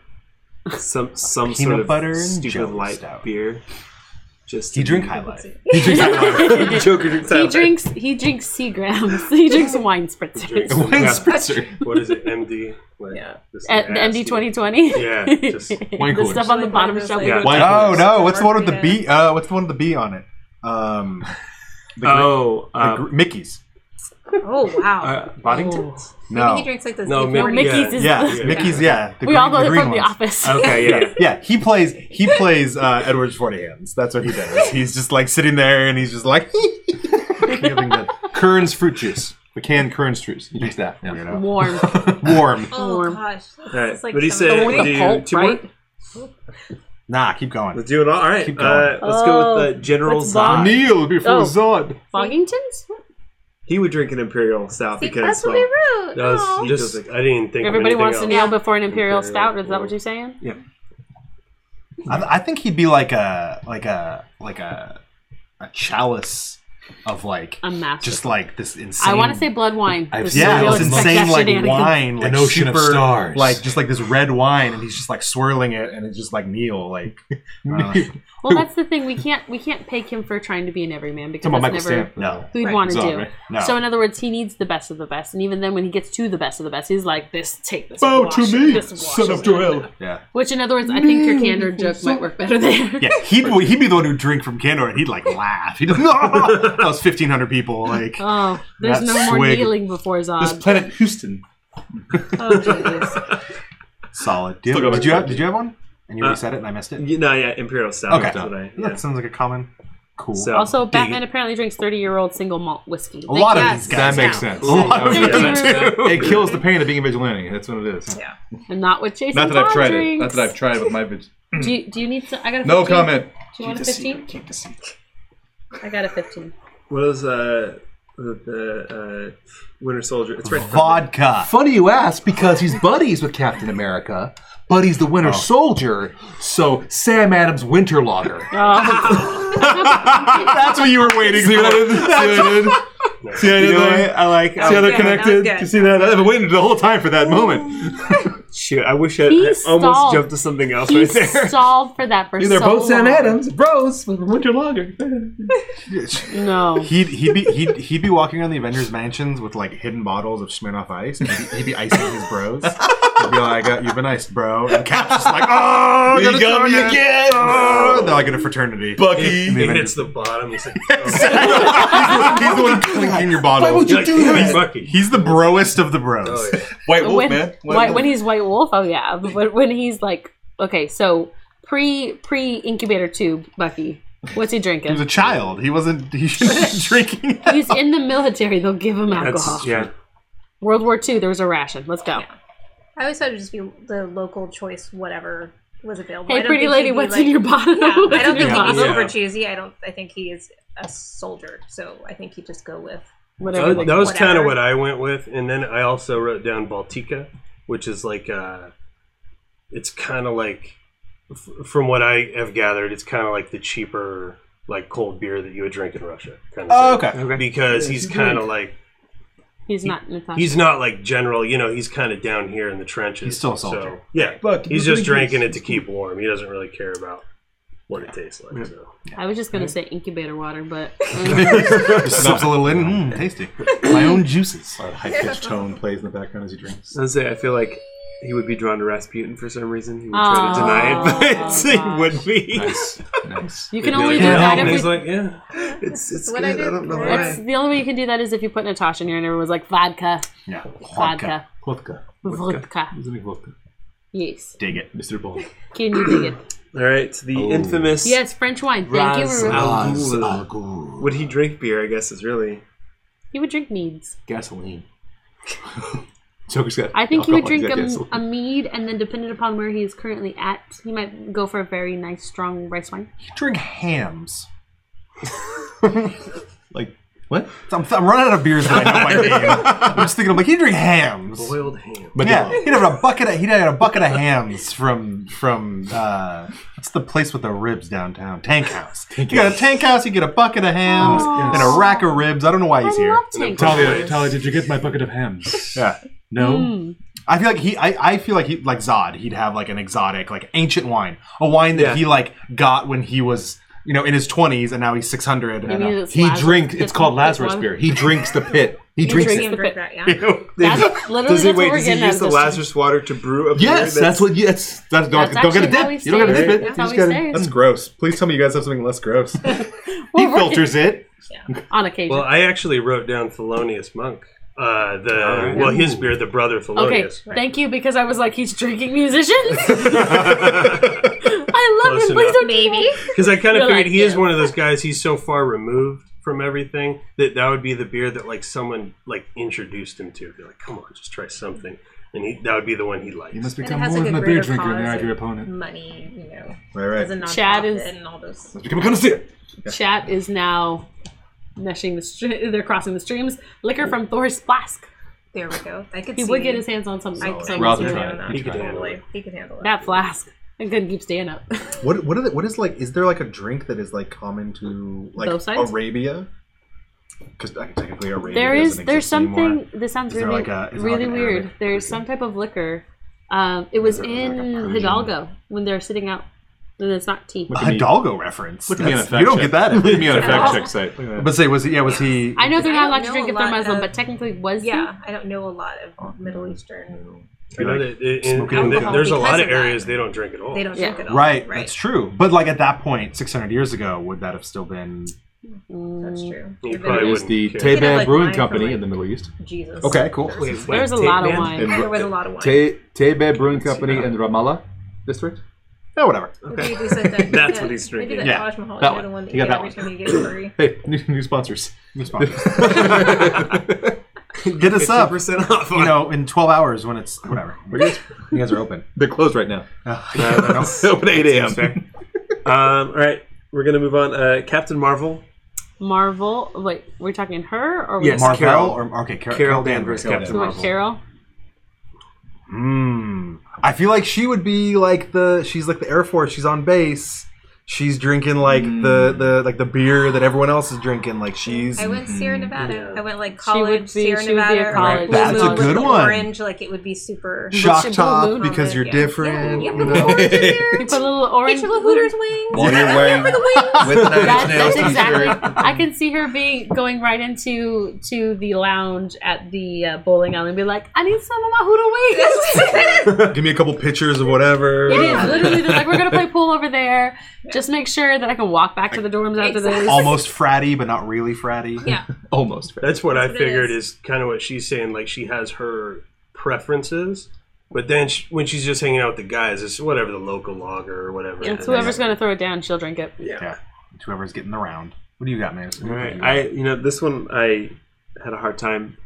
S3: some some sort of
S1: butter and
S3: stupid
S1: jelly
S3: light
S1: stout.
S3: beer? Just
S1: You
S3: to
S1: drink
S3: be-
S1: High Life.
S3: Joker drinks
S2: He
S3: High Life.
S2: drinks. He drinks sea grams. He drinks wine spritzers.
S4: Wayne
S5: Yeah.
S4: Spritzer.
S5: What is it, MD? Like,
S6: Yeah.
S5: this is
S2: At the
S5: nasty.
S2: MD twenty twenty.
S5: Yeah, just-
S4: Wine
S2: the
S4: coolers.
S2: stuff on the bottom of
S6: Yeah.
S2: shelf.
S5: Yeah.
S4: Wine
S1: Oh
S4: coolers.
S1: no! What's the one with the
S6: Margarita.
S1: B? Uh, what's the one with the B on it? Um, the gr-
S3: Oh,
S1: the
S3: uh,
S1: gr- Mickey's.
S6: Oh wow.
S3: uh, Boddington?
S1: No.
S6: He drinks like those.
S3: No,
S6: deep
S3: Mickey-
S2: No,
S6: ones.
S2: Mickey's
S3: Yeah.
S2: is.
S1: Yeah,
S5: Yeah.
S1: Mickey's. Yeah, the
S2: We
S1: green,
S2: all know
S1: the
S2: it
S1: green
S2: from the
S1: ones.
S2: office.
S3: Okay, yeah.
S1: Yeah, he plays. He plays uh, Edward Fortyhands. That's what he does. He's just like sitting there, and he's just like. giving the-
S4: Kern's fruit juice. The canned Kern's juice. He drinks that. Yeah.
S2: Warm.
S1: Warm.
S6: Oh
S2: Warm.
S6: gosh. This
S5: All right.
S6: is like
S5: what do you
S6: some-
S5: say?
S2: with the
S5: Do you-
S2: pulp,
S5: two
S2: right?
S5: more?
S1: Nah, keep going.
S5: Let's do it all. All right.
S1: Keep going.
S5: Uh, let's go with uh,
S2: Oh,
S5: General
S2: that's bomb.
S5: Zod.
S4: Kneel before
S2: Oh.
S4: Zod.
S2: Foggingtons.
S3: He would drink an Imperial Stout
S6: See,
S3: because
S6: that's what
S3: well,
S6: we wrote.
S5: That was
S6: Aw.
S5: just. I didn't think.
S2: Everybody
S5: of anything
S2: wants to
S5: else.
S2: kneel before an imperial,
S5: Imperial,
S2: stout. Is that what
S5: yeah.
S2: you're saying?
S1: I, I think he'd be like a like a like a a chalice of like
S2: A master.
S1: just like this insane.
S2: I want to say blood wine.
S4: I've
S2: This is
S4: seen
S1: Yeah,
S2: real
S1: it's
S4: those
S2: expect
S1: insane
S2: that
S1: like
S2: shenanigans.
S1: wine, like
S4: An ocean of
S1: super-
S4: stars.
S1: like just like this red wine, and he's just like swirling it, and it's just like Neil, like uh,
S2: Well, that's the thing. We can't we can't pay him for trying to be an everyman because
S4: Talking about
S2: that's
S4: Michael
S2: never
S4: Stamp.
S1: no,
S2: who we'd
S6: Right.
S2: want to
S4: Zod,
S2: do.
S4: right?
S1: no.
S2: So in other words, he needs the best of the best, and even then, when he gets to the best of the best, he's like, "This, take this,
S4: Bow
S2: wash
S4: to
S2: it,
S4: me,
S2: this
S4: son
S2: wash
S4: of
S2: it."
S4: Joel.
S1: yeah,
S2: Which, in other words, I think your candor joke might work better there.
S1: yeah. He'd he'd be the one who would drink from Candor, and he'd like laugh. He'd "Oh, that was fifteen hundred people. Like
S2: Oh, there's
S1: That
S2: no more
S1: swig.
S2: kneeling before
S7: This
S2: Zod.
S7: planet Houston.
S2: Oh, Jesus.
S1: solid. Did,
S4: Still got my
S1: did you have,
S4: drink.
S1: did you have one? And you
S3: Uh,
S1: already said it, and I missed it.
S3: You know, yeah, Imperial Stout.
S1: Okay.
S3: That's what I,
S1: Yeah, that sounds like a common. Cool.
S3: So-
S2: also, Batman apparently drinks 30 year old single malt whiskey.
S1: a lot
S6: Yes.
S1: of these
S4: That
S1: guys.
S4: makes
S6: Yeah.
S4: sense.
S1: A lot of
S2: Yeah.
S1: them
S2: Yeah.
S1: too.
S4: It kills the pain of being a vigilante. That's what it is.
S6: Yeah.
S2: And not what Jason
S7: Not that I've
S2: Todd
S7: tried it.
S2: drinks.
S7: Not that I've tried it with my bitch.
S2: Do you, do you need to? I got a 15.
S7: No comment.
S2: Do you want a 15?
S7: Keep the secret.
S2: I got a 15.
S3: What is uh, the uh, Winter Soldier? It's right.
S1: Vodka.
S4: Funny you ask, because he's buddies with Captain America, but he's the Winter Soldier, so Sam Adams Winter Lager.
S6: Oh.
S1: That's what you were waiting for.
S4: See what I did? See what I did? See what I did there?
S1: I like.
S4: See how they're
S6: Yeah, that was
S4: connected?
S6: good.
S4: You see that? I've been waiting the whole time for that moment.
S3: Shoot, I wish I,
S2: He
S3: I almost
S2: stalled.
S3: jumped to something else
S2: He
S3: right there.
S2: stalled for that for
S4: They're
S2: so
S4: both Sam
S2: long.
S4: Adams, bros, with Winter Lager.
S2: No.
S1: He'd, he'd be he'd, he'd be walking around the Avengers mansions with like hidden bottles of Smirnoff Ice. And he'd, be, he'd be icing his bros. He'd be like, uh, "You've been iced, bro." And Cap's just like, "Oh,
S4: You got me
S1: again."
S4: again!
S1: Oh, they're like in a fraternity.
S5: He
S4: Bucky!
S5: hits the bottom. He's like, oh,
S1: He's the one clinking your bottles.
S7: would you
S5: like,
S7: do
S5: "Hey,
S7: that?"
S5: Bucky.
S1: He's the broest of the bros.
S5: Oh, yeah.
S7: White Wolf,
S2: when,
S7: man.
S2: why- when he's White Wolf, oh yeah. But when he's like, okay, so pre pre incubator tube, Bucky, what's he
S1: He was
S2: drinking?
S1: a child. He wasn't. He shouldn't be drinking.
S2: He's in the military. They'll give him alcohol.
S3: That's, yeah.
S2: World War II, there was a ration. Let's go.
S6: I always thought it would just be the local choice, whatever was available. I
S2: Hey,
S6: don't
S2: pretty
S6: think
S2: lady,
S6: he'd be
S2: what's
S6: like-
S2: in your bottle?
S6: Yeah, I
S2: What's
S6: don't
S2: in your
S6: think he's
S2: bottle?
S5: Yeah.
S6: over choosy. I don't. I think he is a soldier, so I think he just go with.
S2: Whatever.
S5: That, that was
S6: Whatever.
S5: kind of what I went with, and then I also wrote down Baltica, which is like uh, it's kind of like, f- from what I have gathered, it's kind of like the cheaper like cold beer that you would drink in Russia. Kind of
S1: okay.
S5: Because he's kind of like
S2: he's not Natasha.
S5: he's not like general, you know. He's kind of down here in the trenches.
S1: He's still a
S5: so-
S1: soldier.
S5: yeah,
S7: But
S5: he's just drinking it to keep warm. He doesn't really care about what it tastes like. So.
S2: I was just gonna say incubator water, but
S1: Just sips a little in. Mm, tasty. My own juices.
S4: High pitched tone plays in the background as he drinks.
S3: I was gonna say, I feel like He would be drawn to Rasputin for some reason. He would
S2: Oh,
S3: try to deny it, but
S2: gosh.
S3: he would be.
S4: Nice. nice.
S2: You can only do
S3: Yeah.
S2: that
S5: And
S2: if
S5: he's
S2: we.
S5: like, yeah.
S3: It's it's
S6: What
S3: good.
S6: I
S3: I,
S6: did-
S3: don't know
S2: That's
S3: why.
S2: the only way you can do that is if you put Natasha in here and everyone's like vodka,
S4: Yeah.
S2: vodka,
S4: Vodka.
S2: vodka.
S4: Isn't it vodka?
S2: Yes.
S4: Dig it, Mr. Bond.
S2: Can you dig it?
S3: All right, the infamous
S2: Yes, French wine. Thank you,
S3: Raz
S2: Ruru.
S3: Al
S4: Raz
S3: Ghul.
S4: Al Ghul.
S3: Would he drink beer? I guess is really.
S2: He would drink meads.
S4: Gasoline. Joker's got.
S2: I think he would drink
S4: alcohol, he's
S2: a,
S4: got
S2: a
S4: gasoline.
S2: mead, and then depending upon where he is currently at, he might go for a very nice, strong rice wine.
S1: Drink hams.
S4: Like what?
S1: I'm, I'm running out of beers that I know my name. I'm just thinking, I'm like, he drink hams.
S5: Boiled ham.
S4: But
S1: Yeah, he'd have a bucket. Of, he'd have a bucket of hams from from uh, what's the place with the ribs downtown? Tank House. you got a Tank House. You get a bucket of hams and a rack of ribs. I don't know why he's
S2: Oh, I
S1: here.
S2: love tank
S4: Talia,
S2: tops.
S4: Talia, did you get my bucket of hams?
S1: Yeah,
S4: No.
S1: I feel like he. I, I feel like he like Zod. He'd have like an exotic, like ancient wine, a wine that
S3: Yeah.
S1: he like got when he was you know in his twenties, and now he's six hundred.
S2: You mean it's
S4: He
S2: Lazarus-
S4: drinks. It's called
S2: different-
S4: Lazarus
S2: one?
S4: beer. He drinks the pit. He
S2: He
S4: drinks
S2: drinks
S4: it.
S2: the
S6: Drink
S2: pit.
S6: that, yeah.
S2: That's literally
S3: Does he
S2: that's
S3: wait?
S2: what we're
S3: Does he
S2: getting at
S3: use the
S2: this
S3: Lazarus water to brew a beer?
S4: Yes, that's what. You, that's that's.
S2: That's
S4: Don't, don't get a
S2: actually how he
S4: dip. You don't get a
S2: stays.
S4: dip it.
S2: That's
S4: You
S2: how
S4: just
S2: he
S4: gotta-
S2: stays.
S4: that's
S1: gross. Please tell me you guys have something less gross.
S2: We're
S4: He
S2: working
S4: filters it.
S2: on occasion.
S5: Well, I actually wrote down Thelonious Monk. Uh, the
S1: Ah.
S3: Alright.
S5: well, his beer, the brother
S2: okay,
S5: Thelonious.
S2: thank you because I was like, he's drinking musicians. I love
S5: Close
S2: him. Please
S5: enough.
S2: don't do
S6: Maybe.
S5: Because I kind of
S2: You're
S5: figured
S2: like,
S5: he is
S2: yeah.
S5: one of those guys. He's so far removed from everything that that would be the beer that like someone like introduced him to. Be like, come on, just try something, and he, that would be the one he likes.
S4: You must
S6: And it
S4: become
S6: has
S4: more
S6: like
S4: than
S6: a
S4: a beer
S6: greater
S4: drinker than
S6: cause. Mm.
S4: I have your opponent.
S6: Money, you know,
S1: right,
S6: as a nonprofit
S2: Chad is-
S6: and all those.
S4: Become a connoisseur.
S2: Chat is now meshing the str- they're crossing the streams. Liquor from Thor's flask.
S6: There we go. I could
S2: He
S6: see.
S2: would get his hands on something.
S6: I could
S4: Rather
S6: see
S4: try
S6: him
S4: it.
S6: on
S4: He
S6: that.
S4: could
S5: handle it.
S6: Totally. He could handle it.
S2: That flask. I couldn't keep staying up.
S1: What what are the, what is like? Is there like a drink that is like common to like
S2: Both sides?
S1: Arabia? Because technically Arabia
S2: there is
S1: doesn't
S2: there's
S1: exist anymore.
S2: something this sounds
S1: Is there
S2: really,
S1: like a- is there
S2: really
S1: like an
S2: weird
S1: Arabic
S2: there's some type of liquor um, it was
S1: there like a
S2: in
S1: Persian?
S2: hidalgo when they're sitting out and it's not tea
S1: A Hidalgo reference.
S4: Look at me on a
S1: That's-
S4: fact
S1: you don't
S4: check.
S1: get that.
S4: Look at me on a
S2: At
S4: fact
S2: all.
S4: check site. Look at that.
S1: But say was he? Yeah, was he?
S2: i know they're
S6: I
S2: not
S6: don't
S2: allowed to
S6: know
S2: drink
S6: a
S2: if they're
S6: lot
S2: muslim
S6: of-
S2: but technically was he?
S6: Yeah, I don't know a lot of Middle Eastern.
S5: I know that it, in-
S1: Smoking
S5: in-
S1: alcohol
S5: there's a lot
S6: because
S5: of
S6: of that.
S5: areas they don't drink at all.
S6: They don't
S2: Yeah.
S6: drink at all.
S1: Right,
S6: Right.
S1: that's true. But like at that point, 600 years ago, would that have still been?
S6: That's
S2: Mm,
S6: true.
S5: You
S6: Even
S5: probably
S6: if-
S4: There's
S5: wouldn't
S4: the
S5: care.
S6: Could have,
S4: Teban
S6: like,
S4: Brewing
S6: wine from,
S4: Company
S6: like-
S4: in the Middle East.
S6: Jesus.
S1: Okay, cool.
S2: there was a lot of wine
S4: And
S6: There was a lot of wine.
S4: Te- Tebe Brewing Company in Ramallah district.
S1: Yeah, oh, whatever.
S6: Maybe do something-
S3: That's
S6: yeah,
S3: what he's
S6: maybe
S3: drinking.
S6: that
S1: Yeah,
S6: Taj Mahal,
S4: that
S6: you know, the
S4: one.
S6: one that
S4: You
S6: you
S4: got
S6: get
S4: that
S6: every time you get free.
S4: Hey, new, new sponsors.
S1: New sponsors. Hit us up.
S3: percent off.
S1: You know, in 12 hours when it's whatever. You guys are open.
S4: They're closed right now.
S3: Open 8 a.m. um, all right, we're gonna move on. Uh, Captain Marvel.
S2: marvel wait we're talking her or
S3: Yes.
S1: Marvel
S3: Carol.
S1: or okay, Carol,
S3: Carol Danvers,
S2: we
S3: Captain
S2: so what,
S3: Marvel.
S2: carol
S1: Mm. I feel like she would be like the she's like the Air Force. She's on base. She's drinking like the the like the beer that everyone else is drinking. Like she's
S6: I went Sierra Nevada.
S5: Yeah.
S6: I went like
S2: She would
S6: college
S2: be-
S6: Sierra
S2: she would be a
S6: Nevada. or, like,
S2: college
S6: blue
S1: That's a
S6: moon with
S1: good
S6: the
S1: one.
S6: Orange, like it would be super.
S1: shock
S2: Blue
S1: top
S2: Moon
S1: because
S6: Helmet,
S1: you're
S6: yeah.
S1: different.
S6: Yeah,
S1: you
S6: yeah,
S1: know?
S6: put the orange
S2: you
S6: in there.
S2: put a little orange
S6: Picture the Hooters wings.
S4: While you're wearing
S6: For the wings.
S4: with an
S2: That- that's exactly. I can see her being going right into to the lounge at the uh, bowling alley and be like, "I need some of my Hooters wings."
S1: Give me a couple pictures of whatever.
S2: It is literally they're like we're gonna play pool over there. Just make sure that I can walk back to the dorms after this.
S1: Almost fratty, but not really fratty.
S6: Yeah.
S4: Almost.
S5: That's what I
S6: what it
S5: figured
S6: is.
S5: is. kind of what she's saying. Like she has her preferences, but then she, when she's just hanging out with the guys, it's whatever the local logger or whatever. it
S2: It's
S5: is.
S2: whoever's gonna throw it down, she'll drink it.
S5: Yeah.
S1: Yeah. It's whoever's getting the round. What do you got, man?
S3: All right, I you know this one I had a hard time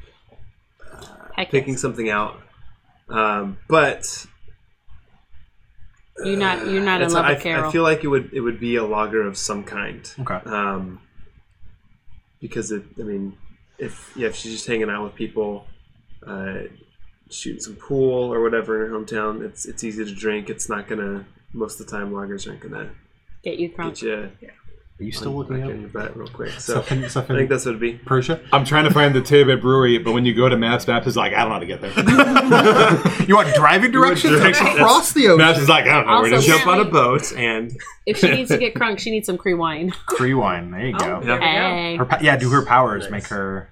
S2: Heck
S3: picking
S2: yes.
S3: something out, um, but uh,
S2: You're not you're not in
S3: it's-
S2: love
S3: I,
S2: with Carol.
S3: I feel like it would it would be a logger of some kind.
S1: Okay.
S3: um, because it. I mean, if yeah, if she's just hanging out with people, uh, shooting some pool or whatever in her hometown, it's it's easy to drink. It's not gonna. Most of the time, loggers aren't gonna
S2: Get you drunk.
S3: get you
S1: Are you still looking
S3: back
S1: at
S3: in your butt real quick. So
S1: stuff in, stuff
S3: I
S1: in
S3: think that's what it'd be.
S1: Persia?
S4: I'm trying to find the Tebe Brewery, but when you go to Maps, Maps is like, I don't know how to get there.
S1: you want driving directions?
S3: directions?
S1: It's across the ocean.
S4: Maps is like, I don't know where it
S2: Also-
S4: is.
S3: Jump on a
S2: Apparently-
S3: boat and
S2: If she needs to get crunk, she needs some Cree wine.
S1: Cree wine. There you
S6: Oh.
S1: go.
S3: yeah.
S2: Hey.
S1: Her pa- yeah, do her powers make her.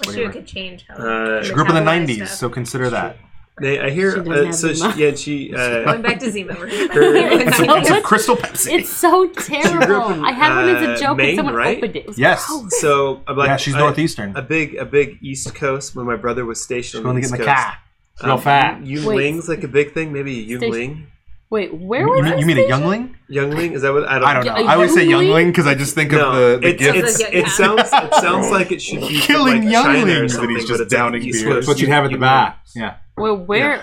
S6: Wish
S1: Whatever.
S6: you could change. How
S3: Uh,
S6: you
S1: She grew up in the
S6: metabolize
S1: 90s,
S6: stuff.
S1: so consider that.
S5: They, I hear.
S2: She doesn't
S5: uh,
S2: have
S5: so
S2: the
S5: she,
S2: mouth.
S5: yeah, she. Uh,
S6: Going back to Zeman. We're going
S5: Sure.
S2: So
S6: back to
S2: it's
S1: It's
S6: Zeman.
S1: a crystal Pepsi.
S2: It's so terrible.
S5: in,
S2: I had one as
S5: uh,
S2: a joke
S5: Maine,
S2: and someone
S5: right?
S2: opened it. It was
S1: Yes.
S5: so I'm like,
S1: yeah, she's
S5: I-
S1: northeastern.
S5: A big, a big East Coast. When my brother was stationed,
S1: Going to
S5: on
S1: get
S5: the
S1: in the
S5: East
S1: car.
S5: Coast.
S4: Real fat.
S5: Yun-
S2: Wait.
S5: Yungling's like a big thing. Maybe a
S2: Station-
S5: Yungling.
S2: Wait, where
S1: You
S2: was
S1: mean,
S2: I
S1: you mean a
S2: stationed?
S1: youngling?
S5: Youngling is that what I don't.
S1: I don't
S2: Yeah,
S1: know.
S2: a
S1: I always say
S2: youngling?
S1: youngling because I just think
S5: No,
S1: of the, the
S5: it's,
S1: gift.
S5: it's,
S6: Yeah,
S5: it
S6: yeah.
S5: sounds it sounds like it should be
S1: Killing
S5: from like China or
S1: younglings,
S5: something,
S1: and he's
S5: but
S1: just
S5: it's like
S1: downing
S5: East
S1: beers.
S5: Coast.
S4: That's what you'd have at the bar. Yeah.
S2: Well, where?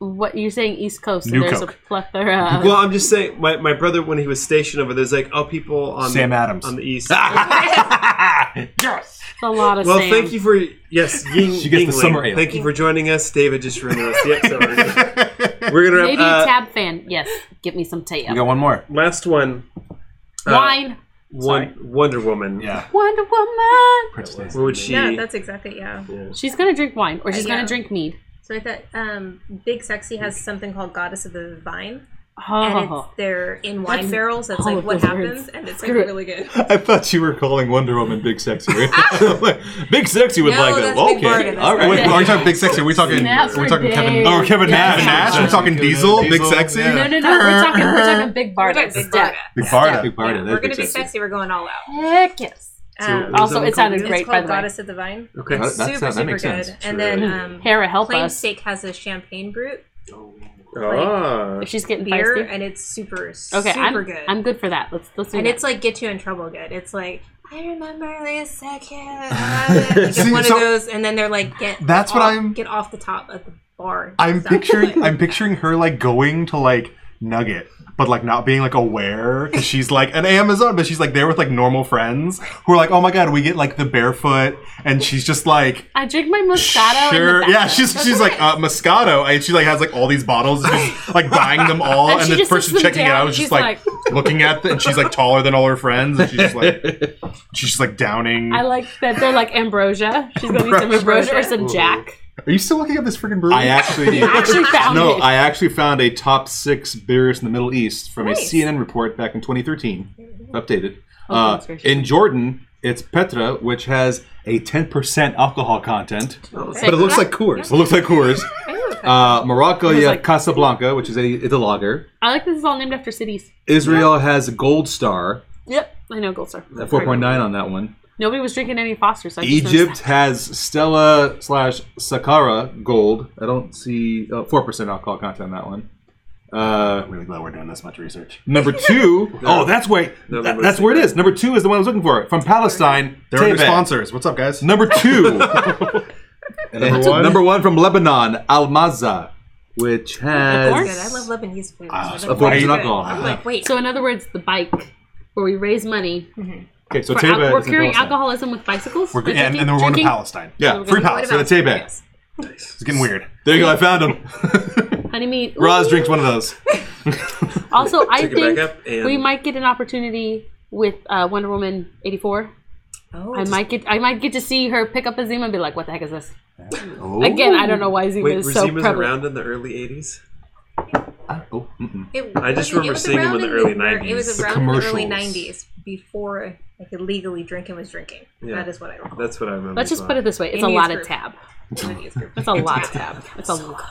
S2: What you're saying, East Coast? and
S1: New
S2: there's
S1: Coke.
S2: a plethora. Of,
S5: Well, I'm just saying, my, my brother when he was stationed over there's like oh people on
S1: Sam Ah!
S5: the,
S1: Adams.
S5: on the east.
S1: yes.
S2: a lot of.
S5: well,
S2: Sam.
S5: thank you for yes, Ying,
S4: She gets the
S5: Yingling.
S4: summer ale.
S5: Thank you for joining us, David. Just ruined the rest of the episode. We're gonna
S2: Maybe
S5: wrap, uh,
S2: tab fan. Yes, get me some tab.
S1: We got uh, one more.
S5: last one. uh,
S2: Wine.
S5: Won- Wonder Woman.
S1: Yeah.
S2: Wonder Woman.
S5: What would she?
S6: Yeah, that's exactly yeah.
S2: She's gonna drink wine, or she's
S6: Yeah.
S2: gonna drink mead.
S6: So I thought um, Big Sexy has something called Goddess of the Vine, and
S2: Oh,
S6: it's, they're in wine
S2: That's
S6: barrels. That's
S2: all
S6: like
S2: of
S6: what
S2: those
S6: happens,
S2: words.
S6: and it's
S2: Screw
S6: like
S2: it.
S6: really good.
S4: I thought you were calling Wonder Woman Big Sexy. big Sexy would
S6: Ah. No,
S4: like that.
S6: that's Big Barda,
S4: Okay.
S6: that's
S4: All
S6: Big
S1: Wait,
S4: right.
S1: are we talking big sexy? Are we talking?
S2: Snaps
S1: Are we
S2: for
S1: talking Kevin?
S2: days.
S4: Or Oh, Kevin
S2: Yeah.
S4: Nash.
S1: Nash? Are we talking Diesel? Big
S4: Diesel,
S1: sexy?
S4: yeah.
S2: no, no, no. We're talking. We're talking big
S6: We're
S2: bar.
S6: gonna Big Barda.
S1: Big Barda.
S4: Big Barda.
S6: We're
S4: That's
S6: gonna
S4: Big
S6: be
S4: Sexy.
S6: sexy. We're going all out.
S2: Heck yes.
S6: Um,
S5: was
S2: Also,
S5: that
S2: it sounded
S5: called?
S2: great
S6: it's
S2: by
S6: called
S2: the way.
S6: Goddess of the Vine.
S5: Okay.
S4: That- that
S6: super,
S4: sounds- that
S6: super
S4: makes
S6: good.
S4: sense.
S6: And
S4: Sure.
S6: then um,
S2: Hera, help
S6: Plain
S2: us.
S6: Steak has a champagne brut
S5: Ah.
S2: If she's getting
S6: beer,
S2: feisty.
S6: and it's super,
S2: Okay,
S6: super
S2: I'm
S6: good.
S2: I'm good for that. Let's let's do
S6: and
S2: that.
S6: it's like get you in trouble good. It's like I remember this second. I love it." Like,
S1: See,
S6: it's one
S1: so-
S6: of those, and then they're like get
S1: That's
S6: off,
S1: what I'm-
S6: get off the top of the bar.
S1: I'm
S6: So-
S1: picturing. I'm picturing her like going to like Nugget, but like not being like aware because she's like an Amazon, but she's like there with like normal friends who are like, oh my god, we get like the barefoot, and she's just like.
S2: I drink my Moscato.
S1: Sure.
S2: In the
S1: Yeah, she's she's like uh, Moscato, and she like has like all these bottles, and she's like buying them all,
S2: And
S1: and,
S2: she
S1: the
S2: just
S1: person
S2: sits them
S1: checking it
S2: down,
S1: out
S2: and
S1: is just
S2: she's
S1: like, looking at them, and she's like taller than all her friends, and she's just like she's just like downing.
S2: I like that they're like ambrosia. She's gonna need some ambrosia or some Jack.
S1: Are you still looking at this freaking brewery?
S4: I actually
S2: actually found
S4: no,
S2: it.
S4: I actually found a top six beers in the Middle East from
S6: Nice.
S4: a CNN report back in 2013, updated.
S2: Oh,
S4: Uh,
S2: thanks, Rachel.
S4: in Jordan, it's Petra, which has a 10% alcohol content, but it looks like Coors. It looks like Coors. Uh, Morocco, you have Casablanca, which is a it's a lager.
S2: I like this is all named after cities.
S4: Israel has a Gold Star,
S2: Yep, I know Gold Star.
S4: a 4.9 on that one.
S2: Nobody was drinking any Foster. So I just noticed
S4: Egypt
S2: that.
S4: has Stella slash Sakara Gold. I don't see uh, 4% alcohol content on that one. Uh,
S1: I'm really glad we're doing this much research.
S4: Number two, oh, that's where that- that's where it is. Number two is the one I was looking for from Palestine.
S1: They're under
S4: Tebet.
S1: sponsors. What's up, guys?
S4: Number two,
S1: And number one.
S4: number one from Lebanon, Al Mazza, which
S2: Of
S6: Good.
S2: course.
S6: I
S4: has
S6: love Lebanese flavors.
S1: Ah,
S6: so
S1: of
S6: that's
S1: course,
S6: good.
S4: not gone.
S6: I'm like, wait,
S2: So in other words, the bike where we raise money
S4: okay. So
S2: for al-
S4: Tibet
S2: we're
S4: is in
S2: curing
S4: Palestine.
S2: alcoholism with bicycles.
S1: We're,
S2: With
S1: and, and then we're going to
S2: drinking-
S1: Palestine.
S4: Yeah,
S1: Free
S6: what
S1: Palestine.
S6: about
S4: It's a Tibet.
S6: yes.
S1: It's getting weird.
S4: There you go. I found him.
S2: Honey meat.
S4: Roz
S2: Ooh.
S4: drinks one of those.
S2: Also, I
S5: Take it
S2: think
S5: back up and
S2: we might get an opportunity with uh, Wonder Woman eighty four.
S6: Oh,
S2: I
S6: just-
S2: might get I might get to see her pick up a Zima and be like, what the heck is this? Again, I don't know why Zima
S5: Wait,
S2: is
S5: were
S2: so
S5: Zimas
S2: prevalent.
S5: around in the early '80s?
S4: Oh, mm-mm.
S6: It,
S5: I
S6: it was-
S5: just remember
S6: it was
S5: seeing him in
S6: around
S5: the early
S6: It
S5: 90s.
S6: was
S4: The
S6: around in the early
S4: commercials.
S6: 90s before I could legally drink and was drinking.
S5: Yeah.
S6: That is what I recall.
S5: That's what I remember.
S2: Let's just
S5: as
S2: put it
S5: well.
S2: this way: it's a
S6: Any
S2: lot of
S6: group.
S2: tab.
S6: Lebanese group.
S2: It's a lot of tab. It's a lot.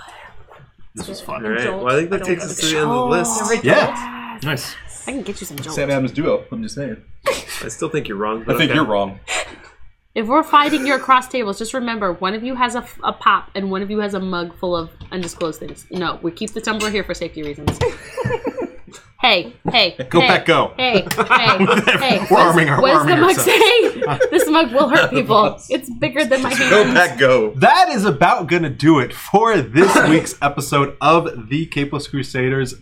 S1: This was fun.
S5: All right.
S6: Jolt.
S5: Well, I think that
S6: Adult
S5: takes us to the end of the list.
S1: Yeah.
S4: nice.
S2: I can get you some jolt.
S7: Sam Adams duo. I'm just saying.
S5: I still think you're wrong.
S7: I
S5: But
S7: think
S5: okay.
S7: you're wrong.
S2: If we're fighting your cross tables, just remember one of you has a, a pop and one of you has a mug full of undisclosed things. No, we keep the tumbler here for safety reasons. hey, hey,
S1: Go
S2: hey,
S1: back, go.
S2: Hey, hey, hey.
S1: We're arming our. we're
S2: What does the
S1: arming
S2: mug
S1: ourselves.
S2: say? this mug will hurt people. It's bigger than my hand.
S4: go.
S1: That is about going to do it for this week's episode of the Capeless Crusaders,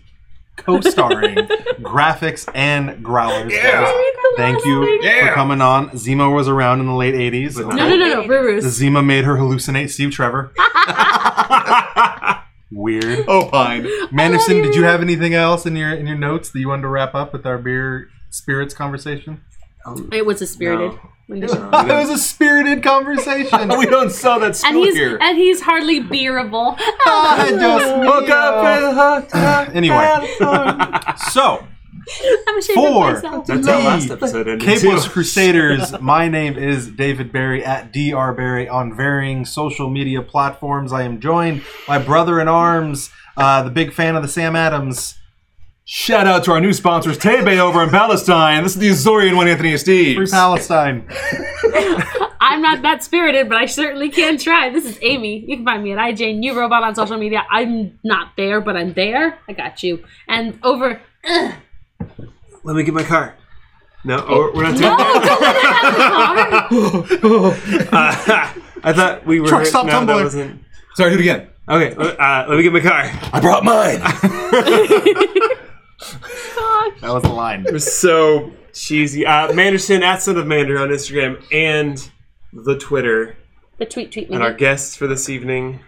S1: co starring graphics and growlers. Guys, Thank you for coming on. Zima was around in the late 80s.
S2: No, no, no, no, Rurus.
S1: Zima made her hallucinate Steve Trevor. Weird.
S4: Oh, pine.
S1: Manderson, did you have anything else in your in your notes that you wanted to wrap up with our beer spirits conversation?
S2: It was a spirited.
S1: it was a spirited conversation.
S4: We don't sell that
S2: And
S4: stool
S2: he's
S4: here.
S2: and he's hardly beerable. Oh,
S1: Ah, Dios mío.
S4: Woke up in a hotel.
S1: Anyway. so
S2: I'm ashamed
S1: Four.
S2: of myself.
S3: That's how last episode ended.
S1: Capeless
S3: too.
S1: Crusaders. My name is David Barry at DR Barry on varying social media platforms. I am joined by brother in arms, uh, the big fan of the Sam Adams.
S4: Shout out to our new sponsors, Tebe over in Palestine. This is the Azorian one, Anthony and Steve.
S1: Free Palestine.
S2: I'm not that spirited, but I certainly can try. This is Amy. You can find me at IJ New Robot on social media. I'm not there, but I'm there. I got you. And over.
S3: Let me get my car. No, oh, we're not doing that.
S2: Oh, don't let it out of the car.
S3: Uh, I thought we were.
S1: Truck stop
S3: no, that
S1: tumbler.
S3: wasn't.
S4: Sorry, do it again.
S3: Okay, uh, let me get my car.
S4: I brought mine.
S1: That was the line.
S3: So cheesy. Uh, Manderson at Son of Mander on Instagram and the Twitter.
S2: The tweet tweet
S3: And our
S2: minute.
S3: guests for this evening.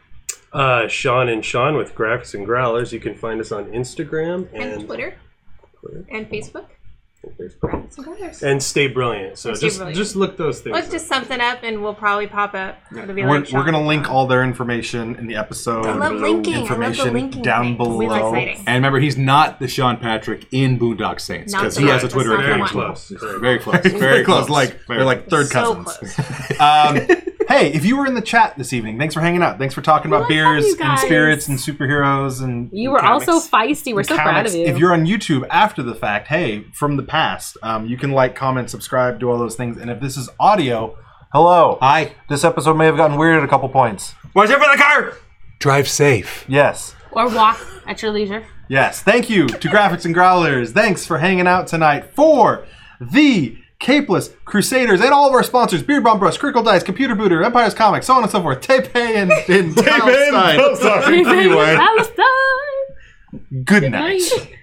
S5: Uh, Sean and Sean with Graphics and Growlers. You can find us on Instagram and,
S6: and Twitter, and Facebook.
S5: Facebook.
S6: Some others.
S5: And Stay Brilliant. So
S6: Stay
S5: just
S6: Brilliant.
S5: just look those things.
S6: Look
S5: up.
S6: just something up, and we'll probably pop up. It'll be
S1: We're,
S6: like
S1: we're
S6: Sean.
S1: gonna link all their information in the episode.
S6: I love linking. I love the
S1: Information
S6: linking.
S1: down
S6: thing. It's
S1: below.
S6: Really exciting.
S4: And remember, he's not the Sean Patrick in Boondock Saints
S6: Not
S4: because
S6: the
S4: he has a
S6: one.
S4: Twitter
S6: That's not
S4: account.
S6: the
S4: as
S6: one.
S4: well.
S5: Close. Very
S4: Very close. Very,
S1: Very close.
S4: close.
S1: Like they're like third
S6: so
S1: cousins.
S6: close.
S1: Um, hey, if you were in the chat this evening, thanks for hanging out. Thanks for talking about
S2: We love
S1: beers
S2: you
S1: and
S2: guys.
S1: spirits and superheroes and
S2: You were
S1: comics.
S2: also feisty. We're so proud
S1: comics.
S2: of you.
S1: If you're on YouTube after the fact, hey, from the past, um, you can like, comment, subscribe, do all those things. And if this is audio, hello.
S4: Hi.
S1: This episode may have gotten weird at a couple points.
S3: Watch out for the car!
S4: Drive safe.
S1: Yes.
S2: or walk at your leisure.
S1: Yes. Thank you to Graphics and Growlers. Thanks for hanging out tonight for the Capeless Crusaders and all of our sponsors Beard Bomb Brush, Critical Dice, Computer Booter, Empire's Comics, so on and so forth. Tepe and, and Palestine.
S2: Palestine.
S1: Good night.